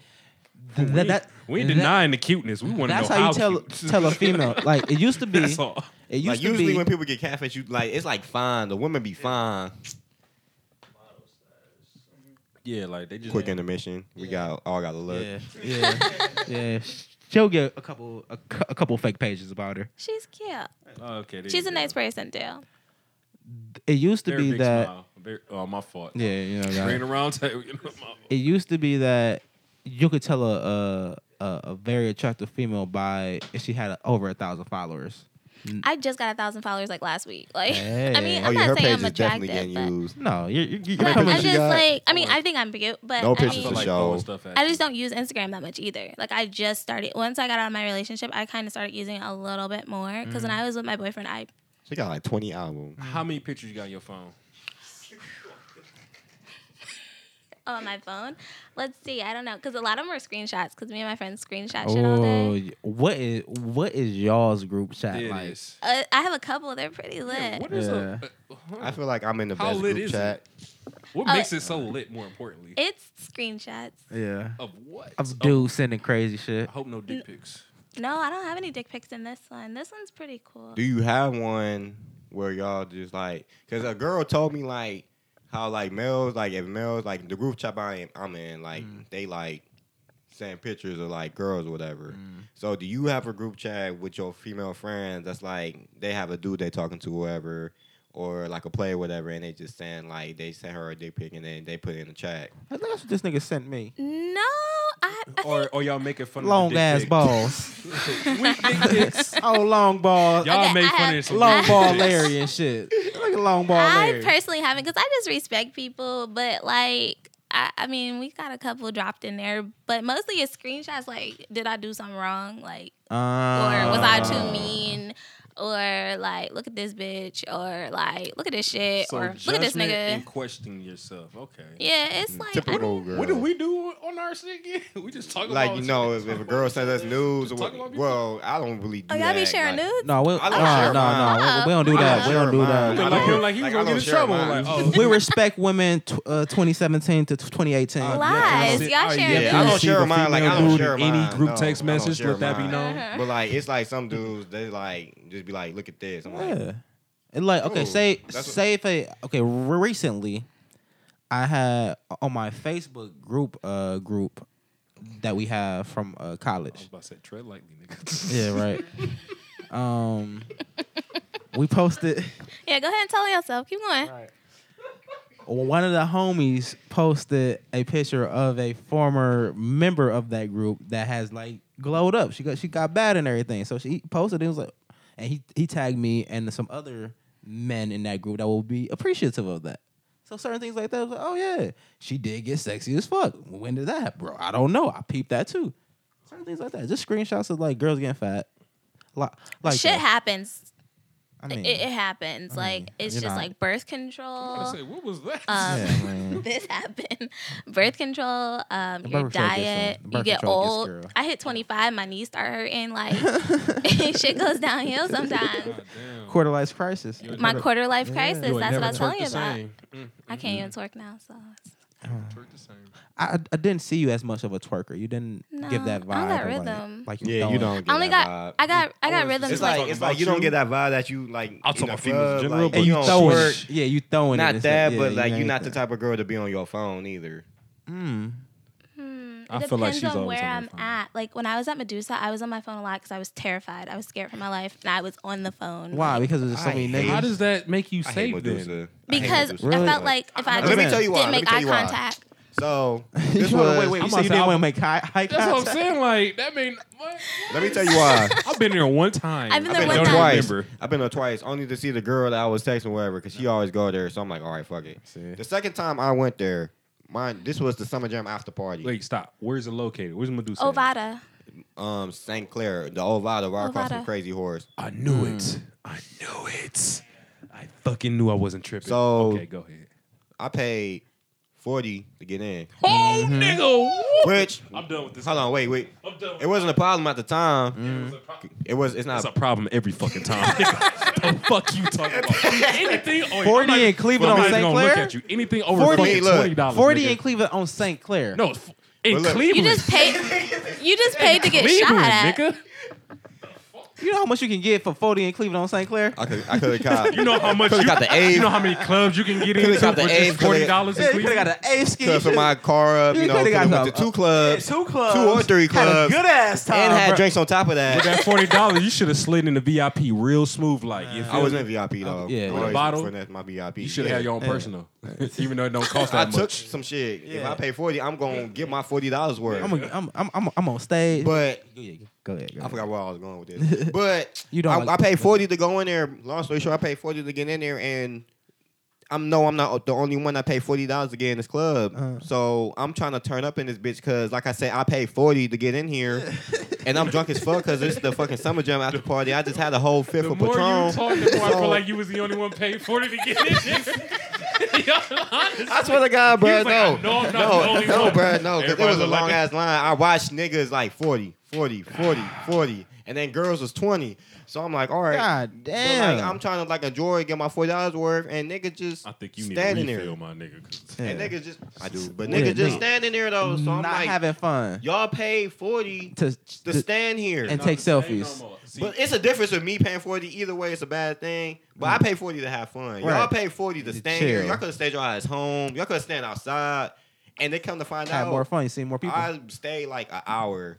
[SPEAKER 1] th- that. that
[SPEAKER 3] We ain't
[SPEAKER 1] that-
[SPEAKER 3] denying the cuteness. We want to know
[SPEAKER 1] That's how you tell
[SPEAKER 3] cute.
[SPEAKER 1] tell a female. Like it used to be.
[SPEAKER 3] That's all.
[SPEAKER 1] It used
[SPEAKER 2] Like
[SPEAKER 1] to
[SPEAKER 2] usually
[SPEAKER 1] be.
[SPEAKER 2] when people get catfish, you like it's like fine. The women be fine.
[SPEAKER 3] Yeah, like they just
[SPEAKER 2] Quick intermission. We got all got to look.
[SPEAKER 1] yeah, yeah, yeah. She'll get a couple a, cou- a couple fake pages about her.
[SPEAKER 4] She's cute.
[SPEAKER 3] Oh, okay, there
[SPEAKER 4] She's
[SPEAKER 3] you
[SPEAKER 4] a
[SPEAKER 3] go.
[SPEAKER 4] nice person too.
[SPEAKER 1] It used to
[SPEAKER 3] Very
[SPEAKER 1] be
[SPEAKER 3] big
[SPEAKER 1] that.
[SPEAKER 3] smile. Very, oh, my fault.
[SPEAKER 1] Yeah, you know.
[SPEAKER 3] Bring
[SPEAKER 1] Right?
[SPEAKER 3] it around table. You know, my fault.
[SPEAKER 1] it used to be that you could tell a a, a, a very attractive female by if she had over a thousand followers.
[SPEAKER 4] I just got a thousand followers like last week. Like, I
[SPEAKER 1] Hey.
[SPEAKER 2] Mm.
[SPEAKER 4] mean,
[SPEAKER 2] Oh
[SPEAKER 4] I'm
[SPEAKER 2] yeah, her
[SPEAKER 4] not
[SPEAKER 2] page
[SPEAKER 4] saying I'm
[SPEAKER 2] is definitely getting
[SPEAKER 4] attractive, but
[SPEAKER 2] used.
[SPEAKER 1] No, you're, you're, you're
[SPEAKER 4] but
[SPEAKER 1] coming.
[SPEAKER 4] I'm just
[SPEAKER 2] got?
[SPEAKER 4] like, I mean, I think I'm cute, but
[SPEAKER 2] No
[SPEAKER 4] I
[SPEAKER 2] pictures
[SPEAKER 4] mean,
[SPEAKER 2] for
[SPEAKER 3] like
[SPEAKER 2] sure.
[SPEAKER 3] throwing stuff at
[SPEAKER 4] I
[SPEAKER 3] you.
[SPEAKER 4] just don't use Instagram that much either. Like I just started once I got out of my relationship, I kind of started using it a little bit more because
[SPEAKER 2] Mm.
[SPEAKER 4] when I was with my boyfriend, I
[SPEAKER 2] She got like twenty albums.
[SPEAKER 3] How many pictures you got on your phone?
[SPEAKER 4] on my phone. Let's see, I don't know because a lot of them are screenshots because me and my friends screenshot shit all
[SPEAKER 1] Oh,
[SPEAKER 4] day.
[SPEAKER 1] y- what is what is y'all's group chat
[SPEAKER 3] There
[SPEAKER 1] like?
[SPEAKER 3] it is.
[SPEAKER 4] Uh, I have a couple; they're pretty lit.
[SPEAKER 3] Yeah, what is a, uh, huh?
[SPEAKER 2] I feel like I'm in the
[SPEAKER 3] How
[SPEAKER 2] best
[SPEAKER 3] lit
[SPEAKER 2] group
[SPEAKER 3] is
[SPEAKER 2] chat.
[SPEAKER 3] What
[SPEAKER 4] Uh,
[SPEAKER 3] makes it so lit? More importantly,
[SPEAKER 4] it's screenshots.
[SPEAKER 1] Yeah,
[SPEAKER 3] of what?
[SPEAKER 1] of dudes sending crazy shit.
[SPEAKER 3] I hope no
[SPEAKER 4] Mm.
[SPEAKER 3] dick pics.
[SPEAKER 4] No, I don't have any dick pics in this one. This one's pretty cool.
[SPEAKER 2] Do you have one where y'all just like? Cause a girl told me like how like males like if males like the group chat I am I'm in like
[SPEAKER 3] Mm.
[SPEAKER 2] they like send pictures of like girls or whatever.
[SPEAKER 3] Mm.
[SPEAKER 2] So do you have a group chat with your female friends that's like they have a dude they talking to whoever or like a play or whatever and they just send like they send her a dick pic and then they put it in the chat.
[SPEAKER 1] That's what this nigga sent me.
[SPEAKER 4] No, I, I think
[SPEAKER 3] Or, or y'all making fun of
[SPEAKER 1] Long
[SPEAKER 3] the Mm, dick
[SPEAKER 1] ass
[SPEAKER 3] pics.
[SPEAKER 1] balls.
[SPEAKER 3] Weak dick pics.
[SPEAKER 1] oh, long balls.
[SPEAKER 3] Y'all
[SPEAKER 4] Okay,
[SPEAKER 3] make
[SPEAKER 4] I
[SPEAKER 3] fun
[SPEAKER 4] have-
[SPEAKER 3] of some
[SPEAKER 1] Long
[SPEAKER 3] dick
[SPEAKER 1] ball
[SPEAKER 3] pics.
[SPEAKER 1] Larry and shit. Look at long ball
[SPEAKER 4] I
[SPEAKER 1] Larry.
[SPEAKER 4] personally haven't because I just respect people, but like. I, I mean, we got a couple dropped in there, but mostly it's screenshots. Like, did I do something wrong? Like,
[SPEAKER 1] Uh,
[SPEAKER 4] or was I
[SPEAKER 3] Ah.
[SPEAKER 4] too mean? Or like, look at this bitch, or like, look at this shit,
[SPEAKER 3] So
[SPEAKER 4] or look at this
[SPEAKER 3] judgment
[SPEAKER 4] nigga.
[SPEAKER 3] And questioning yourself. Okay.
[SPEAKER 4] yeah, it's like, I
[SPEAKER 2] Typical girl.
[SPEAKER 3] What do we do on our shit again? We just talk about
[SPEAKER 2] like you
[SPEAKER 3] shit.
[SPEAKER 2] know if, if a girl sends us news or
[SPEAKER 3] Talk about
[SPEAKER 2] what,
[SPEAKER 3] me.
[SPEAKER 2] well I don't really. Do
[SPEAKER 4] oh, y'all be
[SPEAKER 2] that,
[SPEAKER 4] sharing
[SPEAKER 2] like-
[SPEAKER 4] nudes?
[SPEAKER 1] No, we, no,
[SPEAKER 2] I
[SPEAKER 1] Oh, no,
[SPEAKER 2] don't share
[SPEAKER 1] no,
[SPEAKER 4] mine.
[SPEAKER 1] we, we don't do
[SPEAKER 2] I don't
[SPEAKER 1] that. We don't
[SPEAKER 2] share
[SPEAKER 1] do
[SPEAKER 3] Like,
[SPEAKER 1] that.
[SPEAKER 2] mine.
[SPEAKER 1] We
[SPEAKER 2] I
[SPEAKER 3] I
[SPEAKER 1] don't-
[SPEAKER 2] don't-
[SPEAKER 3] feel like he
[SPEAKER 2] like,
[SPEAKER 3] was
[SPEAKER 2] I
[SPEAKER 3] gonna
[SPEAKER 2] don't
[SPEAKER 3] get in
[SPEAKER 2] share
[SPEAKER 3] trouble. Like,
[SPEAKER 2] mine.
[SPEAKER 3] oh,
[SPEAKER 1] we respect women tw- uh, 2017 to 2018.
[SPEAKER 2] Uh,
[SPEAKER 4] Lies,
[SPEAKER 3] yeah,
[SPEAKER 4] y'all
[SPEAKER 3] I
[SPEAKER 1] Oh,
[SPEAKER 4] sharing
[SPEAKER 3] don't
[SPEAKER 2] Yeah, I
[SPEAKER 4] nudes?
[SPEAKER 2] don't
[SPEAKER 3] Receive
[SPEAKER 2] share
[SPEAKER 3] a
[SPEAKER 2] mine. Like I
[SPEAKER 3] female
[SPEAKER 2] don't
[SPEAKER 3] dude
[SPEAKER 2] share
[SPEAKER 3] in any
[SPEAKER 2] mine.
[SPEAKER 3] group
[SPEAKER 2] No,
[SPEAKER 3] text
[SPEAKER 2] I don't
[SPEAKER 3] message,
[SPEAKER 2] share
[SPEAKER 3] let that be
[SPEAKER 2] mine.
[SPEAKER 3] known.
[SPEAKER 4] Uh-huh.
[SPEAKER 2] But like it's like some dudes they like just be like, look at this. I'm like,
[SPEAKER 1] Yeah. And like,
[SPEAKER 3] Oh,
[SPEAKER 1] okay,
[SPEAKER 2] Ooh,
[SPEAKER 1] say
[SPEAKER 2] that's what-
[SPEAKER 1] say if a okay re- recently, I had on my Facebook group uh group that we have from uh
[SPEAKER 3] I was
[SPEAKER 1] college.
[SPEAKER 3] about to say tread lightly, nigga.
[SPEAKER 1] Yeah, right. um, we posted.
[SPEAKER 4] Yeah, go ahead and tell yourself. Keep going.
[SPEAKER 1] One of the homies posted a picture of a former member of that group that has like glowed up. She got she got bad and everything. So she posted it was like, and he he tagged me and some other men in that group that will be appreciative of that. So certain things like that was like, oh yeah, she did get sexy as fuck. When did that, happen, bro? I don't know. I peeped that too. Certain things like that. Just screenshots of like girls getting fat. Like, like
[SPEAKER 4] Shit
[SPEAKER 1] that.
[SPEAKER 4] happens.
[SPEAKER 1] I mean,
[SPEAKER 4] it, it happens. like, it's
[SPEAKER 1] you're
[SPEAKER 4] just
[SPEAKER 1] not-
[SPEAKER 4] like birth
[SPEAKER 3] I was
[SPEAKER 4] control.
[SPEAKER 3] about to say, what was that?
[SPEAKER 4] Um,
[SPEAKER 1] yeah, man.
[SPEAKER 4] this happened. Birth control, um,
[SPEAKER 1] The
[SPEAKER 4] your
[SPEAKER 1] birth control gets
[SPEAKER 4] diet,
[SPEAKER 1] them. The
[SPEAKER 4] you
[SPEAKER 1] birth
[SPEAKER 4] get
[SPEAKER 1] control gets
[SPEAKER 4] old.
[SPEAKER 1] girl.
[SPEAKER 4] I hit 25, my knees start hurting. Like, shit goes downhill sometimes.
[SPEAKER 3] God damn.
[SPEAKER 1] quarter life crisis.
[SPEAKER 3] You're
[SPEAKER 4] My quarter life
[SPEAKER 1] Yeah.
[SPEAKER 4] crisis,
[SPEAKER 1] You would
[SPEAKER 4] that's what
[SPEAKER 3] Never
[SPEAKER 4] I was telling you
[SPEAKER 3] twerk the
[SPEAKER 4] about.
[SPEAKER 3] same. Mm,
[SPEAKER 4] I can't even twerk now, so. it's-
[SPEAKER 3] twerk the same.
[SPEAKER 1] I, I didn't see you as much of a twerker. You didn't give
[SPEAKER 4] No,
[SPEAKER 1] that
[SPEAKER 4] I
[SPEAKER 1] vibe.
[SPEAKER 4] got
[SPEAKER 1] of, like-
[SPEAKER 4] rhythm.
[SPEAKER 1] Like, you
[SPEAKER 2] yeah, you don't. Get
[SPEAKER 4] I only
[SPEAKER 2] that
[SPEAKER 4] got,
[SPEAKER 2] Vibe.
[SPEAKER 4] I got, I got
[SPEAKER 3] Uh, always-
[SPEAKER 4] rhythms.
[SPEAKER 2] It's
[SPEAKER 3] I'm
[SPEAKER 2] like
[SPEAKER 3] talking
[SPEAKER 2] it's
[SPEAKER 3] about
[SPEAKER 2] like you don't
[SPEAKER 3] you.
[SPEAKER 2] get that vibe that you like.
[SPEAKER 3] I'll
[SPEAKER 2] in
[SPEAKER 3] talk
[SPEAKER 2] the
[SPEAKER 3] about females in
[SPEAKER 2] club,
[SPEAKER 3] general,
[SPEAKER 2] like,
[SPEAKER 3] but
[SPEAKER 1] And you
[SPEAKER 2] don't
[SPEAKER 1] throwing,
[SPEAKER 2] twerk.
[SPEAKER 1] sh- yeah, you throwing. it
[SPEAKER 2] Not
[SPEAKER 1] and
[SPEAKER 2] that,
[SPEAKER 1] shit.
[SPEAKER 2] but
[SPEAKER 1] Yeah,
[SPEAKER 2] like
[SPEAKER 1] you
[SPEAKER 2] you're
[SPEAKER 1] ain't
[SPEAKER 2] not the
[SPEAKER 1] that.
[SPEAKER 2] type of girl to be on your phone either.
[SPEAKER 1] Mm.
[SPEAKER 4] Hmm,
[SPEAKER 3] I
[SPEAKER 4] it
[SPEAKER 3] feel like
[SPEAKER 4] depends
[SPEAKER 3] she's
[SPEAKER 4] on
[SPEAKER 3] always
[SPEAKER 4] where
[SPEAKER 3] on
[SPEAKER 4] I'm
[SPEAKER 3] her phone.
[SPEAKER 4] at. Like when I was at Medusa, I was on my phone a lot because I was terrified. I was scared for my life, and I was on the phone.
[SPEAKER 1] Why?
[SPEAKER 4] like-
[SPEAKER 1] Because there's just so
[SPEAKER 2] I
[SPEAKER 1] many
[SPEAKER 2] hate
[SPEAKER 3] How
[SPEAKER 1] niggas.
[SPEAKER 3] does that make you
[SPEAKER 2] I hate
[SPEAKER 3] safe
[SPEAKER 2] Medusa.
[SPEAKER 3] then?
[SPEAKER 2] I hate
[SPEAKER 4] because
[SPEAKER 2] Medusa.
[SPEAKER 4] I
[SPEAKER 1] Really?
[SPEAKER 4] felt like if I
[SPEAKER 2] Let me
[SPEAKER 4] just
[SPEAKER 2] tell you why. Let me
[SPEAKER 4] didn't make
[SPEAKER 2] tell
[SPEAKER 4] eye
[SPEAKER 2] you why.
[SPEAKER 4] contact,
[SPEAKER 2] So
[SPEAKER 1] You
[SPEAKER 2] this
[SPEAKER 1] wanna-
[SPEAKER 2] was,
[SPEAKER 1] wait, wait,
[SPEAKER 3] I'm
[SPEAKER 1] you said you didn't
[SPEAKER 3] outside.
[SPEAKER 1] want to make high, high
[SPEAKER 3] That's what I'm
[SPEAKER 1] contact?
[SPEAKER 3] saying. Like that mean what?
[SPEAKER 2] Let me tell you why.
[SPEAKER 3] I've been there one time.
[SPEAKER 4] I've been
[SPEAKER 2] I've been
[SPEAKER 4] there one
[SPEAKER 3] don't
[SPEAKER 2] there
[SPEAKER 4] time.
[SPEAKER 2] twice.
[SPEAKER 3] remember.
[SPEAKER 2] I've been there twice, only to see the girl that I was texting wherever, because she always go there. So I'm like, all right, fuck it.
[SPEAKER 1] See.
[SPEAKER 2] The second time I went there, mine this was the summer jam after party.
[SPEAKER 3] Wait, stop. Where's it located? Where's Medusa?
[SPEAKER 4] Oh,
[SPEAKER 3] at?
[SPEAKER 4] Ovada.
[SPEAKER 2] Um, St. Clair, the Ovada, where I caught some
[SPEAKER 4] Ovada.
[SPEAKER 2] crazy horse.
[SPEAKER 3] I knew it.
[SPEAKER 2] Hmm.
[SPEAKER 3] it. I fucking knew I wasn't tripping.
[SPEAKER 2] So-
[SPEAKER 3] okay, go ahead.
[SPEAKER 2] I paid forty to get in,
[SPEAKER 3] Oh,
[SPEAKER 2] Mm-hmm.
[SPEAKER 3] nigga.
[SPEAKER 2] which
[SPEAKER 3] I'm done with this.
[SPEAKER 2] hold on, wait, wait.
[SPEAKER 3] I'm done.
[SPEAKER 2] It wasn't a problem at the time.
[SPEAKER 3] It's a pro-
[SPEAKER 2] It was. It's not.
[SPEAKER 3] It's a problem every fucking time. the fuck you talking about? Anything over
[SPEAKER 1] 40 in Cleveland on St. Clair?
[SPEAKER 3] Look at you. Anything over
[SPEAKER 1] 40,
[SPEAKER 3] fucking
[SPEAKER 2] look,
[SPEAKER 3] twenty dollars.
[SPEAKER 1] 40
[SPEAKER 3] nigga.
[SPEAKER 1] in Cleveland on St. Clair.
[SPEAKER 3] No, f- in
[SPEAKER 2] But look-
[SPEAKER 3] Cleveland.
[SPEAKER 4] You just paid. You just paid to get shot
[SPEAKER 3] Cleveland,
[SPEAKER 4] at.
[SPEAKER 3] nigga.
[SPEAKER 1] You know how much you can get for 40 in Cleveland on St. Clair?
[SPEAKER 2] I could. I could have caught.
[SPEAKER 3] You know how much you,
[SPEAKER 2] Coulda got the A's.
[SPEAKER 3] you know how many clubs you can get
[SPEAKER 2] Coulda
[SPEAKER 3] into
[SPEAKER 2] got
[SPEAKER 3] for
[SPEAKER 2] the A's,
[SPEAKER 3] just
[SPEAKER 2] coulda-
[SPEAKER 3] forty dollars in
[SPEAKER 1] you could
[SPEAKER 3] Cleveland.
[SPEAKER 1] have got an A ski.
[SPEAKER 2] Could have my car up.
[SPEAKER 1] You
[SPEAKER 2] You, know,
[SPEAKER 1] coulda
[SPEAKER 2] coulda
[SPEAKER 1] got
[SPEAKER 2] went to
[SPEAKER 1] some-
[SPEAKER 2] two clubs,
[SPEAKER 1] two clubs.
[SPEAKER 2] two or three
[SPEAKER 1] Had a
[SPEAKER 2] clubs,
[SPEAKER 1] good ass time.
[SPEAKER 2] and had
[SPEAKER 1] bro.
[SPEAKER 2] drinks on top of
[SPEAKER 3] With
[SPEAKER 2] that.
[SPEAKER 3] that forty dollars, you should have slid in the VIP real smooth, like you
[SPEAKER 2] I
[SPEAKER 3] feel
[SPEAKER 2] was
[SPEAKER 3] me?
[SPEAKER 2] in VIP though.
[SPEAKER 1] Yeah.
[SPEAKER 2] I
[SPEAKER 1] With a
[SPEAKER 2] always
[SPEAKER 3] bottle?
[SPEAKER 2] finesse my VIP.
[SPEAKER 3] You should have
[SPEAKER 2] yeah.
[SPEAKER 3] had your own personal, even though it don't cost
[SPEAKER 2] I
[SPEAKER 3] that
[SPEAKER 2] took
[SPEAKER 3] much.
[SPEAKER 2] some shit. If
[SPEAKER 1] Yeah.
[SPEAKER 2] I pay forty, I'm gonna get my forty dollars worth.
[SPEAKER 1] I'm, a, I'm, I'm, I'm, I'm on stage.
[SPEAKER 2] but
[SPEAKER 1] go ahead. Go ahead. Go
[SPEAKER 2] I
[SPEAKER 1] ahead.
[SPEAKER 2] forgot where I was going with this. But
[SPEAKER 1] You don't
[SPEAKER 2] I,
[SPEAKER 1] like-
[SPEAKER 2] I paid forty to go in there. Long story short, I paid forty to get in there, and I'm no, I'm not the only one that paid forty dollars to get in this club.
[SPEAKER 1] Uh.
[SPEAKER 2] So I'm trying to turn up in this bitch because, like I said, I paid forty to get in here, and I'm drunk as fuck because it's the fucking summer jam after party. I just had a whole fifth
[SPEAKER 3] The
[SPEAKER 2] of
[SPEAKER 3] more you
[SPEAKER 2] Patron. Oh.
[SPEAKER 3] talk, the more I
[SPEAKER 2] So-
[SPEAKER 3] feel like you was the only one paid forty to get in. Honestly.
[SPEAKER 2] I swear to God, bro,
[SPEAKER 3] was like, I
[SPEAKER 2] no,
[SPEAKER 3] know I'm not the
[SPEAKER 2] no,
[SPEAKER 3] only
[SPEAKER 2] no,
[SPEAKER 3] one.
[SPEAKER 2] bro, no, because it
[SPEAKER 3] Everybody
[SPEAKER 2] was a
[SPEAKER 3] look like
[SPEAKER 2] long ass line. I watched niggas like 40, 40, 40, 40, and then girls was 20. So I'm like, all right.
[SPEAKER 1] God
[SPEAKER 2] So, like,
[SPEAKER 1] damn.
[SPEAKER 2] I'm trying to like enjoy, get my forty dollars worth, and niggas just
[SPEAKER 3] I think you need a
[SPEAKER 2] standing
[SPEAKER 3] refill,
[SPEAKER 2] there.
[SPEAKER 3] my nigga. 'cause-
[SPEAKER 1] Yeah.
[SPEAKER 2] And niggas just I do, but
[SPEAKER 1] Yeah,
[SPEAKER 2] niggas just
[SPEAKER 1] nigga.
[SPEAKER 2] standing there though. So I'm
[SPEAKER 1] not
[SPEAKER 2] like,
[SPEAKER 1] having fun.
[SPEAKER 2] y'all paid forty to,
[SPEAKER 1] To, to-
[SPEAKER 2] stand here.
[SPEAKER 1] and take
[SPEAKER 3] Ain't no
[SPEAKER 1] selfies.
[SPEAKER 3] more. See,
[SPEAKER 2] but it's a difference with me paying forty. Either way, it's a bad thing. But I pay forty to have fun. Y'all
[SPEAKER 1] Mm. Right.
[SPEAKER 2] pay forty to
[SPEAKER 1] To
[SPEAKER 2] stand here.
[SPEAKER 1] chill.
[SPEAKER 2] Y'all could have stayed y'all ass home. Y'all could have stand outside. And they come to find
[SPEAKER 1] have
[SPEAKER 2] out,
[SPEAKER 1] more fun. You see more people.
[SPEAKER 2] I stayed like an hour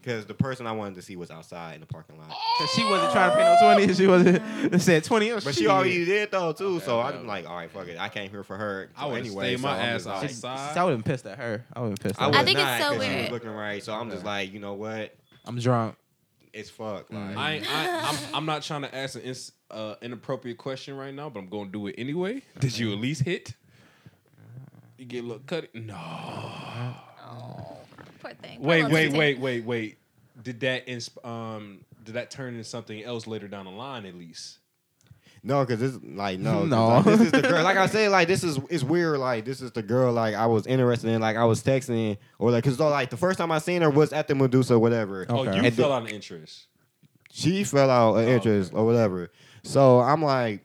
[SPEAKER 2] because the person I wanted to see was outside in the parking lot.
[SPEAKER 1] 'Cause she wasn't trying to pay no 20. She wasn't. it said oh, 20.
[SPEAKER 2] But she already did though too, so
[SPEAKER 3] okay,
[SPEAKER 2] I'm
[SPEAKER 3] okay.
[SPEAKER 2] like, all right, fuck it, I came here for her.
[SPEAKER 3] I
[SPEAKER 2] So
[SPEAKER 3] would've
[SPEAKER 2] anyway,
[SPEAKER 3] stayed my
[SPEAKER 2] so I'm
[SPEAKER 3] ass
[SPEAKER 2] just like-
[SPEAKER 3] outside.
[SPEAKER 1] See, I would have pissed at her. I would have pissed
[SPEAKER 2] I,
[SPEAKER 1] at
[SPEAKER 2] was
[SPEAKER 1] her.
[SPEAKER 4] I think it's
[SPEAKER 2] not,
[SPEAKER 4] so
[SPEAKER 2] 'cause She was
[SPEAKER 4] weird.
[SPEAKER 2] looking right, so I'm just like, you know what?
[SPEAKER 1] I'm drunk.
[SPEAKER 2] It's fuck. Like,
[SPEAKER 3] Mm-hmm. I, ain't- I, I'm, I'm not trying to ask an ins, uh, inappropriate question right now, but I'm going to do it anyway. Did you at least hit? You get a little cut? No.
[SPEAKER 4] Poor thing. Poor
[SPEAKER 3] Wait,
[SPEAKER 4] little
[SPEAKER 3] wait,
[SPEAKER 4] thing.
[SPEAKER 3] wait, wait, wait. Did that insp- um did that turn into something else later down the line? At least
[SPEAKER 2] no, because it's like no, 'cause,
[SPEAKER 1] No.
[SPEAKER 2] like, this is the girl. Like I said, like this is it's weird. Like this is the girl. Like I was interested in. Like I was texting or like because like the first time I seen her was at the Medusa or whatever.
[SPEAKER 1] Okay.
[SPEAKER 3] oh you
[SPEAKER 2] And
[SPEAKER 3] fell
[SPEAKER 2] the-
[SPEAKER 3] out of interest.
[SPEAKER 2] she fell out of
[SPEAKER 3] okay.
[SPEAKER 2] interest or whatever. So I'm like,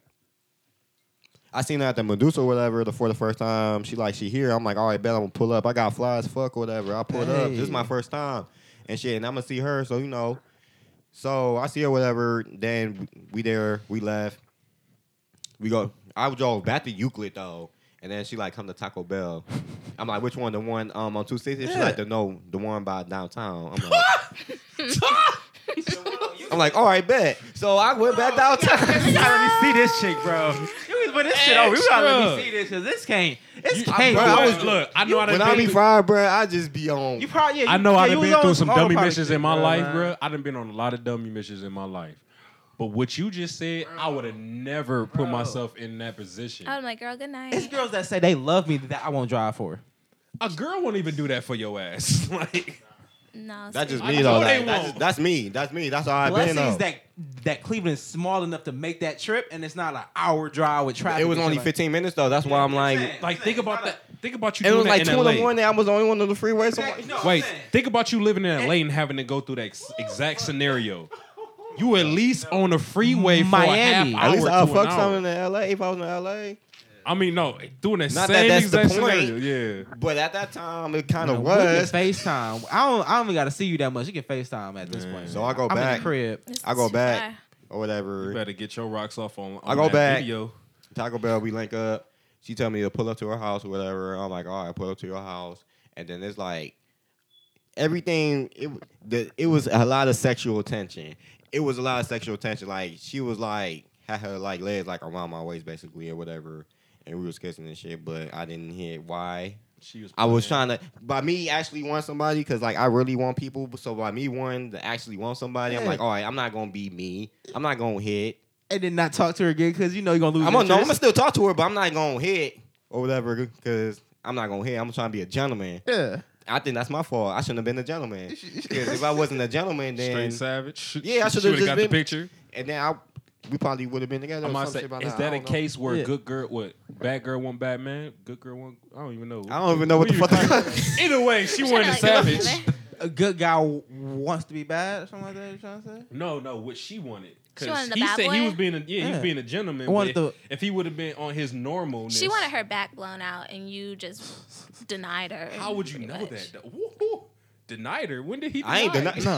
[SPEAKER 2] I seen her at the Medusa or whatever the, for the first time. She like she here. I'm like, all right, bet I'm gonna pull up. I got fly as fuck or whatever. I pulled up. This is my
[SPEAKER 1] Hey.
[SPEAKER 2] first time and shit. And I'm gonna see her. So you know, so I see her whatever. Then we there. We left. We go. I drove back to Euclid though. And then she like come to Taco Bell. I'm like, which one? The one um on two sixty? She
[SPEAKER 1] Yeah.
[SPEAKER 2] like the no, the one by downtown. I'm like, I'm like, all right, bet. So I went back downtown.
[SPEAKER 1] You gotta let me see this chick, bro. You was putting this shit on. You gotta let me
[SPEAKER 3] Extra.
[SPEAKER 1] see this because this can't. This
[SPEAKER 3] You-
[SPEAKER 1] can't.
[SPEAKER 2] bro,
[SPEAKER 1] go.
[SPEAKER 2] I was-
[SPEAKER 3] look. I know I done
[SPEAKER 2] when I
[SPEAKER 3] been-
[SPEAKER 2] be fried, bro, I just be on.
[SPEAKER 1] You probably. Yeah,
[SPEAKER 3] I
[SPEAKER 1] you-
[SPEAKER 3] know
[SPEAKER 1] yeah,
[SPEAKER 3] I
[SPEAKER 1] you
[SPEAKER 3] done
[SPEAKER 1] was
[SPEAKER 3] been
[SPEAKER 1] on
[SPEAKER 3] through some
[SPEAKER 1] autopilot
[SPEAKER 3] dummy missions
[SPEAKER 1] shit,
[SPEAKER 3] in my
[SPEAKER 1] bro,
[SPEAKER 3] life,
[SPEAKER 1] man.
[SPEAKER 3] bro. I done been on a lot of dummy missions in my life. But what you just said, I would have never put
[SPEAKER 1] Bro.
[SPEAKER 3] myself in that position.
[SPEAKER 4] I'm like, girl, good night.
[SPEAKER 1] It's girls that say they love me that I won't drive for.
[SPEAKER 3] A girl won't even do that for your ass. like
[SPEAKER 4] No,
[SPEAKER 2] That's just
[SPEAKER 4] seriously.
[SPEAKER 2] me
[SPEAKER 3] I
[SPEAKER 2] though.
[SPEAKER 3] know they
[SPEAKER 2] Like, that's,
[SPEAKER 3] won't.
[SPEAKER 2] that's me. That's me. That's all I've been
[SPEAKER 1] Blessings
[SPEAKER 2] on.
[SPEAKER 1] that that Cleveland is small enough to make that trip, and it's not an hour drive with traffic.
[SPEAKER 2] It was
[SPEAKER 1] and shit
[SPEAKER 2] only
[SPEAKER 1] like-
[SPEAKER 2] 15 minutes though. That's why I'm like, it
[SPEAKER 3] Like think about that. Think about you.
[SPEAKER 2] was
[SPEAKER 3] doing
[SPEAKER 2] like
[SPEAKER 3] that
[SPEAKER 2] two
[SPEAKER 3] in
[SPEAKER 2] in the
[SPEAKER 3] LA.
[SPEAKER 2] morning. I was the only one on the freeway. So
[SPEAKER 1] Exactly. No, I'm
[SPEAKER 3] Wait,
[SPEAKER 1] saying.
[SPEAKER 3] think about you living in LA and having to go through that ex- exact scenario. You at least on the freeway for
[SPEAKER 1] Miami.
[SPEAKER 3] a half
[SPEAKER 2] at least
[SPEAKER 3] hour
[SPEAKER 2] I'll
[SPEAKER 3] to an
[SPEAKER 2] fuck
[SPEAKER 3] hour.
[SPEAKER 2] something in LA if I was in LA.
[SPEAKER 3] I mean, no, doing that
[SPEAKER 2] Not that
[SPEAKER 3] same
[SPEAKER 2] that's the
[SPEAKER 3] exact
[SPEAKER 2] point.
[SPEAKER 3] scenario. Yeah.
[SPEAKER 2] But at that time, it kind
[SPEAKER 1] You know,
[SPEAKER 2] of
[SPEAKER 1] we
[SPEAKER 2] was.
[SPEAKER 1] can FaceTime. I don't. I don't even got to see you that much. You can FaceTime at this point.
[SPEAKER 2] So
[SPEAKER 1] man.
[SPEAKER 2] I go
[SPEAKER 1] I'm in
[SPEAKER 2] back.
[SPEAKER 1] the crib.
[SPEAKER 4] It's
[SPEAKER 2] I go
[SPEAKER 4] too
[SPEAKER 2] back
[SPEAKER 4] far.
[SPEAKER 2] or whatever.
[SPEAKER 3] Better get your rocks off on. on
[SPEAKER 2] I go
[SPEAKER 3] that
[SPEAKER 2] back.
[SPEAKER 3] Video.
[SPEAKER 2] Taco Bell, we link up. She tell me to pull up to her house or whatever. I'm like, all right, pull up to your house. And then it's like everything. It the, it was a lot of sexual tension. It was a lot of sexual tension. Like she was like had her like legs like around my waist basically or whatever, and we was kissing and shit. But I didn't hear why.
[SPEAKER 3] She was.
[SPEAKER 2] I was trying to by me actually want somebody because like I really want people. So by me wanting to actually want somebody, I'm
[SPEAKER 1] Yeah.
[SPEAKER 2] like, all right, I'm not gonna be me. I'm not gonna hit.
[SPEAKER 1] and then not talk to her again because you know you're gonna lose.
[SPEAKER 2] I'm gonna, no, I'm gonna
[SPEAKER 1] interest.
[SPEAKER 2] still talk to her, but I'm not gonna hit or whatever because I'm not gonna hit. I'm trying to be a gentleman.
[SPEAKER 1] Yeah.
[SPEAKER 2] I think that's my fault. I shouldn't have been a gentleman because if I wasn't a gentleman,
[SPEAKER 3] straight
[SPEAKER 2] then
[SPEAKER 3] savage.
[SPEAKER 2] Yeah, I
[SPEAKER 3] She
[SPEAKER 2] should've
[SPEAKER 3] would've
[SPEAKER 2] just
[SPEAKER 3] got
[SPEAKER 2] been-
[SPEAKER 3] the picture.
[SPEAKER 2] and then I we probably would have been together.
[SPEAKER 3] I
[SPEAKER 2] or
[SPEAKER 3] might
[SPEAKER 2] some
[SPEAKER 3] say,
[SPEAKER 2] shit by
[SPEAKER 3] is
[SPEAKER 2] now. I
[SPEAKER 3] that a
[SPEAKER 2] don't know.
[SPEAKER 3] case where
[SPEAKER 1] Yeah.
[SPEAKER 3] good girl, what bad girl, one bad man, good girl, one? I don't even know.
[SPEAKER 2] I don't even know what the
[SPEAKER 3] What
[SPEAKER 2] fuck.
[SPEAKER 3] you Either way, she wasn't a savage.
[SPEAKER 1] A good guy w- wants to be bad or something like that. You trying to say?
[SPEAKER 3] No, no, what she wanted.
[SPEAKER 4] She
[SPEAKER 3] Cause
[SPEAKER 4] wanted the
[SPEAKER 3] he
[SPEAKER 4] bad
[SPEAKER 3] said he
[SPEAKER 4] boy?
[SPEAKER 3] was being a yeah, he
[SPEAKER 1] Yeah.
[SPEAKER 3] was being a gentleman.
[SPEAKER 1] I wanted
[SPEAKER 3] But
[SPEAKER 1] the-
[SPEAKER 3] if he would have been on his normal,
[SPEAKER 4] She wanted her back blown out, and you just denied her.
[SPEAKER 3] How would you
[SPEAKER 4] pretty
[SPEAKER 3] know
[SPEAKER 4] much.
[SPEAKER 3] that? though? Woo-hoo. Denied her. When did he? Deny?
[SPEAKER 2] I ain't deny.
[SPEAKER 1] No,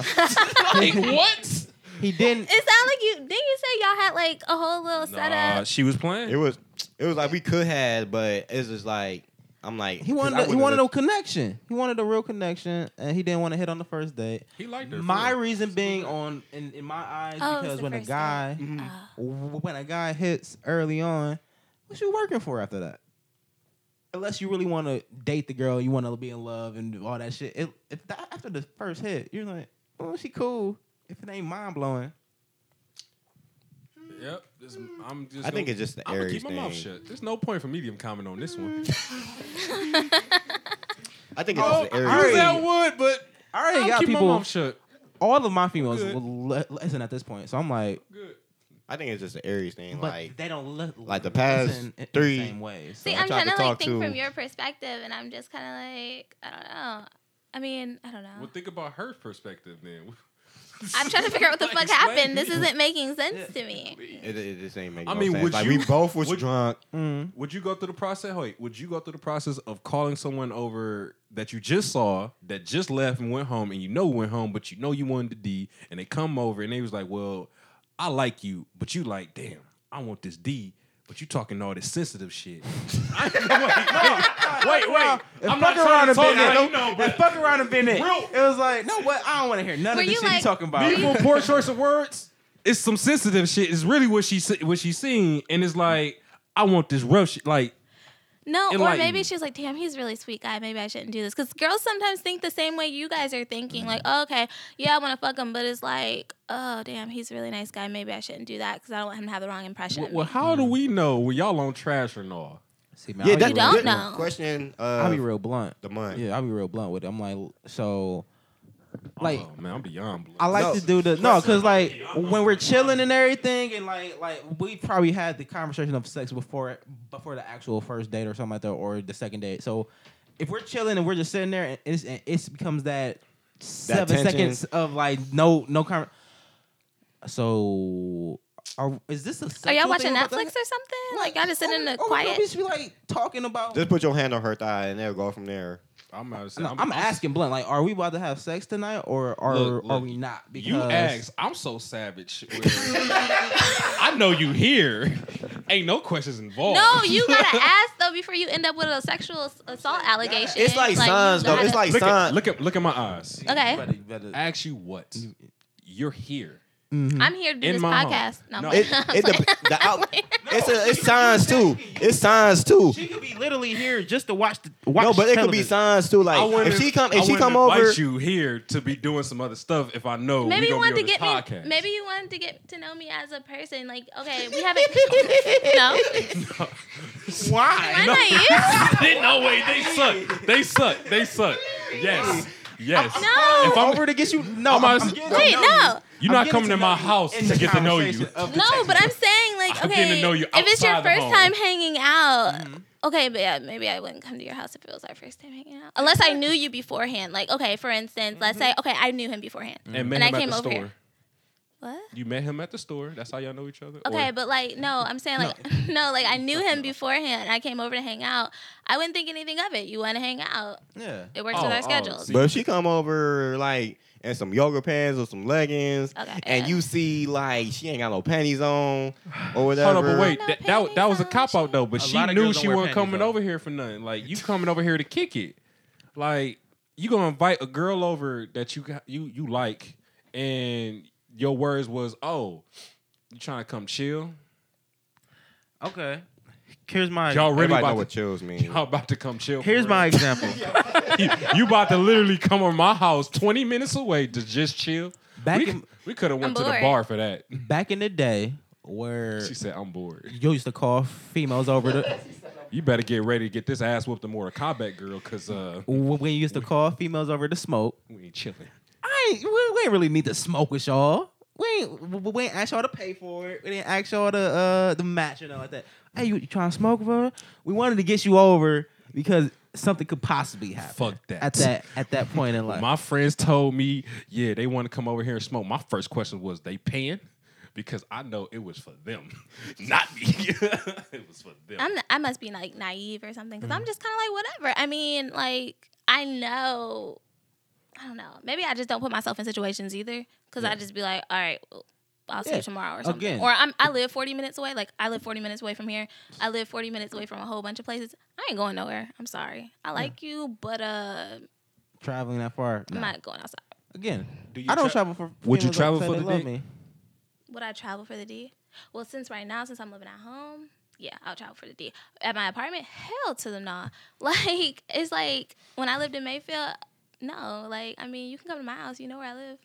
[SPEAKER 3] like what?
[SPEAKER 1] he didn't.
[SPEAKER 4] It sounded like you. Didn't you say y'all had like a whole little
[SPEAKER 3] Nah,
[SPEAKER 4] setup?
[SPEAKER 3] she was playing.
[SPEAKER 2] It was it was like we could have, but it's just like I'm like
[SPEAKER 1] He
[SPEAKER 2] 'cause I
[SPEAKER 1] wanted. A, he
[SPEAKER 2] would've
[SPEAKER 1] wanted a
[SPEAKER 2] looked-
[SPEAKER 1] connection. He wanted a real connection, and he didn't want to hit on the first date.
[SPEAKER 3] he liked her.
[SPEAKER 1] My
[SPEAKER 3] for it.
[SPEAKER 1] reason being on in, in my eyes
[SPEAKER 4] Oh, it was
[SPEAKER 1] because
[SPEAKER 4] the
[SPEAKER 1] when a
[SPEAKER 4] first
[SPEAKER 1] guy
[SPEAKER 4] date. Mhm.
[SPEAKER 2] Mm-hmm.
[SPEAKER 1] w- when a guy hits early on, what you working for after that? Unless you really want to date the girl, you want to be in love and all that shit. It, if that, after the first hit, you're like, oh, she cool. If it ain't mind blowing,
[SPEAKER 3] Yep. this- I'm just.
[SPEAKER 2] I think
[SPEAKER 3] gonna-
[SPEAKER 2] it's just the
[SPEAKER 3] I'm gonna
[SPEAKER 2] Aries
[SPEAKER 3] keep my mouth
[SPEAKER 2] thing.
[SPEAKER 3] shut. There's no point for me to even comment on this one.
[SPEAKER 4] Ah.
[SPEAKER 2] I think it's
[SPEAKER 3] oh,
[SPEAKER 2] just the Aries.
[SPEAKER 1] Aries.
[SPEAKER 3] I that
[SPEAKER 2] thing.
[SPEAKER 3] would, but
[SPEAKER 1] I already
[SPEAKER 3] I'll
[SPEAKER 1] got
[SPEAKER 3] keep my
[SPEAKER 1] people.
[SPEAKER 3] mouth shut.
[SPEAKER 1] All of my females
[SPEAKER 3] Good.
[SPEAKER 1] will li- listen at this point, so I'm like,
[SPEAKER 3] Good.
[SPEAKER 2] I think it's just the Aries thing.
[SPEAKER 1] but
[SPEAKER 2] like
[SPEAKER 1] they don't look
[SPEAKER 2] like the past
[SPEAKER 1] in,
[SPEAKER 2] three-
[SPEAKER 1] the same ways.
[SPEAKER 4] See,
[SPEAKER 2] I tried
[SPEAKER 4] I'm trying
[SPEAKER 2] to
[SPEAKER 4] to like
[SPEAKER 2] talk
[SPEAKER 4] think
[SPEAKER 2] to-
[SPEAKER 4] from your perspective, and I'm just kind of like, I don't know. I mean, I don't know.
[SPEAKER 3] Well, think about her perspective then.
[SPEAKER 4] I'm trying to figure out what the
[SPEAKER 3] Like,
[SPEAKER 4] fuck
[SPEAKER 3] explain
[SPEAKER 4] happened. This
[SPEAKER 3] to me.
[SPEAKER 4] isn't making sense to me.
[SPEAKER 2] it, it just ain't making.
[SPEAKER 3] I
[SPEAKER 2] no
[SPEAKER 3] mean,
[SPEAKER 2] sense.
[SPEAKER 3] would
[SPEAKER 2] like
[SPEAKER 3] you-
[SPEAKER 2] we both was
[SPEAKER 3] would-
[SPEAKER 2] drunk.
[SPEAKER 1] Mm.
[SPEAKER 3] Would you go through the process? Wait, would you go through the process of calling someone over that you just saw, that just left and went home, and you know went home, but you know you wanted to D, and they come over and they was like, "Well, I like you, but you like, damn, I want this D." But you talking all this sensitive shit. I- wait, wait, wait,
[SPEAKER 1] And
[SPEAKER 3] I'm not
[SPEAKER 1] fuck
[SPEAKER 3] trying
[SPEAKER 1] around
[SPEAKER 3] to
[SPEAKER 1] and
[SPEAKER 3] talk.
[SPEAKER 1] been
[SPEAKER 3] I
[SPEAKER 1] it.
[SPEAKER 3] know,
[SPEAKER 1] And
[SPEAKER 3] but
[SPEAKER 1] fuck around and been it.
[SPEAKER 3] Real-
[SPEAKER 1] It was like, no, what? I don't want to hear none
[SPEAKER 4] Were
[SPEAKER 1] of the
[SPEAKER 4] you
[SPEAKER 1] shit you
[SPEAKER 4] like-
[SPEAKER 1] talking about.
[SPEAKER 3] People poor choice of words. It's some sensitive shit. Is really what she se- what she seen, and it's like I want this rough shit. Like
[SPEAKER 4] No, or
[SPEAKER 3] Enlighten
[SPEAKER 4] maybe
[SPEAKER 3] me.
[SPEAKER 4] she was like, damn, he's a really sweet guy. Maybe I shouldn't do this. Because girls sometimes think the same way you guys are thinking. Like,
[SPEAKER 2] Mm-hmm.
[SPEAKER 4] oh, okay, yeah, I want to fuck him, but it's like, oh, damn, he's a really nice guy. Maybe I shouldn't do that because I don't want him to have the wrong impression.
[SPEAKER 3] Well,
[SPEAKER 4] of
[SPEAKER 3] well,
[SPEAKER 4] me.
[SPEAKER 3] how do we know when y'all on trash or not?
[SPEAKER 1] See, man,
[SPEAKER 2] yeah,
[SPEAKER 1] I'll be
[SPEAKER 2] that's
[SPEAKER 1] real
[SPEAKER 4] don't
[SPEAKER 1] blunt.
[SPEAKER 4] know.
[SPEAKER 2] Question. Uh,
[SPEAKER 1] I'll be real blunt.
[SPEAKER 2] The month.
[SPEAKER 1] Yeah, I'll be real blunt with it. I'm like, so, like,
[SPEAKER 3] oh man, I'm beyond. Blue.
[SPEAKER 1] I like
[SPEAKER 2] No.
[SPEAKER 1] to do the no, cause like when we're chilling and everything, and like like we probably had the conversation of sex before before the actual first date or something like that, or the second date. So if we're chilling and we're just sitting there, and it's, and it's becomes that seven
[SPEAKER 2] tension.
[SPEAKER 1] seconds of like no no conver- So are, is this a?
[SPEAKER 4] Are y'all
[SPEAKER 1] sexual thing
[SPEAKER 4] watching
[SPEAKER 1] about that?
[SPEAKER 4] Netflix or something? Like, y'all just sitting in
[SPEAKER 2] Oh,
[SPEAKER 1] Or we-
[SPEAKER 4] the
[SPEAKER 1] or we-
[SPEAKER 4] quiet.
[SPEAKER 1] Or we should be like talking about.
[SPEAKER 2] Just put your hand on her thigh and they'll go from there.
[SPEAKER 3] I'm, out of
[SPEAKER 1] No, I'm, asking blunt. Like, are we about to have sex tonight, or are
[SPEAKER 3] Look,
[SPEAKER 1] are
[SPEAKER 3] look,
[SPEAKER 1] we not? Because
[SPEAKER 3] You asked. I'm so savage. I know you here. Ain't no questions involved.
[SPEAKER 4] No, you gotta ask though before you end up with a sexual s- assault allegation.
[SPEAKER 2] It's like, signs,
[SPEAKER 4] you
[SPEAKER 2] though. It's
[SPEAKER 4] gotta-
[SPEAKER 2] like
[SPEAKER 3] look, at,
[SPEAKER 2] signs.
[SPEAKER 3] look at look at my eyes.
[SPEAKER 4] Okay.
[SPEAKER 1] Better- better-
[SPEAKER 3] Ask you what? You're here.
[SPEAKER 4] I'm here to do
[SPEAKER 3] In
[SPEAKER 4] this
[SPEAKER 3] my home.
[SPEAKER 4] podcast. No, I'm
[SPEAKER 3] No.
[SPEAKER 2] It,
[SPEAKER 4] playing. I'm
[SPEAKER 2] it
[SPEAKER 4] playing.
[SPEAKER 2] dep- the out, it's a, it's signs too. It's signs too.
[SPEAKER 1] She could be literally here just to watch the watch.
[SPEAKER 2] No, but it could be
[SPEAKER 1] television.
[SPEAKER 2] signs too.
[SPEAKER 3] I
[SPEAKER 2] Like
[SPEAKER 3] wouldn't-
[SPEAKER 2] if she come
[SPEAKER 3] I
[SPEAKER 2] if she
[SPEAKER 3] wouldn't
[SPEAKER 2] come
[SPEAKER 3] invite
[SPEAKER 2] over,
[SPEAKER 3] you here to be doing some other stuff. If I know, we
[SPEAKER 4] Maybe you
[SPEAKER 3] gonna
[SPEAKER 4] wanted
[SPEAKER 3] be
[SPEAKER 4] to
[SPEAKER 3] on this
[SPEAKER 4] get
[SPEAKER 3] podcast.
[SPEAKER 4] me. Maybe you wanted to get to know me as a person. Like, okay, we haven't. no,
[SPEAKER 1] Why?
[SPEAKER 4] why not you?
[SPEAKER 3] no way. They suck. They suck. They suck. Yes. Yes.
[SPEAKER 4] No.
[SPEAKER 3] If I'm
[SPEAKER 1] over to get you. No,
[SPEAKER 3] I'm
[SPEAKER 1] I'm,
[SPEAKER 3] out-
[SPEAKER 1] I'm getting to
[SPEAKER 4] Wait,
[SPEAKER 1] know
[SPEAKER 4] no.
[SPEAKER 1] you.
[SPEAKER 3] You're
[SPEAKER 1] I'm
[SPEAKER 3] not
[SPEAKER 1] getting
[SPEAKER 3] coming to
[SPEAKER 1] know
[SPEAKER 3] my
[SPEAKER 1] you
[SPEAKER 3] house
[SPEAKER 1] in
[SPEAKER 3] to
[SPEAKER 1] the
[SPEAKER 3] get to know you.
[SPEAKER 1] conversation of the
[SPEAKER 4] No,
[SPEAKER 1] text.
[SPEAKER 4] but I'm saying like,
[SPEAKER 3] I'm
[SPEAKER 4] okay,
[SPEAKER 3] getting to know you
[SPEAKER 4] if it's your
[SPEAKER 3] outside the
[SPEAKER 4] first
[SPEAKER 3] home. Mm-hmm.
[SPEAKER 4] time hanging out, okay, but yeah, maybe I wouldn't come to your house if it was our first time hanging out, unless I knew you beforehand. Like, okay, for instance, let's
[SPEAKER 3] Mm-hmm.
[SPEAKER 4] say, okay, I knew him beforehand.
[SPEAKER 3] and met
[SPEAKER 4] And I
[SPEAKER 3] him at
[SPEAKER 4] came
[SPEAKER 3] the
[SPEAKER 4] over
[SPEAKER 3] store.
[SPEAKER 4] here. What?
[SPEAKER 3] You met him at the store. That's how y'all know each other.
[SPEAKER 4] Okay,
[SPEAKER 3] Or-
[SPEAKER 4] but like no, I'm saying like no, like I knew him beforehand. I came over to hang out. I wouldn't think anything of it. You want to hang out?
[SPEAKER 1] Yeah.
[SPEAKER 4] It works
[SPEAKER 3] Oh,
[SPEAKER 4] with
[SPEAKER 3] oh,
[SPEAKER 4] our schedules.
[SPEAKER 3] see.
[SPEAKER 2] but if she come over like in some yoga pants or some leggings,
[SPEAKER 4] Okay,
[SPEAKER 2] and
[SPEAKER 4] yeah.
[SPEAKER 2] you see like she ain't got no panties on or whatever.
[SPEAKER 3] Hold on, but wait,
[SPEAKER 4] No
[SPEAKER 3] that, that, that was a
[SPEAKER 4] panties on,
[SPEAKER 3] cop out though. But
[SPEAKER 1] A
[SPEAKER 3] she
[SPEAKER 1] lot of
[SPEAKER 3] knew
[SPEAKER 1] girls don't
[SPEAKER 3] she
[SPEAKER 1] wear
[SPEAKER 3] wasn't
[SPEAKER 1] panties,
[SPEAKER 3] coming
[SPEAKER 1] though.
[SPEAKER 3] over here for nothing. Like you coming over here to kick it. Like you gonna invite a girl over that you got, you you like, and your words was, "Oh, you trying to come chill?
[SPEAKER 1] Okay. Here's my.
[SPEAKER 3] Y'all really
[SPEAKER 2] Everybody know
[SPEAKER 3] about
[SPEAKER 2] what
[SPEAKER 3] to,
[SPEAKER 2] chills mean.
[SPEAKER 3] y'all about to come chill? for
[SPEAKER 1] Here's
[SPEAKER 3] real.
[SPEAKER 1] my example.
[SPEAKER 3] you, you about to literally come over my house twenty minutes away to just chill.
[SPEAKER 1] Back
[SPEAKER 3] we
[SPEAKER 1] in-
[SPEAKER 3] could have went to
[SPEAKER 4] I'm
[SPEAKER 3] the
[SPEAKER 4] bored.
[SPEAKER 3] bar for that.
[SPEAKER 1] Back in the day, where
[SPEAKER 3] She said, "I'm bored."
[SPEAKER 1] you used to call females over to
[SPEAKER 3] You better get ready to get this ass whooped the Mortal Kombat girl, cause uh,
[SPEAKER 1] when you used to call females over to smoke.
[SPEAKER 3] we ain't chilling.
[SPEAKER 1] I ain't, we, we ain't really need to smoke with y'all. we ain't we- we ain't ask y'all to pay for it. We didn't ask y'all to uh the match or nothing like that. Hey, you, you trying to smoke, bro? We wanted to get you over because something could possibly happen.
[SPEAKER 3] Fuck that.
[SPEAKER 1] At that at that point in life.
[SPEAKER 3] My friends told me, yeah, they want to come over here and smoke. My first question was, they paying? Because I know it was for them, not me. it was for them.
[SPEAKER 4] I'm I must be like naive or something because I'm just kind of like whatever. I mean, like I know, I don't know. Maybe I just don't put myself in situations either because I just be like, all right, well, I'll see
[SPEAKER 1] Yeah.
[SPEAKER 4] you tomorrow or something.
[SPEAKER 1] Again.
[SPEAKER 4] Or I'm I live 40 minutes away. Like I live 40 minutes away from here. I live 40 minutes away from a whole bunch of places. I ain't going nowhere. I'm sorry. I like you, but uh,
[SPEAKER 1] Traveling that far. nah.
[SPEAKER 4] I'm not going outside.
[SPEAKER 1] Again,
[SPEAKER 6] Do you
[SPEAKER 1] I don't
[SPEAKER 6] tra-
[SPEAKER 1] travel for.
[SPEAKER 3] Would you
[SPEAKER 1] females that
[SPEAKER 3] travel
[SPEAKER 1] say
[SPEAKER 3] for
[SPEAKER 1] they
[SPEAKER 3] the
[SPEAKER 1] love
[SPEAKER 3] dick?
[SPEAKER 1] me.
[SPEAKER 4] Would I travel for the D? Well, since right now, since I'm living at home, yeah, I'll travel for the D. At my apartment, hell to the nah. Like it's like when I lived in Mayfield, no. Like I mean, you can come to my house. You know where I live.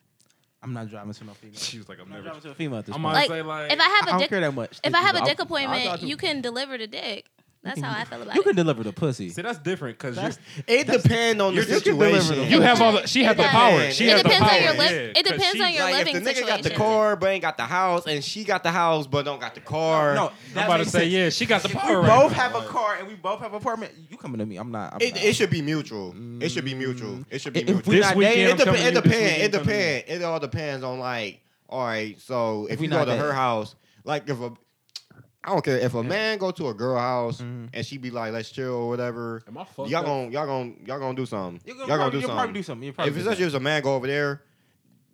[SPEAKER 1] I'm not driving to no female.
[SPEAKER 3] She was like, I'm
[SPEAKER 1] I'm not
[SPEAKER 3] never.
[SPEAKER 1] driving to a female at this
[SPEAKER 3] I'm
[SPEAKER 1] point.
[SPEAKER 3] gonna
[SPEAKER 4] Like,
[SPEAKER 3] say like,
[SPEAKER 4] If I
[SPEAKER 1] I
[SPEAKER 4] have a
[SPEAKER 1] don't
[SPEAKER 4] dick,
[SPEAKER 1] care that much.
[SPEAKER 4] if I have a
[SPEAKER 1] I'll-
[SPEAKER 4] dick
[SPEAKER 2] I'll talk
[SPEAKER 4] appointment,
[SPEAKER 2] to-
[SPEAKER 4] you can deliver the dick. That's how I feel about
[SPEAKER 1] You can
[SPEAKER 4] it.
[SPEAKER 1] deliver the pussy.
[SPEAKER 3] see, that's different because
[SPEAKER 1] That's-
[SPEAKER 2] It depends on the
[SPEAKER 1] You're just delivering
[SPEAKER 2] situation.
[SPEAKER 1] them.
[SPEAKER 3] you have all the. She had the
[SPEAKER 4] Yeah.
[SPEAKER 3] power. She
[SPEAKER 4] It
[SPEAKER 3] had the
[SPEAKER 4] depends
[SPEAKER 3] power.
[SPEAKER 4] on your liv-
[SPEAKER 3] Yeah,
[SPEAKER 4] it
[SPEAKER 3] 'cause
[SPEAKER 4] depends
[SPEAKER 3] she-
[SPEAKER 4] on your
[SPEAKER 2] like if
[SPEAKER 4] living
[SPEAKER 2] the nigga got
[SPEAKER 4] situation.
[SPEAKER 2] the car, but ain't got the house, and she got the house but don't got the car.
[SPEAKER 1] No,
[SPEAKER 3] I'm
[SPEAKER 1] that
[SPEAKER 3] about to
[SPEAKER 1] makes
[SPEAKER 3] say,
[SPEAKER 1] sense.
[SPEAKER 3] yeah, she got the
[SPEAKER 1] If
[SPEAKER 3] power.
[SPEAKER 1] we
[SPEAKER 3] right
[SPEAKER 1] both
[SPEAKER 3] now.
[SPEAKER 1] have a car and we both have apartment, you coming to me? I'm not. I'm
[SPEAKER 2] It,
[SPEAKER 1] not.
[SPEAKER 2] it should be mutual. It should be mutual. It should be
[SPEAKER 1] Mm. If
[SPEAKER 2] mutual.
[SPEAKER 1] we
[SPEAKER 3] This
[SPEAKER 1] not
[SPEAKER 3] weekend,
[SPEAKER 1] dating-
[SPEAKER 3] I'm
[SPEAKER 2] it, dep-
[SPEAKER 3] coming
[SPEAKER 2] it
[SPEAKER 3] to you this
[SPEAKER 2] depends. It
[SPEAKER 3] weekend, I'm coming to you.
[SPEAKER 2] depends. It all depends on like, all right. So if,
[SPEAKER 1] we
[SPEAKER 2] you go
[SPEAKER 1] not
[SPEAKER 2] to her
[SPEAKER 1] dating.
[SPEAKER 2] house, like if a, I don't care if a man go to a girl house
[SPEAKER 3] Mm-hmm.
[SPEAKER 1] Mhm.
[SPEAKER 2] and she be like, let's chill or whatever.
[SPEAKER 3] Am I fucked
[SPEAKER 2] Y'all
[SPEAKER 3] up?
[SPEAKER 2] gonna y'all gonna y'all gonna do something.
[SPEAKER 1] You're
[SPEAKER 2] Y'all
[SPEAKER 1] gonna,
[SPEAKER 2] gonna
[SPEAKER 1] probably,
[SPEAKER 2] do
[SPEAKER 1] you'll
[SPEAKER 2] something.
[SPEAKER 1] probably do something. You'll probably
[SPEAKER 2] If
[SPEAKER 1] do
[SPEAKER 2] it's such
[SPEAKER 1] something.
[SPEAKER 2] as a man go over there,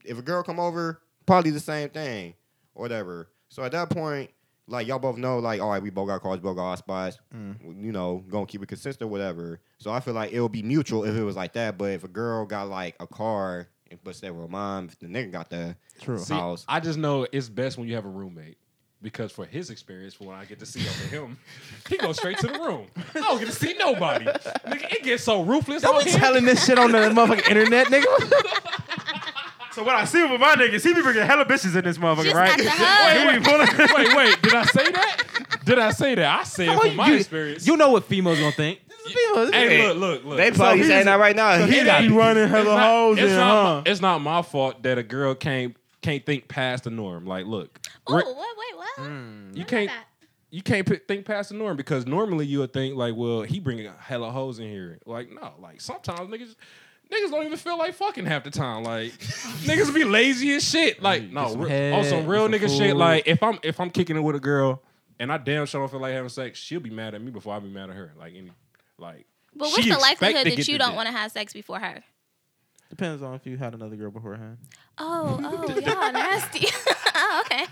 [SPEAKER 2] if a girl come over, probably the same thing, whatever. So at that point, like y'all both know, like all right, we both got cars, both got our spots. You know, gonna keep it consistent, whatever. So I feel like it would be mutual if it was like that. But if a girl got like a car, but said, well, mom, if the nigga got the
[SPEAKER 1] True.
[SPEAKER 3] See,
[SPEAKER 2] house,
[SPEAKER 3] I just know it's best when you have a roommate. Because for his experience, for when I get to see over him, he goes straight to the room. I don't get to see nobody. Nigga, it gets so ruthless.
[SPEAKER 1] Don't
[SPEAKER 3] on
[SPEAKER 1] be
[SPEAKER 3] him.
[SPEAKER 1] telling this shit on the motherfucking internet, nigga.
[SPEAKER 7] So what I see with my niggas, he be bringing hella bitches in this motherfucker,
[SPEAKER 4] Just
[SPEAKER 7] right?
[SPEAKER 4] not the hug.
[SPEAKER 7] He be pulling-
[SPEAKER 3] wait, wait, did I say that? Did I say that? I said from my
[SPEAKER 1] you,
[SPEAKER 3] experience.
[SPEAKER 1] you know what females gonna think. This is females.
[SPEAKER 3] hey,
[SPEAKER 2] Yeah.
[SPEAKER 3] look, look, look.
[SPEAKER 2] they probably
[SPEAKER 7] he's-
[SPEAKER 2] saying that right now.
[SPEAKER 7] he
[SPEAKER 2] He got
[SPEAKER 7] be running hella hoes in,
[SPEAKER 3] it's,
[SPEAKER 7] huh?
[SPEAKER 3] not, my- it's not my fault that a girl can't can't think past the norm. Like, look,
[SPEAKER 4] Oh,
[SPEAKER 3] we're-
[SPEAKER 4] what? Wait, what?
[SPEAKER 3] you can't you can't p- think past the norm because normally you would think like, well, he bringing hella hoes in here. Like, no, like sometimes niggas. Niggas don't even feel like fucking half the time. Like niggas be lazy as shit. Like no,
[SPEAKER 1] some
[SPEAKER 3] re-
[SPEAKER 1] head,
[SPEAKER 3] on some real
[SPEAKER 1] get
[SPEAKER 3] nigga
[SPEAKER 1] some
[SPEAKER 3] shit.
[SPEAKER 1] food.
[SPEAKER 3] Like if I'm if I'm kicking it with a girl and I damn sure don't feel like having sex, she'll be mad at me before I be mad at her. Like any, like.
[SPEAKER 4] But
[SPEAKER 3] she
[SPEAKER 4] what's the
[SPEAKER 3] expect
[SPEAKER 4] likelihood
[SPEAKER 3] to get
[SPEAKER 4] that you
[SPEAKER 3] the
[SPEAKER 4] don't
[SPEAKER 3] dick.
[SPEAKER 4] want to have sex before her?
[SPEAKER 1] Depends on if you had another girl beforehand.
[SPEAKER 4] Oh, oh, y'all nasty. oh, okay.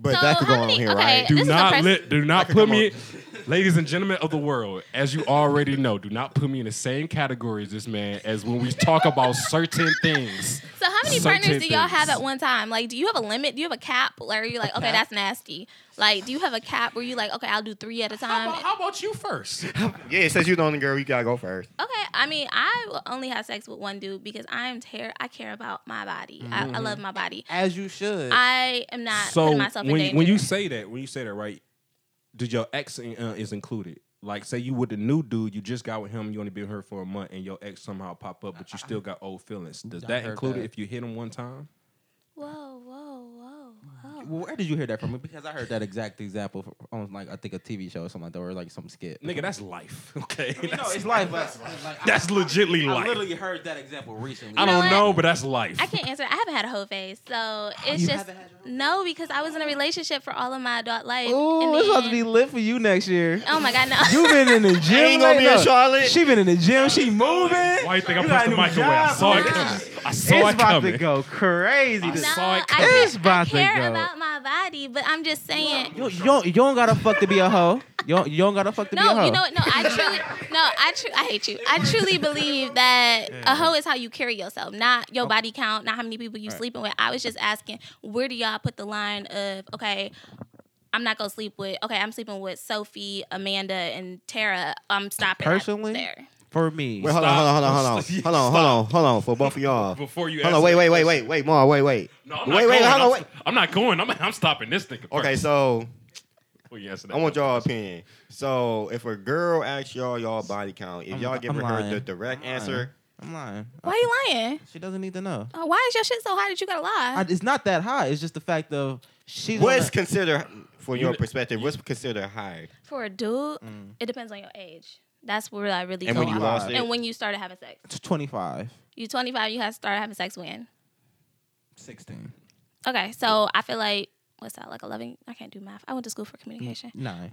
[SPEAKER 2] but
[SPEAKER 4] So
[SPEAKER 2] that could go
[SPEAKER 4] how
[SPEAKER 2] on
[SPEAKER 4] many-
[SPEAKER 2] here,
[SPEAKER 4] okay.
[SPEAKER 2] right?
[SPEAKER 3] Do
[SPEAKER 4] This is
[SPEAKER 3] not
[SPEAKER 4] impressive.
[SPEAKER 3] let, do not put me, ladies and gentlemen of the world, as you already know, do not put me in the same category as this man as when we talk about certain things.
[SPEAKER 4] So how many
[SPEAKER 3] Certain
[SPEAKER 4] partners do y'all have
[SPEAKER 3] things.
[SPEAKER 4] at one time? Like, do you have a limit? Do you have a cap? Or are you like, okay, that's nasty? Like, do you have a cap where you like, okay, I'll do three at a
[SPEAKER 3] How
[SPEAKER 4] time?
[SPEAKER 3] about, how about you first?
[SPEAKER 2] Yeah, since you the only girl, you gotta go first.
[SPEAKER 4] Okay, I mean, I will only have sex with one dude because I am ter- I care about my body. I, I love my body.
[SPEAKER 1] As you should.
[SPEAKER 4] I am not
[SPEAKER 3] so
[SPEAKER 4] putting myself in
[SPEAKER 3] when,
[SPEAKER 4] danger.
[SPEAKER 3] when you say that, when you say that, right, did your ex in- uh, is included? Like, say you with the new dude, you just got with him, you only been here for a month, and your ex somehow pop up, but you still got old feelings. Does
[SPEAKER 1] Uh-uh. I
[SPEAKER 3] that
[SPEAKER 1] heard
[SPEAKER 3] include
[SPEAKER 1] that.
[SPEAKER 3] it if you hit him one time?
[SPEAKER 4] whoa, whoa, whoa, whoa.
[SPEAKER 1] Well, where did you hear that from? Because I heard that exact example from, on like I think a TV show or something like that, or like some skit.
[SPEAKER 3] Nigga, that's life. Okay,
[SPEAKER 1] I mean, no,
[SPEAKER 3] that's,
[SPEAKER 1] it's life. But, like,
[SPEAKER 3] that's legitly
[SPEAKER 1] I, I
[SPEAKER 3] life.
[SPEAKER 1] literally heard that example recently.
[SPEAKER 3] I
[SPEAKER 4] know
[SPEAKER 3] don't
[SPEAKER 4] what?
[SPEAKER 3] know, but that's life.
[SPEAKER 4] I can't answer. I haven't had a whole phase, so it's
[SPEAKER 1] You
[SPEAKER 4] just
[SPEAKER 1] haven't had your whole
[SPEAKER 4] no because I was in a relationship for all of my adult life.
[SPEAKER 1] Ooh,
[SPEAKER 4] and
[SPEAKER 1] Oh, it's about to
[SPEAKER 4] then-
[SPEAKER 1] be lit for you next year.
[SPEAKER 4] Oh my god, no.
[SPEAKER 1] You been in the gym.
[SPEAKER 2] ain't gonna be
[SPEAKER 1] lately.
[SPEAKER 2] in Charlotte.
[SPEAKER 1] She been in the gym. She moving.
[SPEAKER 3] Why you think I pushed
[SPEAKER 1] You
[SPEAKER 3] the
[SPEAKER 1] got a new
[SPEAKER 3] mic away? I
[SPEAKER 1] job
[SPEAKER 3] saw it
[SPEAKER 1] now.
[SPEAKER 3] coming. I saw
[SPEAKER 1] It's
[SPEAKER 3] it
[SPEAKER 1] about
[SPEAKER 3] coming.
[SPEAKER 1] to go crazy.
[SPEAKER 3] I
[SPEAKER 4] no,
[SPEAKER 1] this-
[SPEAKER 3] saw
[SPEAKER 4] I,
[SPEAKER 3] it coming.
[SPEAKER 4] care,
[SPEAKER 1] It's about
[SPEAKER 4] I
[SPEAKER 1] to
[SPEAKER 4] care
[SPEAKER 1] go.
[SPEAKER 4] about my body, but I'm just saying.
[SPEAKER 1] You, you don't, you don't gotta fuck to be a hoe. You don't, you don't gotta fuck to be a
[SPEAKER 4] No,
[SPEAKER 1] hoe.
[SPEAKER 4] you know what? No, I truly, no, I tru- I hate you. I truly believe that a hoe is how you carry yourself, not your body count, not how many people you sleeping with. I was just asking, where do y'all put the line of okay? I'm not gonna sleep with. Okay, I'm sleeping with Sophie, Amanda, and Tara. I'm stopping at
[SPEAKER 1] Personally?
[SPEAKER 4] there.
[SPEAKER 1] For me,
[SPEAKER 2] Wait, hold on, hold on, hold on, hold on, hold on, hold on, hold on, for both of y'all.
[SPEAKER 3] Before you
[SPEAKER 2] Hold on,
[SPEAKER 3] answer
[SPEAKER 2] wait,
[SPEAKER 3] that
[SPEAKER 2] wait, wait,
[SPEAKER 3] question.
[SPEAKER 2] wait, wait, Ma, wait, wait.
[SPEAKER 3] No, I'm not
[SPEAKER 2] wait, wait,
[SPEAKER 3] going.
[SPEAKER 2] hold
[SPEAKER 3] I'm,
[SPEAKER 2] on, wait.
[SPEAKER 3] I'm not going. I'm, I'm stopping this nigga.
[SPEAKER 2] Okay,
[SPEAKER 3] first.
[SPEAKER 2] so
[SPEAKER 3] Before you answer that
[SPEAKER 2] I want
[SPEAKER 3] question.
[SPEAKER 2] y'all opinion. So if a girl asks y'all y'all body count, if
[SPEAKER 1] I'm-
[SPEAKER 2] y'all
[SPEAKER 1] I'm
[SPEAKER 2] giving her
[SPEAKER 1] lying.
[SPEAKER 2] the direct
[SPEAKER 1] I'm lying.
[SPEAKER 2] answer,
[SPEAKER 1] I'm lying.
[SPEAKER 4] Why you lying?
[SPEAKER 1] She doesn't need to know.
[SPEAKER 4] Uh, why is your shit so high that you gotta lie?
[SPEAKER 1] I, it's not that high. It's just the fact of she's. on
[SPEAKER 2] What's
[SPEAKER 1] a-
[SPEAKER 2] considered, for your perspective, what's considered high?
[SPEAKER 4] For a dude, it depends on your age. That's where I really
[SPEAKER 2] And
[SPEAKER 4] go
[SPEAKER 2] when you
[SPEAKER 4] off.
[SPEAKER 2] lost
[SPEAKER 1] Five.
[SPEAKER 2] it?
[SPEAKER 4] and when you started having sex.
[SPEAKER 1] 25.
[SPEAKER 4] You 25, you had started having sex when?
[SPEAKER 1] 16.
[SPEAKER 4] Okay, so I feel like what's that like 11? I can't do math. I went to school for communication.
[SPEAKER 1] Nine.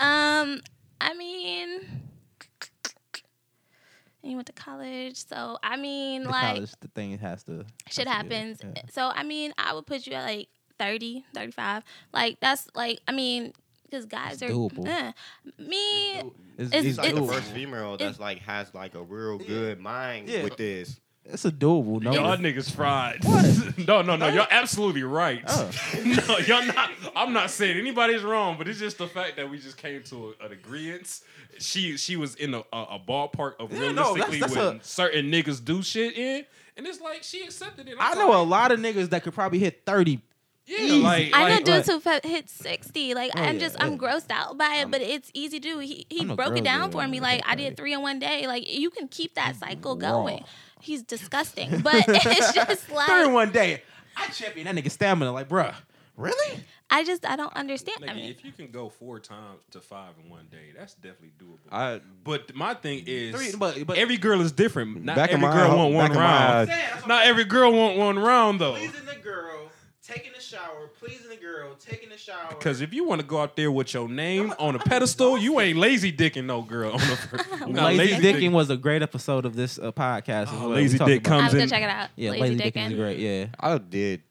[SPEAKER 4] Um, I mean, and you went to college, so I mean,
[SPEAKER 1] The
[SPEAKER 4] like
[SPEAKER 1] college, the thing has to.
[SPEAKER 4] shit
[SPEAKER 1] has to get-
[SPEAKER 4] happens.
[SPEAKER 1] yeah.
[SPEAKER 4] So I mean, I would put you at like 30, 35. Like that's like I mean, because guys
[SPEAKER 1] It's
[SPEAKER 4] are
[SPEAKER 1] doable.
[SPEAKER 4] Eh. me.
[SPEAKER 1] It's,
[SPEAKER 2] She's
[SPEAKER 1] it's,
[SPEAKER 2] like the
[SPEAKER 4] it's-
[SPEAKER 2] first
[SPEAKER 1] doable.
[SPEAKER 2] female that's like has like a real good mind
[SPEAKER 1] Yeah.
[SPEAKER 2] with this.
[SPEAKER 1] It's a doable number.
[SPEAKER 3] Y'all niggas fried.
[SPEAKER 1] What?
[SPEAKER 3] No, no, no. You're absolutely right.
[SPEAKER 1] Oh.
[SPEAKER 3] no, y'all not. I'm not saying anybody's wrong, but it's just the fact that we just came to a, an agreement. She she was in a, a, a ballpark of
[SPEAKER 1] Yeah, no, that's-
[SPEAKER 3] realistically
[SPEAKER 1] that's
[SPEAKER 3] when
[SPEAKER 1] a-
[SPEAKER 3] certain niggas do shit in, and it's like she accepted it.
[SPEAKER 1] I
[SPEAKER 3] I'm
[SPEAKER 1] know a
[SPEAKER 3] like,
[SPEAKER 1] lot of niggas that could probably hit 30.
[SPEAKER 3] Yeah,
[SPEAKER 1] easy.
[SPEAKER 3] like,
[SPEAKER 4] I know
[SPEAKER 3] like
[SPEAKER 4] dudes who fe- hit sixty. Like
[SPEAKER 1] Oh,
[SPEAKER 4] I'm
[SPEAKER 1] yeah,
[SPEAKER 4] just,
[SPEAKER 1] yeah.
[SPEAKER 4] I'm grossed out by it, but it's easy to do. He he
[SPEAKER 1] I'm a
[SPEAKER 4] broke
[SPEAKER 1] grown
[SPEAKER 4] it down
[SPEAKER 1] dude.
[SPEAKER 4] for
[SPEAKER 1] I'm
[SPEAKER 4] me.
[SPEAKER 1] a
[SPEAKER 4] Like I
[SPEAKER 1] grown
[SPEAKER 4] did
[SPEAKER 1] dude.
[SPEAKER 4] three in one day. Like you can keep that cycle
[SPEAKER 1] raw.
[SPEAKER 4] going. He's disgusting, but it's just
[SPEAKER 1] Thirty in
[SPEAKER 4] like
[SPEAKER 1] one day. I champion that nigga stamina. Like, bruh, really?
[SPEAKER 4] I just I don't understand. I
[SPEAKER 3] nigga,
[SPEAKER 4] mean,
[SPEAKER 3] if you can go four times to five in one day, that's definitely doable.
[SPEAKER 2] I
[SPEAKER 3] but my thing is,
[SPEAKER 1] Three, but, but
[SPEAKER 3] every girl is different. Not
[SPEAKER 2] Back in
[SPEAKER 3] every
[SPEAKER 2] my-
[SPEAKER 3] girl want
[SPEAKER 2] back
[SPEAKER 3] one
[SPEAKER 2] in my-
[SPEAKER 3] round.
[SPEAKER 1] Damn, that's what
[SPEAKER 3] Not every girl want one round though.
[SPEAKER 1] pleasing the girl, taking a shower, pleasing the girl, taking a shower.
[SPEAKER 3] Because if you want to go out there with your name on a pedestal, you ain't lazy dicking no girl. On the, You're not
[SPEAKER 1] Lazy,
[SPEAKER 3] lazy
[SPEAKER 1] Dicking was a great episode of this uh, podcast. as
[SPEAKER 3] Oh,
[SPEAKER 1] well. We
[SPEAKER 3] Lazy
[SPEAKER 1] talked
[SPEAKER 3] Dick
[SPEAKER 1] about-
[SPEAKER 4] I
[SPEAKER 3] comes
[SPEAKER 4] was gonna
[SPEAKER 3] in.
[SPEAKER 4] check it out.
[SPEAKER 1] Yeah,
[SPEAKER 4] Lazy,
[SPEAKER 1] Lazy, Dicking
[SPEAKER 4] Dickin.
[SPEAKER 1] is great. Yeah,
[SPEAKER 2] I did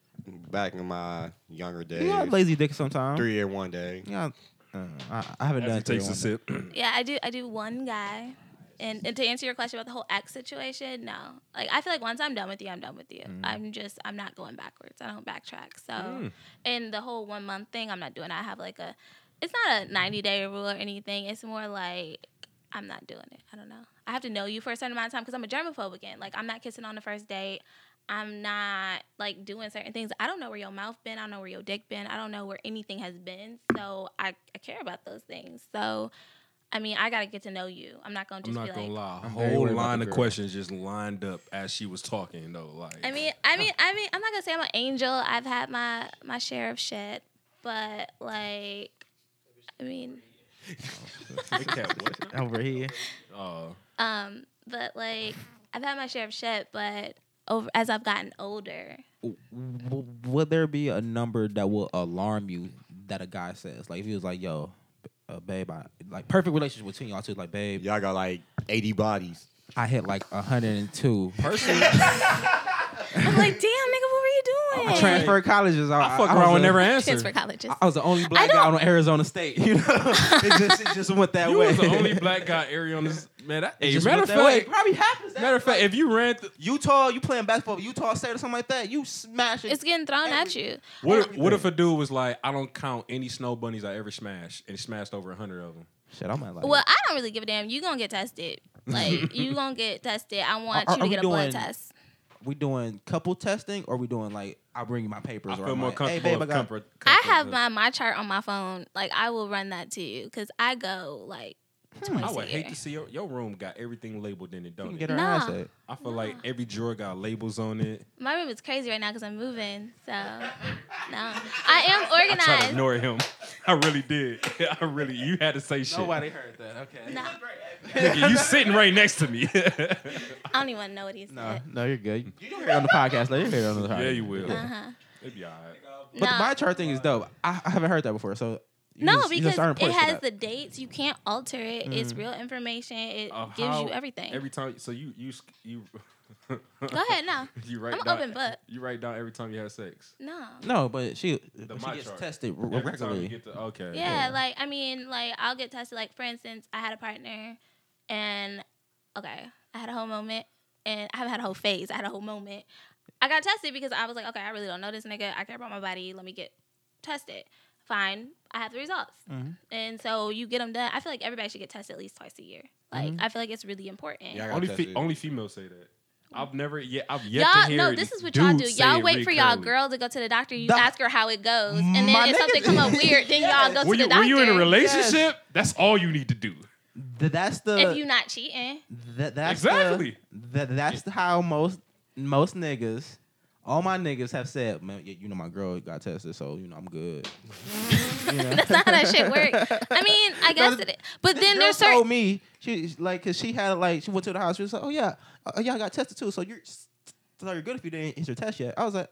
[SPEAKER 2] back in my younger days.
[SPEAKER 1] you have Lazy Dick sometimes.
[SPEAKER 2] Three in one day.
[SPEAKER 1] Yeah, I, uh, I, I haven't
[SPEAKER 3] As
[SPEAKER 1] done
[SPEAKER 3] he takes a
[SPEAKER 1] three.
[SPEAKER 3] sip.
[SPEAKER 4] Yeah, I do. I do one guy. And, and to answer your question about the whole ex situation, no. Like I feel like once I'm done with you, I'm done with you.
[SPEAKER 1] Mm.
[SPEAKER 4] I'm just I'm not going backwards. I don't backtrack.
[SPEAKER 1] Oh,
[SPEAKER 4] So,
[SPEAKER 3] Mm.
[SPEAKER 4] and the whole one month thing, I'm not doing. I have like a, it's not a 90 day rule or anything. It's more like I'm not doing it. I don't know. I have to know you for a certain amount of time because I'm a germaphobe again. Like I'm not kissing on the first date. I'm not like doing certain things. I don't know where your mouth been. I don't know where your dick been. I don't know where anything has been. So I, I care about those things. So I mean, I gotta get to know you. I'm not gonna
[SPEAKER 3] I'm
[SPEAKER 4] just
[SPEAKER 3] not
[SPEAKER 4] be
[SPEAKER 3] gonna
[SPEAKER 4] like.
[SPEAKER 3] lie. A
[SPEAKER 1] I'm very worried
[SPEAKER 3] whole
[SPEAKER 1] about
[SPEAKER 3] line
[SPEAKER 1] the
[SPEAKER 3] of
[SPEAKER 1] girl.
[SPEAKER 3] questions just lined up as she was talking though. Like
[SPEAKER 4] I mean, I mean, I mean, I'm not gonna say I'm an angel. I've had my my share of shit, but like, I mean,
[SPEAKER 1] Over here,
[SPEAKER 3] uh,
[SPEAKER 4] um, but like, I've had my share of shit, but over as I've gotten older,
[SPEAKER 1] W- w- would there be a number that will alarm you that a guy says? Like if he was like, "Yo, uh, babe, I like perfect relationship between y'all two. Like, babe,
[SPEAKER 2] Y'all got like 80 bodies.
[SPEAKER 1] I hit like 102.
[SPEAKER 3] personally,
[SPEAKER 4] I'm like, damn, nigga, what were you doing?
[SPEAKER 1] Transfer colleges. I,
[SPEAKER 3] I fuck
[SPEAKER 1] I was
[SPEAKER 3] around and
[SPEAKER 1] a-
[SPEAKER 3] never answer.
[SPEAKER 4] Transfer colleges.
[SPEAKER 1] I was the only black guy on Arizona State. You know, it just it just went that
[SPEAKER 3] You
[SPEAKER 1] way.
[SPEAKER 3] was the only black guy area on this man. That,
[SPEAKER 1] It
[SPEAKER 3] hey,
[SPEAKER 1] just
[SPEAKER 3] matter of
[SPEAKER 1] went that way.
[SPEAKER 3] fact,
[SPEAKER 1] It probably happens. that-
[SPEAKER 3] matter of fact,
[SPEAKER 1] like,
[SPEAKER 3] if you ran, th-
[SPEAKER 1] Utah, you playing basketball, Utah State or something like that, you smash it.
[SPEAKER 4] it's getting thrown at you.
[SPEAKER 3] what if, what if a dude was like, I don't count any snow bunnies I ever smashed, and he smashed over hundred of them.
[SPEAKER 1] Shit, I'm at like.
[SPEAKER 4] Well, I don't really give a damn. You gonna get tested. Like, you gonna get tested. I want
[SPEAKER 1] Are-
[SPEAKER 4] you
[SPEAKER 1] are
[SPEAKER 4] to
[SPEAKER 1] we
[SPEAKER 4] get a
[SPEAKER 1] doing-
[SPEAKER 4] blood test.
[SPEAKER 1] we doing couple testing or we doing like I bring you my
[SPEAKER 3] I
[SPEAKER 1] papers? or
[SPEAKER 3] feel
[SPEAKER 1] I'm
[SPEAKER 3] more
[SPEAKER 1] like, hey,
[SPEAKER 3] comfortable.
[SPEAKER 1] babe, I
[SPEAKER 3] with
[SPEAKER 1] got-
[SPEAKER 3] comfort,
[SPEAKER 4] I
[SPEAKER 3] comfort
[SPEAKER 4] have
[SPEAKER 3] with-
[SPEAKER 4] my my chart on my phone. Like I will run that to you because I go like
[SPEAKER 1] Hmm.
[SPEAKER 4] twice
[SPEAKER 3] I
[SPEAKER 4] a
[SPEAKER 3] would hate
[SPEAKER 4] year.
[SPEAKER 3] to see your, your room got everything labeled in it,
[SPEAKER 1] You can
[SPEAKER 3] don't
[SPEAKER 1] get
[SPEAKER 3] it?
[SPEAKER 1] her
[SPEAKER 4] Nah.
[SPEAKER 1] ass ate.
[SPEAKER 3] I feel like every drawer got labels on it.
[SPEAKER 4] My room is crazy right now because I'm moving. So no, I am
[SPEAKER 3] I tried to
[SPEAKER 4] organized.
[SPEAKER 3] ignore him. I really did. I really. You had to say shit.
[SPEAKER 1] heard that. Okay.
[SPEAKER 4] No,
[SPEAKER 3] Nigga, you sitting right next to me.
[SPEAKER 4] I don't even wanna know what he said.
[SPEAKER 1] No, no, you're good. You don't hear it on the podcast. Later. You hear it on the podcast.
[SPEAKER 3] yeah, you will.
[SPEAKER 4] Uh huh.
[SPEAKER 3] It'd be all right.
[SPEAKER 1] But the
[SPEAKER 4] No.
[SPEAKER 1] my chart thing is dope. I, I haven't heard that before. So you
[SPEAKER 4] No,
[SPEAKER 1] just- you just
[SPEAKER 4] because
[SPEAKER 1] earn
[SPEAKER 4] it
[SPEAKER 1] points for
[SPEAKER 4] has
[SPEAKER 1] that. Mm.
[SPEAKER 4] the dates. You can't alter it. It's real information. It
[SPEAKER 3] Uh,
[SPEAKER 4] gives
[SPEAKER 3] how-
[SPEAKER 4] you everything.
[SPEAKER 3] Every time, so you you sk- you.
[SPEAKER 4] Go ahead. No,
[SPEAKER 3] You write
[SPEAKER 4] I'm an
[SPEAKER 3] down.
[SPEAKER 4] open book.
[SPEAKER 3] You write down every time you have sex.
[SPEAKER 4] No.
[SPEAKER 1] No, but she, but
[SPEAKER 3] my
[SPEAKER 1] she gets
[SPEAKER 3] chart.
[SPEAKER 1] tested r-
[SPEAKER 3] Every time you
[SPEAKER 1] regularly.
[SPEAKER 3] get to okay.
[SPEAKER 4] Yeah, like I mean, like I'll get tested. Like for instance, I had a partner, and okay, I had a whole moment, and I haven't had a whole phase. I had a whole moment. I got tested because I was like, okay, I really don't know this nigga. I care about my body. Let me get tested. Fine, I have the results,
[SPEAKER 1] Mhm.
[SPEAKER 4] and so you get them done. I feel like everybody should get tested at least twice a year. Like
[SPEAKER 1] Mm-hmm.
[SPEAKER 4] I feel like it's really important.
[SPEAKER 2] Yeah, I got
[SPEAKER 3] Only
[SPEAKER 2] tested.
[SPEAKER 3] fe- only females say that. I've never yet. I've yet to
[SPEAKER 4] Y'all,
[SPEAKER 3] hear.
[SPEAKER 4] no, this is what y'all do.
[SPEAKER 3] dudes say
[SPEAKER 4] Y'all
[SPEAKER 3] it
[SPEAKER 4] wait for y'all
[SPEAKER 3] recurrently.
[SPEAKER 4] girl to go to the doctor. You
[SPEAKER 1] Doc-
[SPEAKER 4] ask her how it goes, and then
[SPEAKER 1] My
[SPEAKER 4] if something
[SPEAKER 1] nigga-
[SPEAKER 4] come up weird, then y'all go
[SPEAKER 3] Were
[SPEAKER 4] to
[SPEAKER 3] you
[SPEAKER 4] the doctor.
[SPEAKER 3] were you in a relationship?
[SPEAKER 1] Yes.
[SPEAKER 3] That's all you need to do.
[SPEAKER 1] Th- that's the
[SPEAKER 4] if you not cheating.
[SPEAKER 1] That that's
[SPEAKER 3] Exactly.
[SPEAKER 1] The, that that's how most most niggas, all my niggas have said, man, y- you know my girl got tested, so you know I'm good. You know?
[SPEAKER 4] That's not how that shit works. I mean, I guess
[SPEAKER 1] th-
[SPEAKER 4] it. is. But then
[SPEAKER 1] Girl
[SPEAKER 4] there's
[SPEAKER 1] told
[SPEAKER 4] certain.
[SPEAKER 1] me she she- like because she had like she went to the hospital. She was like, oh yeah, uh, yeah, I got tested too, so you're so you're good if you didn't hit your test yet. I was like,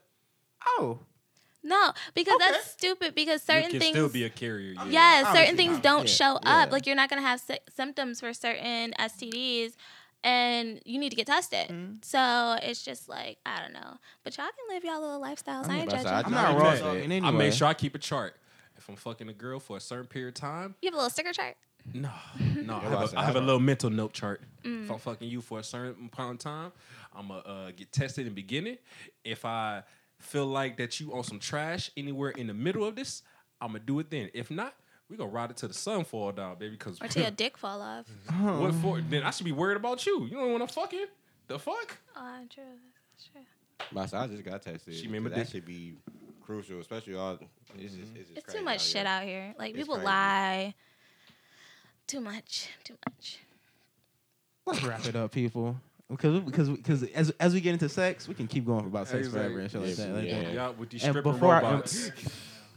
[SPEAKER 1] oh,
[SPEAKER 4] No, because
[SPEAKER 1] Okay.
[SPEAKER 4] that's stupid. Because certain
[SPEAKER 3] you can
[SPEAKER 4] things.
[SPEAKER 3] still be a carrier. Yeah.
[SPEAKER 4] yeah,
[SPEAKER 1] Obviously
[SPEAKER 4] certain things
[SPEAKER 1] not.
[SPEAKER 4] don't
[SPEAKER 1] Yeah,
[SPEAKER 4] show
[SPEAKER 1] yeah.
[SPEAKER 4] up. Like you're not gonna have sy- symptoms for certain STDs, and you need to get tested.
[SPEAKER 1] Mhm.
[SPEAKER 4] So it's just like I don't know. But y'all can live y'all little lifestyles. I
[SPEAKER 2] about
[SPEAKER 4] ain't
[SPEAKER 2] to
[SPEAKER 4] judging.
[SPEAKER 2] say, I
[SPEAKER 1] I'm
[SPEAKER 2] No,
[SPEAKER 1] not
[SPEAKER 2] you
[SPEAKER 1] raw
[SPEAKER 2] can't.
[SPEAKER 1] dogging
[SPEAKER 3] I
[SPEAKER 1] anyway.
[SPEAKER 3] make sure I keep a chart. If I'm fucking a girl for a certain period of time,
[SPEAKER 4] you have a little sticker chart.
[SPEAKER 3] no, no, I
[SPEAKER 2] I
[SPEAKER 3] have,
[SPEAKER 2] said
[SPEAKER 3] a, I have a
[SPEAKER 2] I-
[SPEAKER 3] little mental note chart.
[SPEAKER 4] Mm.
[SPEAKER 3] If I'm fucking you for a certain amount of time, I'm gonna uh, get tested in the beginning. If I feel like that you on some trash anywhere in the middle of this, I'm gonna do it then. If not, we gonna ride it till the sun fall down, baby. Because
[SPEAKER 4] Or till your dick fall off.
[SPEAKER 3] what for? Then I should be worried about you. You don't want to fucking the fuck.
[SPEAKER 4] Oh, true. That's true.
[SPEAKER 2] My son, I just got tested.
[SPEAKER 3] She made my
[SPEAKER 2] That
[SPEAKER 3] dick.
[SPEAKER 2] should be crucial, especially all. It's, just, it's, just
[SPEAKER 4] It's
[SPEAKER 2] crazy
[SPEAKER 4] too much
[SPEAKER 2] here.
[SPEAKER 4] shit out here. Like
[SPEAKER 2] It's
[SPEAKER 4] people
[SPEAKER 2] crazy.
[SPEAKER 4] lie. Too much. Too much.
[SPEAKER 1] Let's wrap it up, people. Because because because as as we get into sex, we can keep going for about sex forever and shit like that. like
[SPEAKER 2] Yeah.
[SPEAKER 1] that.
[SPEAKER 3] Y'all with these
[SPEAKER 1] And
[SPEAKER 3] stripper
[SPEAKER 1] before I-
[SPEAKER 3] robots.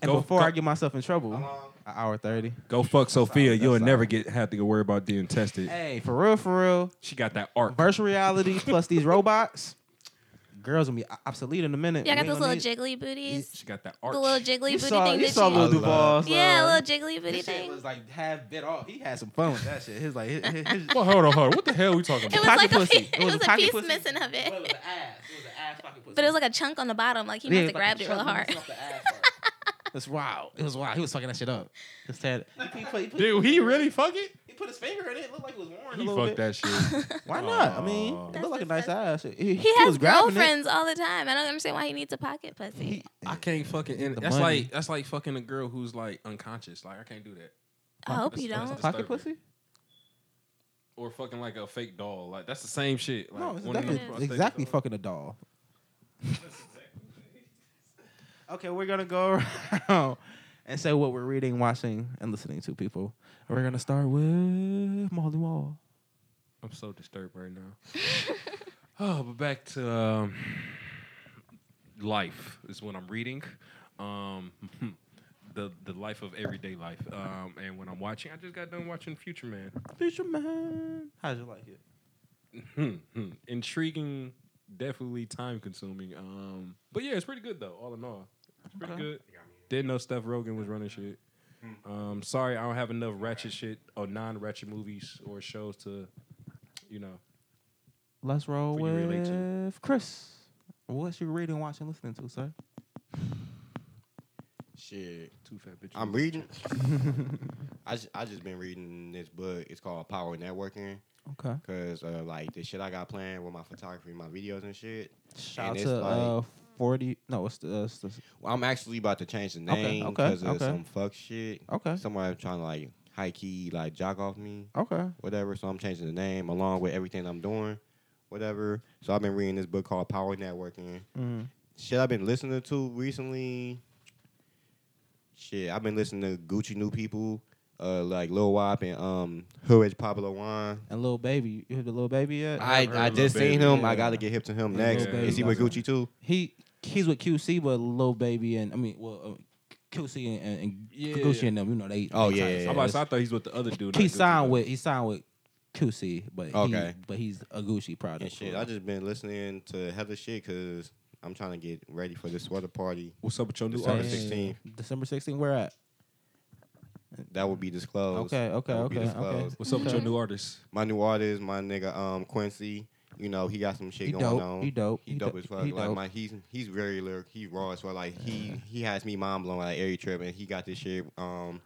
[SPEAKER 1] And
[SPEAKER 3] Go-
[SPEAKER 1] before
[SPEAKER 3] go- Uh-huh.
[SPEAKER 1] I get myself in trouble, an hour thirty.
[SPEAKER 3] Go fuck Sophia.
[SPEAKER 1] That's
[SPEAKER 3] You'll
[SPEAKER 1] all.
[SPEAKER 3] never get have to worry about being tested.
[SPEAKER 1] Hey, for real, for real.
[SPEAKER 3] She got that arc.
[SPEAKER 1] virtual reality plus these robots, girls gonna be o- obsolete in a minute.
[SPEAKER 4] Y'all got
[SPEAKER 1] We
[SPEAKER 4] those
[SPEAKER 1] gonna
[SPEAKER 4] little
[SPEAKER 1] need-
[SPEAKER 4] jiggly booties.
[SPEAKER 3] She got that arc.
[SPEAKER 4] The little jiggly
[SPEAKER 1] You
[SPEAKER 4] booty
[SPEAKER 1] saw,
[SPEAKER 4] thing
[SPEAKER 1] you
[SPEAKER 4] that
[SPEAKER 1] saw
[SPEAKER 4] you-
[SPEAKER 1] little
[SPEAKER 2] I love-
[SPEAKER 1] Duval's.
[SPEAKER 4] Yeah, a
[SPEAKER 1] uh,
[SPEAKER 4] little jiggly booty
[SPEAKER 1] this shit
[SPEAKER 4] thing.
[SPEAKER 1] was like half bit off. He had some fun with that shit. His like his, his, his
[SPEAKER 3] Well, hold on, hold on. What the hell are we talking
[SPEAKER 4] It was
[SPEAKER 3] about?
[SPEAKER 1] pocket
[SPEAKER 4] like a,
[SPEAKER 1] pussy.
[SPEAKER 4] piece-
[SPEAKER 1] It
[SPEAKER 4] it
[SPEAKER 1] was
[SPEAKER 4] was
[SPEAKER 1] a
[SPEAKER 4] a
[SPEAKER 1] pocket
[SPEAKER 4] piece
[SPEAKER 1] pussy.
[SPEAKER 4] missing of
[SPEAKER 1] well, it was
[SPEAKER 4] it.
[SPEAKER 1] an ass. It was an ass pocket pussy.
[SPEAKER 4] But it was like a chunk on the bottom. Like he
[SPEAKER 1] Yeah, like
[SPEAKER 4] must have
[SPEAKER 1] a
[SPEAKER 4] grabbed it
[SPEAKER 1] chunk
[SPEAKER 4] real
[SPEAKER 1] of
[SPEAKER 4] hard.
[SPEAKER 1] off the ass part. It's wild. It was wild. He was fucking that shit up. His dad- He put, he put-
[SPEAKER 3] Dude, he really fuck it?
[SPEAKER 1] He put his finger in it. It looked like it was worn.
[SPEAKER 3] He
[SPEAKER 1] a little
[SPEAKER 3] fucked
[SPEAKER 1] bit.
[SPEAKER 3] that shit.
[SPEAKER 1] Why not? I mean,
[SPEAKER 3] Aw.
[SPEAKER 1] it looked like a nice
[SPEAKER 4] That's
[SPEAKER 1] ass. He,
[SPEAKER 4] He
[SPEAKER 1] was
[SPEAKER 4] has
[SPEAKER 1] grabbing it.
[SPEAKER 4] girlfriends all the time. I don't understand why he needs a pocket pussy.
[SPEAKER 1] He-
[SPEAKER 3] I can't fucking. And
[SPEAKER 1] The
[SPEAKER 3] that's
[SPEAKER 1] money.
[SPEAKER 3] like that's like fucking a girl who's like unconscious. Like I can't do that.
[SPEAKER 4] I hope you
[SPEAKER 3] that's-
[SPEAKER 4] don't.
[SPEAKER 3] that's-
[SPEAKER 1] Pocket pussy?
[SPEAKER 3] Or fucking like a fake doll. Like that's the same shit. Like,
[SPEAKER 1] No, it's
[SPEAKER 3] one of them
[SPEAKER 1] definitely
[SPEAKER 3] prosthetic
[SPEAKER 1] exactly
[SPEAKER 3] dolls.
[SPEAKER 1] fucking a doll. okay, we're gonna go around and say what we're reading, watching, and listening to, people. We're gonna start with Molly Wall.
[SPEAKER 3] I'm so disturbed right now. oh, but back to um, life is what I'm reading. Um, the the life of everyday life. Um, and when I'm watching, I just got done watching Future Man.
[SPEAKER 1] Future man, how'd you like it?
[SPEAKER 3] Hmm, hmm. Intriguing, definitely time consuming. Um, but yeah, it's pretty good though. All in all, it's pretty
[SPEAKER 1] Okay.
[SPEAKER 3] good. Didn't know Steph Rogan was running shit. Um, sorry, I don't have enough ratchet shit or non-ratchet movies or shows to, you know.
[SPEAKER 1] Let's roll
[SPEAKER 3] What you relate to?
[SPEAKER 1] with Chris. What's you reading, watching, listening to, sir?
[SPEAKER 2] Shit.
[SPEAKER 3] Two fat bitches.
[SPEAKER 2] I'm reading. I just, I just been reading this book. It's called Power Networking.
[SPEAKER 1] Okay.
[SPEAKER 2] Cause uh, like the shit I got planned with my photography, my videos and shit.
[SPEAKER 1] Shout out
[SPEAKER 2] And it's
[SPEAKER 1] to uh,
[SPEAKER 2] like-
[SPEAKER 1] forty. No, it's the, it's the
[SPEAKER 2] Well, I'm actually about to change the
[SPEAKER 1] Okay,
[SPEAKER 2] name
[SPEAKER 1] okay,
[SPEAKER 2] because of
[SPEAKER 1] okay.
[SPEAKER 2] some fuck shit.
[SPEAKER 1] okay,
[SPEAKER 2] Somebody trying to like high key like jog off me,
[SPEAKER 1] okay.
[SPEAKER 2] whatever. So I'm changing the name along with everything I'm doing, whatever. So I've been reading this book called Power Networking.
[SPEAKER 1] Mm.
[SPEAKER 2] Shit I've been listening to recently. Shit, I've been listening to Gucci New People, uh, like Lil Wap and um, Who is Pablo Juan.
[SPEAKER 1] And little baby, you hit the little baby yet?
[SPEAKER 2] I,
[SPEAKER 3] heard
[SPEAKER 2] I
[SPEAKER 3] of Lil
[SPEAKER 2] just seen
[SPEAKER 3] Baby.
[SPEAKER 2] him.
[SPEAKER 1] Yeah.
[SPEAKER 2] I gotta get hip to him
[SPEAKER 1] Yeah,
[SPEAKER 2] next.
[SPEAKER 3] Lil
[SPEAKER 2] Is he
[SPEAKER 1] Baby.
[SPEAKER 2] with Gucci too?
[SPEAKER 1] He he's with QC, but Lil Baby and I mean, well, uh, QC and, and, and
[SPEAKER 3] Yeah.
[SPEAKER 1] Gucci and them, you know, they.
[SPEAKER 2] Oh,
[SPEAKER 1] they
[SPEAKER 2] yeah,
[SPEAKER 1] tight.
[SPEAKER 2] yeah,
[SPEAKER 1] So
[SPEAKER 2] yeah.
[SPEAKER 3] I'm
[SPEAKER 1] it's-
[SPEAKER 3] about to say, I thought he's with the other dude.
[SPEAKER 1] he
[SPEAKER 3] not Gucci,
[SPEAKER 1] signed
[SPEAKER 3] though.
[SPEAKER 1] with he signed with QC, but okay,
[SPEAKER 2] Okay.
[SPEAKER 1] but he's a Gucci product.
[SPEAKER 2] And shit, I just been listening to hella shit because I'm trying to get ready for this sweater party.
[SPEAKER 3] What's up with your new
[SPEAKER 2] December
[SPEAKER 3] artist?
[SPEAKER 2] 16.
[SPEAKER 1] December 16, where at?
[SPEAKER 2] That will be disclosed.
[SPEAKER 1] Okay, okay,
[SPEAKER 2] That will be
[SPEAKER 1] okay,
[SPEAKER 2] disclosed.
[SPEAKER 1] okay.
[SPEAKER 3] What's up with your new artist?
[SPEAKER 2] My new artist, my nigga um Quincy. You know he got some shit
[SPEAKER 1] He
[SPEAKER 2] going
[SPEAKER 1] dope,
[SPEAKER 2] on.
[SPEAKER 1] he dope,
[SPEAKER 2] He,
[SPEAKER 1] he
[SPEAKER 2] dope,
[SPEAKER 1] dope,
[SPEAKER 2] as fuck.
[SPEAKER 1] he
[SPEAKER 2] like
[SPEAKER 1] dope.
[SPEAKER 2] my, he's he's very lyric. He raw as well. Like he he has me mind blown like every trip, and he got this shit. Um,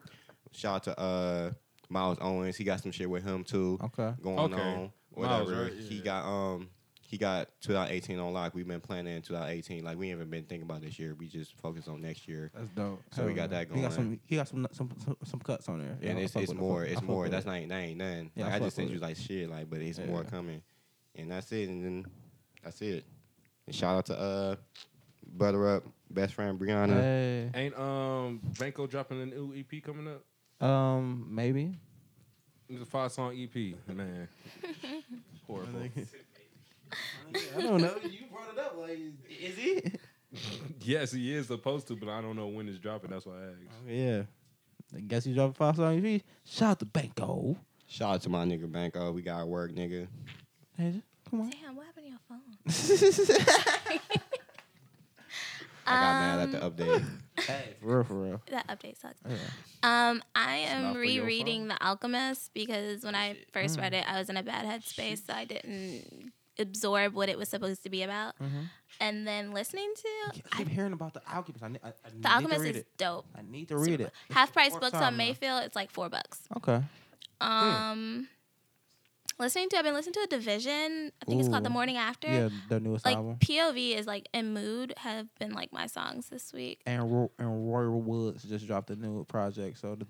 [SPEAKER 2] shout out to uh Miles Owens. He got some shit with him too.
[SPEAKER 1] Okay,
[SPEAKER 2] going
[SPEAKER 3] Okay.
[SPEAKER 2] on.
[SPEAKER 3] Miles,
[SPEAKER 2] Whatever.
[SPEAKER 3] right?
[SPEAKER 2] He
[SPEAKER 3] Yeah.
[SPEAKER 2] got um he got 2018 on lock. We've been planning 2018. Like we haven't been thinking about this year. We just focus on next year.
[SPEAKER 1] that's dope.
[SPEAKER 2] So we got that
[SPEAKER 1] He
[SPEAKER 2] going.
[SPEAKER 1] got some, he got some some some, some cuts on there,
[SPEAKER 2] and
[SPEAKER 1] I
[SPEAKER 2] it's
[SPEAKER 1] fuck
[SPEAKER 2] it's
[SPEAKER 1] with it, I
[SPEAKER 2] more
[SPEAKER 1] fuck- I
[SPEAKER 2] it's
[SPEAKER 1] fuck
[SPEAKER 2] more.
[SPEAKER 1] with
[SPEAKER 2] That's
[SPEAKER 1] it.
[SPEAKER 2] not that ain't nothing.
[SPEAKER 1] Yeah, I
[SPEAKER 2] like, I,
[SPEAKER 1] fuck
[SPEAKER 2] just sent
[SPEAKER 1] with
[SPEAKER 2] you
[SPEAKER 1] it.
[SPEAKER 2] like shit. Like but it's more
[SPEAKER 1] Yeah.
[SPEAKER 2] coming. And that's it. And then that's it. And shout out to uh brother up best friend Brianna.
[SPEAKER 1] Hey,
[SPEAKER 3] E Ain't um Banco dropping a new EP coming up?
[SPEAKER 1] um, maybe
[SPEAKER 3] It's a five song EP, man. Horrible.
[SPEAKER 1] I don't know. You brought it up. Like, is it?
[SPEAKER 3] yes, he is supposed to, but I don't know when it's dropping. That's why I asked.
[SPEAKER 1] Oh, Yeah. I guess you dropped a five song EP. Shout out to Banco.
[SPEAKER 2] Shout out to my nigga Banco. We got work, nigga.
[SPEAKER 1] Hey, come on.
[SPEAKER 4] Damn, what happened to your phone?
[SPEAKER 2] I got mad
[SPEAKER 3] Um,
[SPEAKER 2] at the update.
[SPEAKER 1] hey, for real, for real.
[SPEAKER 4] Um, That update sucks.
[SPEAKER 1] Yeah.
[SPEAKER 4] Um, I am
[SPEAKER 3] not for your
[SPEAKER 4] rereading The Alchemist because when I first read
[SPEAKER 1] Mm.
[SPEAKER 4] it, I was in a bad headspace, so I didn't absorb what it was supposed to be about.
[SPEAKER 1] Mhm.
[SPEAKER 4] And then listening to
[SPEAKER 1] I keep hearing about the Alchemist. I, ne- I, I need
[SPEAKER 4] The
[SPEAKER 1] to
[SPEAKER 4] Alchemist
[SPEAKER 1] read
[SPEAKER 4] is
[SPEAKER 1] it.
[SPEAKER 4] dope.
[SPEAKER 1] I need to read it.
[SPEAKER 4] Half price
[SPEAKER 1] Fourth
[SPEAKER 4] books
[SPEAKER 1] time Hmm.
[SPEAKER 4] on
[SPEAKER 1] now.
[SPEAKER 4] Mayfield, it's like four bucks.
[SPEAKER 1] Okay.
[SPEAKER 4] Um, listening to I've been listening to a division. I think it's
[SPEAKER 1] Ooh.
[SPEAKER 4] called The Morning After.
[SPEAKER 1] Yeah, the newest
[SPEAKER 4] Like
[SPEAKER 1] album.
[SPEAKER 4] POV is like and mood have been like my songs this week.
[SPEAKER 1] And Ro- and Royal Woods just dropped a new project, so that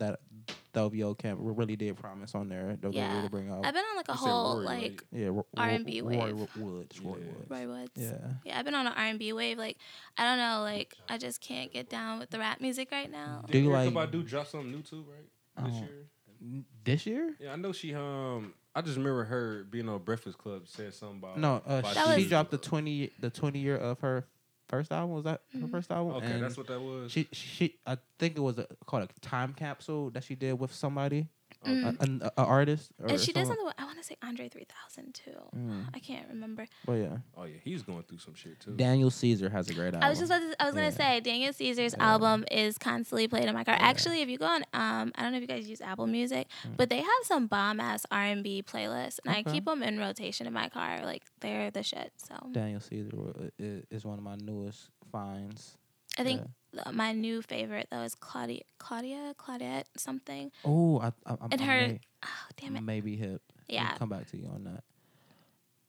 [SPEAKER 1] that WO camp really did promise on there. They'll
[SPEAKER 4] Yeah.
[SPEAKER 1] to bring out.
[SPEAKER 4] I've been on like a
[SPEAKER 3] You said
[SPEAKER 4] whole
[SPEAKER 3] Rory, right?
[SPEAKER 4] like
[SPEAKER 1] yeah, Ro-
[SPEAKER 4] R&B
[SPEAKER 1] Roy, Roy
[SPEAKER 4] wave.
[SPEAKER 1] Woods. Roy
[SPEAKER 3] Yeah.
[SPEAKER 1] Woods.
[SPEAKER 4] Roy Woods.
[SPEAKER 1] Yeah.
[SPEAKER 4] Yeah, I've been on an R and B wave. Like, I don't know. Like, I just can't get down with the rap music right now.
[SPEAKER 1] Do you
[SPEAKER 3] Erykah
[SPEAKER 1] like-
[SPEAKER 3] Badu drop something new too, right? This
[SPEAKER 1] Oh.
[SPEAKER 3] year.
[SPEAKER 1] N- This year?
[SPEAKER 3] Yeah, I know she. Um, I just remember her being on Breakfast Club said something about
[SPEAKER 1] No, uh,
[SPEAKER 3] about
[SPEAKER 4] That
[SPEAKER 1] she
[SPEAKER 4] was-
[SPEAKER 1] dropped the twenty the twenty year of her first album. Was that her
[SPEAKER 4] Mhm.
[SPEAKER 1] first album?
[SPEAKER 3] Okay,
[SPEAKER 1] And
[SPEAKER 3] that's what that was.
[SPEAKER 1] she she I think it was a, called a time capsule that she did with somebody,
[SPEAKER 4] Mm.
[SPEAKER 1] a- an a, a artist. Or
[SPEAKER 4] and she
[SPEAKER 1] someone.
[SPEAKER 4] does something. With, I want to say Andre three thousand too.
[SPEAKER 1] Mm.
[SPEAKER 4] I can't remember.
[SPEAKER 1] But yeah,
[SPEAKER 3] oh yeah, he's going through some shit too.
[SPEAKER 1] Daniel Caesar has a great album.
[SPEAKER 4] I was just about to, I was gonna
[SPEAKER 1] Yeah.
[SPEAKER 4] say Daniel Caesar's
[SPEAKER 1] Yeah.
[SPEAKER 4] album is constantly played in my car.
[SPEAKER 1] Yeah. Mm.
[SPEAKER 4] Actually, if you go on, um, I don't know if you guys use Apple Music, but they have some bomb ass R and B playlists, and
[SPEAKER 1] Okay.
[SPEAKER 4] I keep them in rotation in my car. Like they're the shit. So
[SPEAKER 1] Daniel Caesar wa- i- i- is one of my newest finds.
[SPEAKER 4] I think. th- My new favorite though is Claudia, Claudia, Claudette something.
[SPEAKER 1] Oh, I, I, I,
[SPEAKER 4] And
[SPEAKER 1] I
[SPEAKER 4] her-
[SPEAKER 1] may-
[SPEAKER 4] Oh damn it!
[SPEAKER 1] Maybe hip. We'll
[SPEAKER 4] Yeah,
[SPEAKER 1] come back to you on that.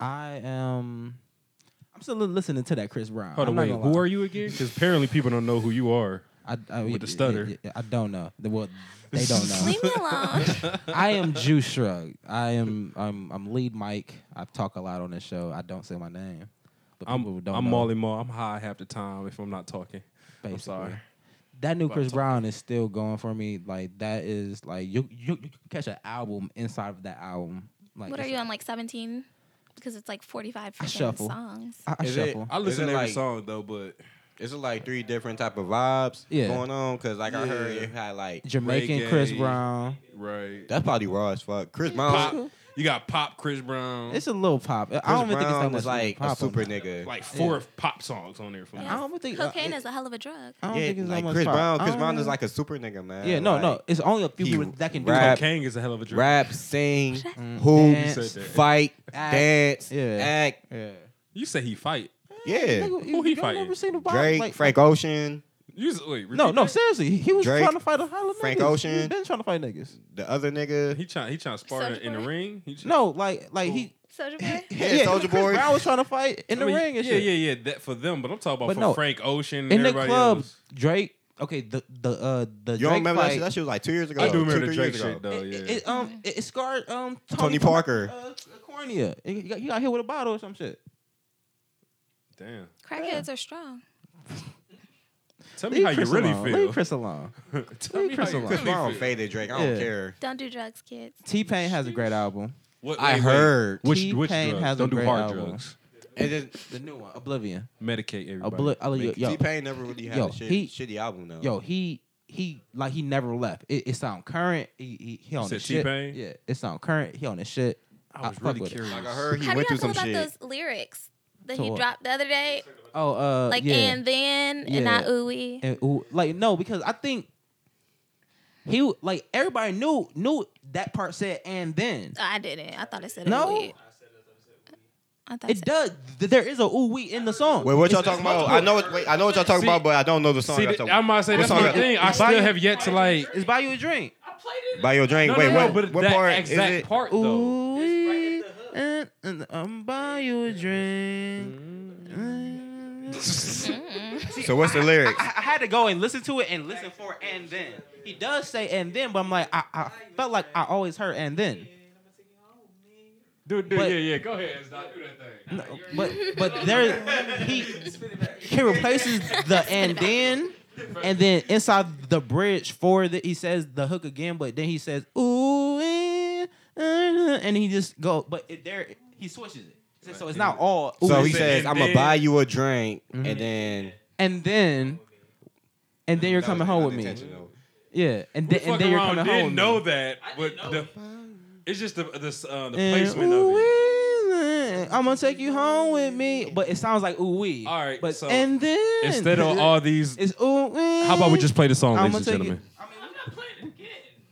[SPEAKER 1] I am. I'm still li- listening to that Chris Brown.
[SPEAKER 3] Hold on,
[SPEAKER 1] I'm not
[SPEAKER 3] wait.
[SPEAKER 1] gonna lie.
[SPEAKER 3] Who are you again? Because apparently people don't know who you are.
[SPEAKER 1] I, I,
[SPEAKER 3] With the
[SPEAKER 1] yeah, yeah,
[SPEAKER 3] stutter.
[SPEAKER 1] yeah, yeah, I don't know. The- Well, they don't know.
[SPEAKER 4] leave me alone.
[SPEAKER 1] I am Juice Shrug. I am. I'm. I'm lead Mike. I talk a lot on this show. I don't say my name, but people
[SPEAKER 3] I'm
[SPEAKER 1] don't.
[SPEAKER 3] I'm
[SPEAKER 1] know,
[SPEAKER 3] Molly Mall. I'm high half the time if I'm not talking.
[SPEAKER 1] basically.
[SPEAKER 3] sorry.
[SPEAKER 1] That new
[SPEAKER 3] But I'm
[SPEAKER 1] Chris
[SPEAKER 3] talking.
[SPEAKER 1] Brown is still going for me. Like that is like you. You, you can catch an album inside of that album. Like
[SPEAKER 4] what are
[SPEAKER 1] it's-
[SPEAKER 4] you on like 17 because it's like 45
[SPEAKER 1] I
[SPEAKER 4] freaking
[SPEAKER 1] shuffle.
[SPEAKER 4] songs
[SPEAKER 1] I, I
[SPEAKER 2] Is it-
[SPEAKER 1] shuffle.
[SPEAKER 3] I listen
[SPEAKER 2] Is it
[SPEAKER 3] to every
[SPEAKER 2] like-
[SPEAKER 3] song though, but
[SPEAKER 2] Is it like three different type of vibes
[SPEAKER 1] Yeah.
[SPEAKER 2] going on? Because like I heard
[SPEAKER 3] Yeah.
[SPEAKER 2] it had like
[SPEAKER 1] Jamaican Chris
[SPEAKER 3] reggae.
[SPEAKER 1] Brown.
[SPEAKER 3] right.
[SPEAKER 2] that's probably raw as fuck. Chris Brown,
[SPEAKER 3] Pop. You got pop Chris Brown.
[SPEAKER 1] It's a little pop. I
[SPEAKER 2] Chris
[SPEAKER 1] don't even think it's that
[SPEAKER 2] Brown
[SPEAKER 1] much
[SPEAKER 2] is like
[SPEAKER 1] pop
[SPEAKER 2] a
[SPEAKER 1] on
[SPEAKER 2] super
[SPEAKER 1] that.
[SPEAKER 2] nigga.
[SPEAKER 3] like four pop songs on there for me.
[SPEAKER 1] I don't think
[SPEAKER 4] cocaine
[SPEAKER 1] uh,
[SPEAKER 4] is a hell of a drug
[SPEAKER 1] I don't
[SPEAKER 2] yeah,
[SPEAKER 1] think it's that
[SPEAKER 2] like
[SPEAKER 1] much
[SPEAKER 2] Chris
[SPEAKER 1] pop.
[SPEAKER 2] Brown.
[SPEAKER 1] I
[SPEAKER 2] Chris
[SPEAKER 1] don't
[SPEAKER 2] Brown is
[SPEAKER 1] even-
[SPEAKER 2] like a super nigga, man.
[SPEAKER 1] Yeah, no,
[SPEAKER 2] Like,
[SPEAKER 1] no. It's only a few
[SPEAKER 2] he
[SPEAKER 1] people that can
[SPEAKER 2] rap.
[SPEAKER 1] do
[SPEAKER 3] Cocaine is a hell of a drug.
[SPEAKER 2] Rap, sing,
[SPEAKER 1] Mm.
[SPEAKER 2] hoop,
[SPEAKER 1] Dance.
[SPEAKER 3] You said that.
[SPEAKER 2] fight,
[SPEAKER 1] Act.
[SPEAKER 2] dance,
[SPEAKER 1] Yeah.
[SPEAKER 2] act.
[SPEAKER 1] that. Yeah.
[SPEAKER 3] You say he fight.
[SPEAKER 2] Yeah.
[SPEAKER 1] Nigga,
[SPEAKER 3] Who he
[SPEAKER 1] you, y'all
[SPEAKER 3] fighting?
[SPEAKER 1] Never seen the body,
[SPEAKER 2] Drake,
[SPEAKER 1] like-
[SPEAKER 2] Frank Ocean,
[SPEAKER 3] You s- wait,
[SPEAKER 1] No,
[SPEAKER 3] repeat
[SPEAKER 1] no,
[SPEAKER 3] that?
[SPEAKER 1] seriously, he he was
[SPEAKER 2] Drake,
[SPEAKER 1] trying to fight a hell of
[SPEAKER 2] Frank
[SPEAKER 1] niggas.
[SPEAKER 2] Ocean.
[SPEAKER 1] He been trying to fight niggas.
[SPEAKER 2] the other nigga.
[SPEAKER 3] He trying he trying to spar
[SPEAKER 4] Soulja
[SPEAKER 3] in the
[SPEAKER 4] Boy?
[SPEAKER 3] ring. He tryna-
[SPEAKER 1] No, like, like he,
[SPEAKER 4] soldier boy
[SPEAKER 2] Yeah,
[SPEAKER 1] Chris
[SPEAKER 2] Soulja Boy.
[SPEAKER 1] Brown was trying to fight in
[SPEAKER 3] I
[SPEAKER 1] the
[SPEAKER 3] mean,
[SPEAKER 1] ring and
[SPEAKER 3] yeah,
[SPEAKER 1] shit.
[SPEAKER 3] yeah, yeah. That for them, but I'm talking about
[SPEAKER 1] But
[SPEAKER 3] for
[SPEAKER 1] no.
[SPEAKER 3] Frank Ocean.
[SPEAKER 1] In
[SPEAKER 3] and
[SPEAKER 1] the
[SPEAKER 3] everybody
[SPEAKER 1] club,
[SPEAKER 3] else.
[SPEAKER 1] Drake. Okay, the the uh the
[SPEAKER 2] You
[SPEAKER 1] Drake
[SPEAKER 2] don't remember that
[SPEAKER 1] fight.
[SPEAKER 2] shit? That shit was like two years ago.
[SPEAKER 3] I do
[SPEAKER 2] two,
[SPEAKER 3] remember the
[SPEAKER 2] three
[SPEAKER 3] Drake
[SPEAKER 2] years ago.
[SPEAKER 3] shit though.
[SPEAKER 1] it,
[SPEAKER 3] Oh, Yeah,
[SPEAKER 1] it, it, um, it, it scarred um Tony,
[SPEAKER 2] Tony Parker.
[SPEAKER 1] Uh, cornea. He got, he got hit with a bottle or some shit.
[SPEAKER 3] damn.
[SPEAKER 4] crackheads are strong
[SPEAKER 3] Tell me
[SPEAKER 1] Leave
[SPEAKER 3] how you
[SPEAKER 1] Chris
[SPEAKER 3] really
[SPEAKER 1] alone.
[SPEAKER 3] feel.
[SPEAKER 1] Leave Chris alone.
[SPEAKER 3] Tell
[SPEAKER 1] leave
[SPEAKER 3] me
[SPEAKER 1] Chris
[SPEAKER 3] how
[SPEAKER 1] alone.
[SPEAKER 3] you
[SPEAKER 2] Chris
[SPEAKER 3] really
[SPEAKER 2] Brown
[SPEAKER 3] feel.
[SPEAKER 2] faded Drake. I don't
[SPEAKER 1] Yeah.
[SPEAKER 2] care.
[SPEAKER 4] don't do drugs kids
[SPEAKER 1] T Pain has a great album.
[SPEAKER 3] What,
[SPEAKER 2] I heard.
[SPEAKER 3] Which, which
[SPEAKER 1] T-Pain
[SPEAKER 3] drugs?
[SPEAKER 1] has a
[SPEAKER 3] Don't do
[SPEAKER 1] great
[SPEAKER 3] hard
[SPEAKER 1] album.
[SPEAKER 3] drugs.
[SPEAKER 2] And then
[SPEAKER 1] The new one, Oblivion.
[SPEAKER 3] Medicate everybody.
[SPEAKER 1] Obli- oh, yo, yo,
[SPEAKER 2] T Pain never really had
[SPEAKER 1] Yo,
[SPEAKER 2] a shit,
[SPEAKER 1] he-
[SPEAKER 2] shitty album though.
[SPEAKER 1] yo, he he like he never left. It, it sound current. He he, he on
[SPEAKER 3] said
[SPEAKER 1] his shit.
[SPEAKER 3] T-Pain?
[SPEAKER 1] Yeah, it sound current. He on his shit.
[SPEAKER 3] I was
[SPEAKER 1] fuck
[SPEAKER 3] really
[SPEAKER 1] with it.
[SPEAKER 3] curious.
[SPEAKER 2] like I heard he
[SPEAKER 4] how do
[SPEAKER 2] went
[SPEAKER 4] y'all
[SPEAKER 2] through
[SPEAKER 4] feel
[SPEAKER 2] some
[SPEAKER 4] about
[SPEAKER 2] shit.
[SPEAKER 4] those lyrics that
[SPEAKER 1] To
[SPEAKER 4] he
[SPEAKER 1] what?
[SPEAKER 4] dropped the other day
[SPEAKER 1] Oh, uh,
[SPEAKER 4] like
[SPEAKER 1] yeah.
[SPEAKER 4] and then and
[SPEAKER 1] Yeah.
[SPEAKER 4] not ooey
[SPEAKER 1] And who- like no, because I think he w- like everybody knew knew that part said and then
[SPEAKER 4] Oh, i didn't i thought it said
[SPEAKER 1] No.
[SPEAKER 4] ooey i thought
[SPEAKER 1] it
[SPEAKER 4] it said
[SPEAKER 1] does. th- There is a ooh wee in the song.
[SPEAKER 2] Wait, what y'all
[SPEAKER 1] It's- it's
[SPEAKER 2] talking about? I
[SPEAKER 1] multiple-
[SPEAKER 2] know. It, wait, I know what y'all talking
[SPEAKER 3] See-
[SPEAKER 2] about, but I don't know the song.
[SPEAKER 3] See,
[SPEAKER 2] y'all
[SPEAKER 3] th-
[SPEAKER 2] talking-
[SPEAKER 3] I'm about to say
[SPEAKER 2] What
[SPEAKER 3] that's
[SPEAKER 2] song
[SPEAKER 3] my
[SPEAKER 2] y'all-
[SPEAKER 3] thing. I
[SPEAKER 1] It's
[SPEAKER 3] still
[SPEAKER 1] Bio-
[SPEAKER 3] have yet to like.
[SPEAKER 1] It's buy you a drink.
[SPEAKER 2] Buy your drink.
[SPEAKER 3] No,
[SPEAKER 2] wait,
[SPEAKER 3] no, no,
[SPEAKER 2] what?
[SPEAKER 3] but
[SPEAKER 2] what
[SPEAKER 3] that
[SPEAKER 2] part is
[SPEAKER 3] exact
[SPEAKER 2] it?
[SPEAKER 3] part though.
[SPEAKER 1] Ooh wee, uh, and, and I'm buy you a drink.
[SPEAKER 3] Mm-hmm.
[SPEAKER 1] Uh,
[SPEAKER 2] So what's the lyrics?
[SPEAKER 1] I, I had to go and listen to it and listen for and then. He does say and then, but I'm like, I, I felt like I always heard and then.
[SPEAKER 3] Dude, dude,
[SPEAKER 1] But-
[SPEAKER 3] yeah, yeah. Go ahead, it's not do that thing.
[SPEAKER 1] No, but but there he he replaces the and then and then inside the bridge for that he says the hook again, but then he says ooh eh, something, and he just go. But it, there, he switches it. So it's not all.
[SPEAKER 2] So
[SPEAKER 1] Uber
[SPEAKER 2] he
[SPEAKER 1] Eats.
[SPEAKER 2] says, "I'm gonna
[SPEAKER 3] then-
[SPEAKER 2] buy you a drink," and then
[SPEAKER 1] and Mm-hmm. then, and then you're
[SPEAKER 2] That
[SPEAKER 1] coming
[SPEAKER 2] was
[SPEAKER 1] home with me.
[SPEAKER 2] unintentional.
[SPEAKER 1] Yeah, and then and
[SPEAKER 3] Fuck
[SPEAKER 1] then you're
[SPEAKER 3] around,
[SPEAKER 1] coming
[SPEAKER 3] didn't
[SPEAKER 1] home. with
[SPEAKER 3] know
[SPEAKER 1] me.
[SPEAKER 3] that, but the, it's just the the, uh, the
[SPEAKER 1] And,
[SPEAKER 3] placement
[SPEAKER 1] "Ooh,
[SPEAKER 3] of it.
[SPEAKER 1] wee, I'm gonna take you home with me, but it sounds like ooh wee.
[SPEAKER 3] All right,
[SPEAKER 1] but
[SPEAKER 3] so
[SPEAKER 1] and then
[SPEAKER 3] Instead of all these,
[SPEAKER 1] it's ooh wee.
[SPEAKER 3] how about we just play the song,
[SPEAKER 1] I'm
[SPEAKER 3] ladies and
[SPEAKER 1] gonna take
[SPEAKER 3] gentlemen?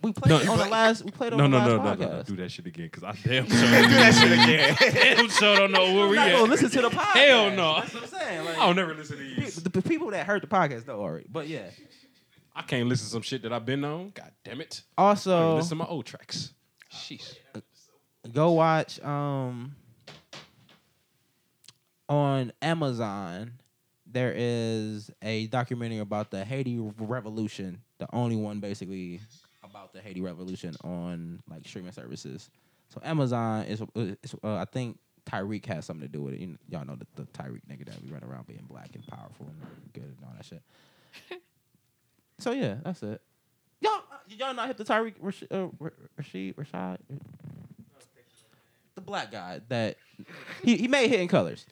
[SPEAKER 1] we played
[SPEAKER 3] No,
[SPEAKER 1] it on the
[SPEAKER 3] but-
[SPEAKER 1] last we played it
[SPEAKER 3] No,
[SPEAKER 1] on the
[SPEAKER 3] no, no,
[SPEAKER 1] last
[SPEAKER 3] no,
[SPEAKER 1] podcast.
[SPEAKER 3] no, no, do that shit again, cause I damn sure,
[SPEAKER 2] Do that shit again.
[SPEAKER 3] damn sure don't know where we
[SPEAKER 1] Not
[SPEAKER 3] at.
[SPEAKER 1] gonna listen to the podcast.
[SPEAKER 3] Hell no.
[SPEAKER 1] That's what I'm saying. Like,
[SPEAKER 3] I don't never listen to these.
[SPEAKER 1] pe- the the people that heard the podcast though already. But yeah.
[SPEAKER 3] I can't listen to some shit that I've been on. God damn it! I can
[SPEAKER 1] Also,
[SPEAKER 3] listen to my old tracks. Sheesh.
[SPEAKER 1] go watch um on Amazon. There is a documentary about the Haiti Revolution, the only one basically about the Haiti Revolution on like streaming services. So Amazon is, is uh, I think Tyreek has something to do with it. You kn- y'all know the, the Tyreek nigga that we run around being black and powerful and good and all that shit. so yeah, that's it. Y'all, uh, y'all not hip to Tyreek Rash- uh, Ra- Rashid Rashad? The black guy that he, he made Hidden Colors.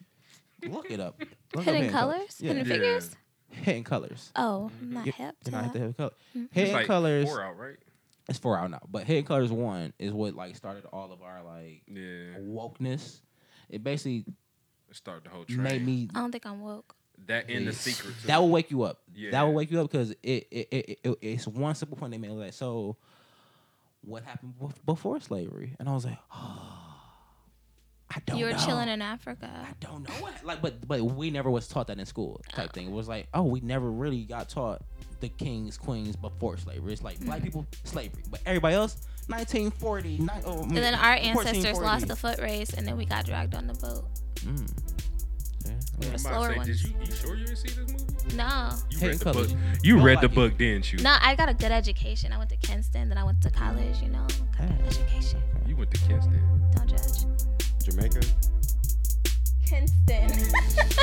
[SPEAKER 1] Look it up. Look up
[SPEAKER 4] Hidden colors,
[SPEAKER 1] Yeah.
[SPEAKER 4] hidden
[SPEAKER 3] Yeah.
[SPEAKER 4] figures.
[SPEAKER 1] Hidden Colors.
[SPEAKER 4] Oh, I'm not
[SPEAKER 1] You-
[SPEAKER 4] hip.
[SPEAKER 1] You're not hip
[SPEAKER 4] to
[SPEAKER 1] to Hidden Colors.
[SPEAKER 3] It's
[SPEAKER 1] Hidden
[SPEAKER 3] like
[SPEAKER 1] Colors.
[SPEAKER 3] four out, right?
[SPEAKER 1] It's four out now, but Hidden Colors One is what like started all of our like
[SPEAKER 3] Yeah,
[SPEAKER 1] wokeness. It basically
[SPEAKER 3] start the whole
[SPEAKER 1] made me.
[SPEAKER 4] I don't think I'm woke.
[SPEAKER 3] That in the
[SPEAKER 1] Yes.
[SPEAKER 3] secret. too.
[SPEAKER 1] That will wake you up. That
[SPEAKER 3] Yeah.
[SPEAKER 1] will wake you up because it, it, it, it it's one simple point they made like so. What happened bef- before slavery? And I was like, I don't.
[SPEAKER 4] You were
[SPEAKER 1] know.
[SPEAKER 4] chilling in Africa.
[SPEAKER 1] I don't know what like but but we never was taught that in school type thing. It was like, oh, we never really got taught the kings, queens before slavery. It's like black people slavery. But everybody else, 1940, ni- oh,
[SPEAKER 4] And then our ancestors lost the foot race, and then we got dragged on the boat.
[SPEAKER 1] Mm. Yeah.
[SPEAKER 4] We were
[SPEAKER 3] I'm
[SPEAKER 4] slower
[SPEAKER 3] about to say, did you,
[SPEAKER 4] ones.
[SPEAKER 3] you sure you didn't see this movie?
[SPEAKER 4] No,
[SPEAKER 3] You
[SPEAKER 1] Hidden
[SPEAKER 3] read the
[SPEAKER 1] Colors.
[SPEAKER 3] book. You
[SPEAKER 1] Don't
[SPEAKER 3] read the
[SPEAKER 1] like it.
[SPEAKER 3] book, didn't you?
[SPEAKER 4] no, I got a good education. I went to Kinston, then I went to college. You know, got that
[SPEAKER 1] Hey.
[SPEAKER 4] education.
[SPEAKER 3] You went to Kinston.
[SPEAKER 4] Don't judge.
[SPEAKER 2] Jamaica.
[SPEAKER 4] Kinston.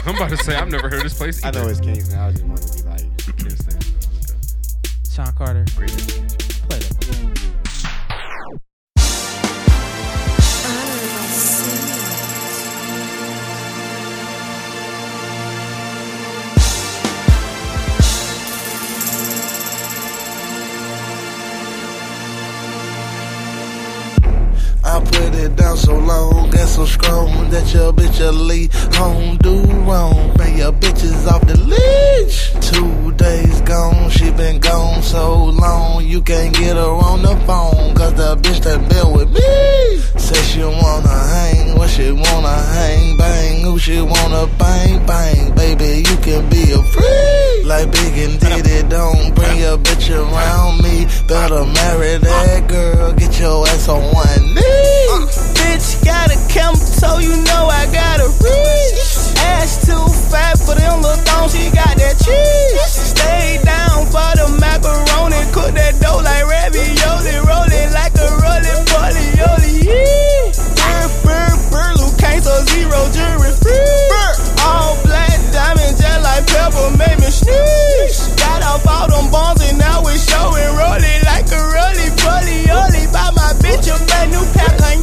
[SPEAKER 3] I'm about to say I've never heard of this place.
[SPEAKER 2] I know
[SPEAKER 3] either.
[SPEAKER 2] it's Kingston. I just wanted to be like.
[SPEAKER 3] Kinston.
[SPEAKER 1] Sean Carter,
[SPEAKER 3] Great education.
[SPEAKER 1] play that.
[SPEAKER 8] I put it down so long and so strong that your bitch will leave home do wrong. Pay your bitches off the leash. Two days gone, she been gone so long you can't get her on the phone. Cause the bitch that been with me said she wanna hang, what she wanna hang, bang, who she wanna bang, bang. Baby, you can be a freak. Like Big and Diddy, don't bring your bitch around me. Better marry that girl, get your ass on one knee.
[SPEAKER 9] Bitch got a camera, so you know I got a reach. Ass too fat for them little thongs, she got that cheese. Stay down for the macaroni, cook that dough like ravioli, roll it like a rolling polioli. Yeah. Burr, burr, burr, Lucane, so zero jury free. All black diamond, just like pepper, made me sneeze. Got off all them bombs and now it's showing, roll it like a rolly polly, ollie. Buy my bitch a brand new pack on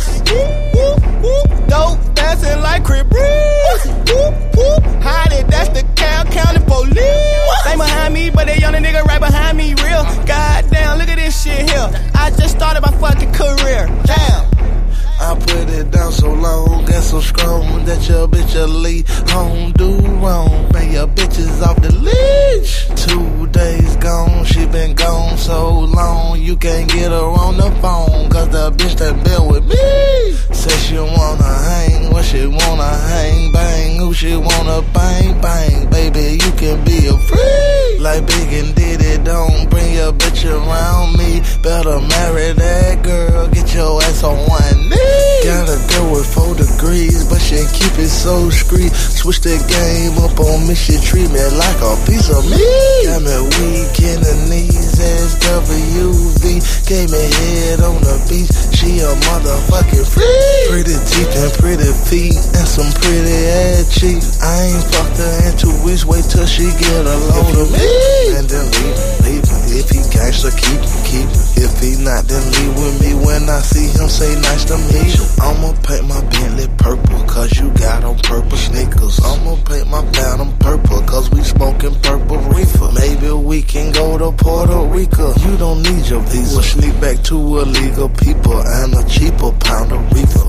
[SPEAKER 9] Whoop, whoop, dope, dancing like Crip Breeze. Whoop, whoop, hide it, that's the Cal County Police. They behind me, but they on the nigga right behind me, real. Goddamn, look at this shit here. I just started my fucking career. Damn.
[SPEAKER 8] I put it down so long and so strong that your bitch will leave home do wrong. Pay your bitches off the leash. Two days gone, she been gone so long you can't get her on the phone. Cause the bitch that been with me said she wanna hang, what she wanna hang, bang, who she wanna bang, bang. Baby, you can be a freak. Like Big and Diddy, don't bring your bitch around me. Better marry that girl, get your ass on one knee. Gotta go with four degrees, but she keep it so discreet. Switch the game up on me, she treat me like a piece of meat. Got me weak in the knees, SWV. Gave me head on the beach, she a motherfucking freak. Pretty teeth and pretty feet, and some pretty ass cheeks. I ain't fucked her in two weeks, wait till she get a load of me. And then leave, leave,
[SPEAKER 10] If he gangster, keep him, keep him. If he not, then leave with me when I see him. Say nice to meet you. I'ma paint my Bentley purple, cause you got on purple sneakers. I'ma paint my platinum purple, cause we smoking purple reefer. Maybe we can go to Puerto Rico. You don't need your visa. We'll sneak back to illegal people and a cheaper pound of reefer.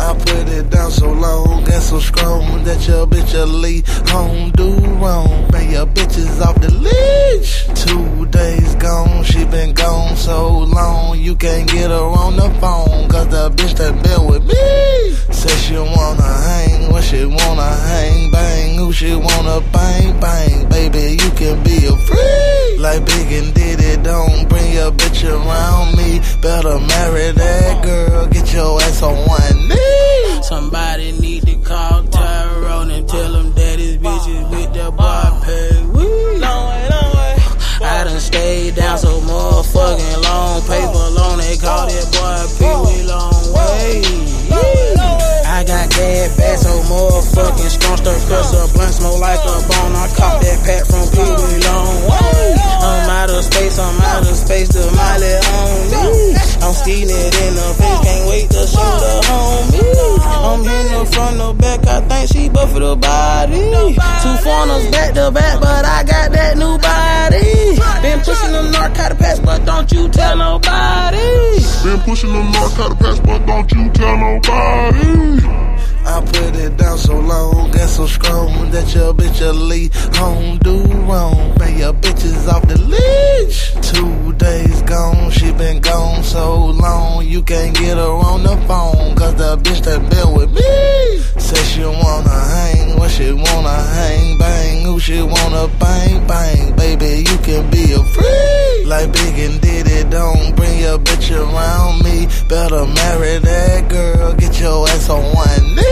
[SPEAKER 10] I put it down so long and so strong that your bitch will leave home do wrong. Man, your bitch is off the leash. Two days gone, she been gone so long. You can't get her on the phone, cause the bitch that been with me. Said she wanna hang when she wanna hang, bang. Who she wanna bang, bang. Baby, you can be a freak. Like Big and Diddy, don't bring your bitch around me. Better marry that girl, get your ass on one knee.
[SPEAKER 1] Somebody need to call Tyrone and tell him that his bitches with the bar pay. Woo. I done stayed down so motherfucking long. Paper long, they call that boy Pee Wee Long Way. I got that bad so motherfucking strong. Stir cuss a blunt, smoke like a bone. I caught that pack from Pee Wee Long Way. I'm out of space, I'm out of space. The Miley on me. I'm stealing it in the face, can't wait to show the homie. I'm in the front, the back, I think she buff for the body. Two funnels back to back, but I got that new body. Been pushing them narcotic packs, but don't you tell nobody.
[SPEAKER 10] Been pushing them narcotic packs, but don't you tell nobody. I put it down so long and so strong that your bitch will leave home do wrong. Man, your bitch is off the leash. Two days gone, she been gone so long. You can't get her on the phone, cause the bitch that been with me. Said she wanna hang when she wanna hang, bang. Who she wanna bang, bang. Baby, you can be a freak. Like Big and Diddy, don't bring your bitch around me. Better marry that girl, get your ass on one knee.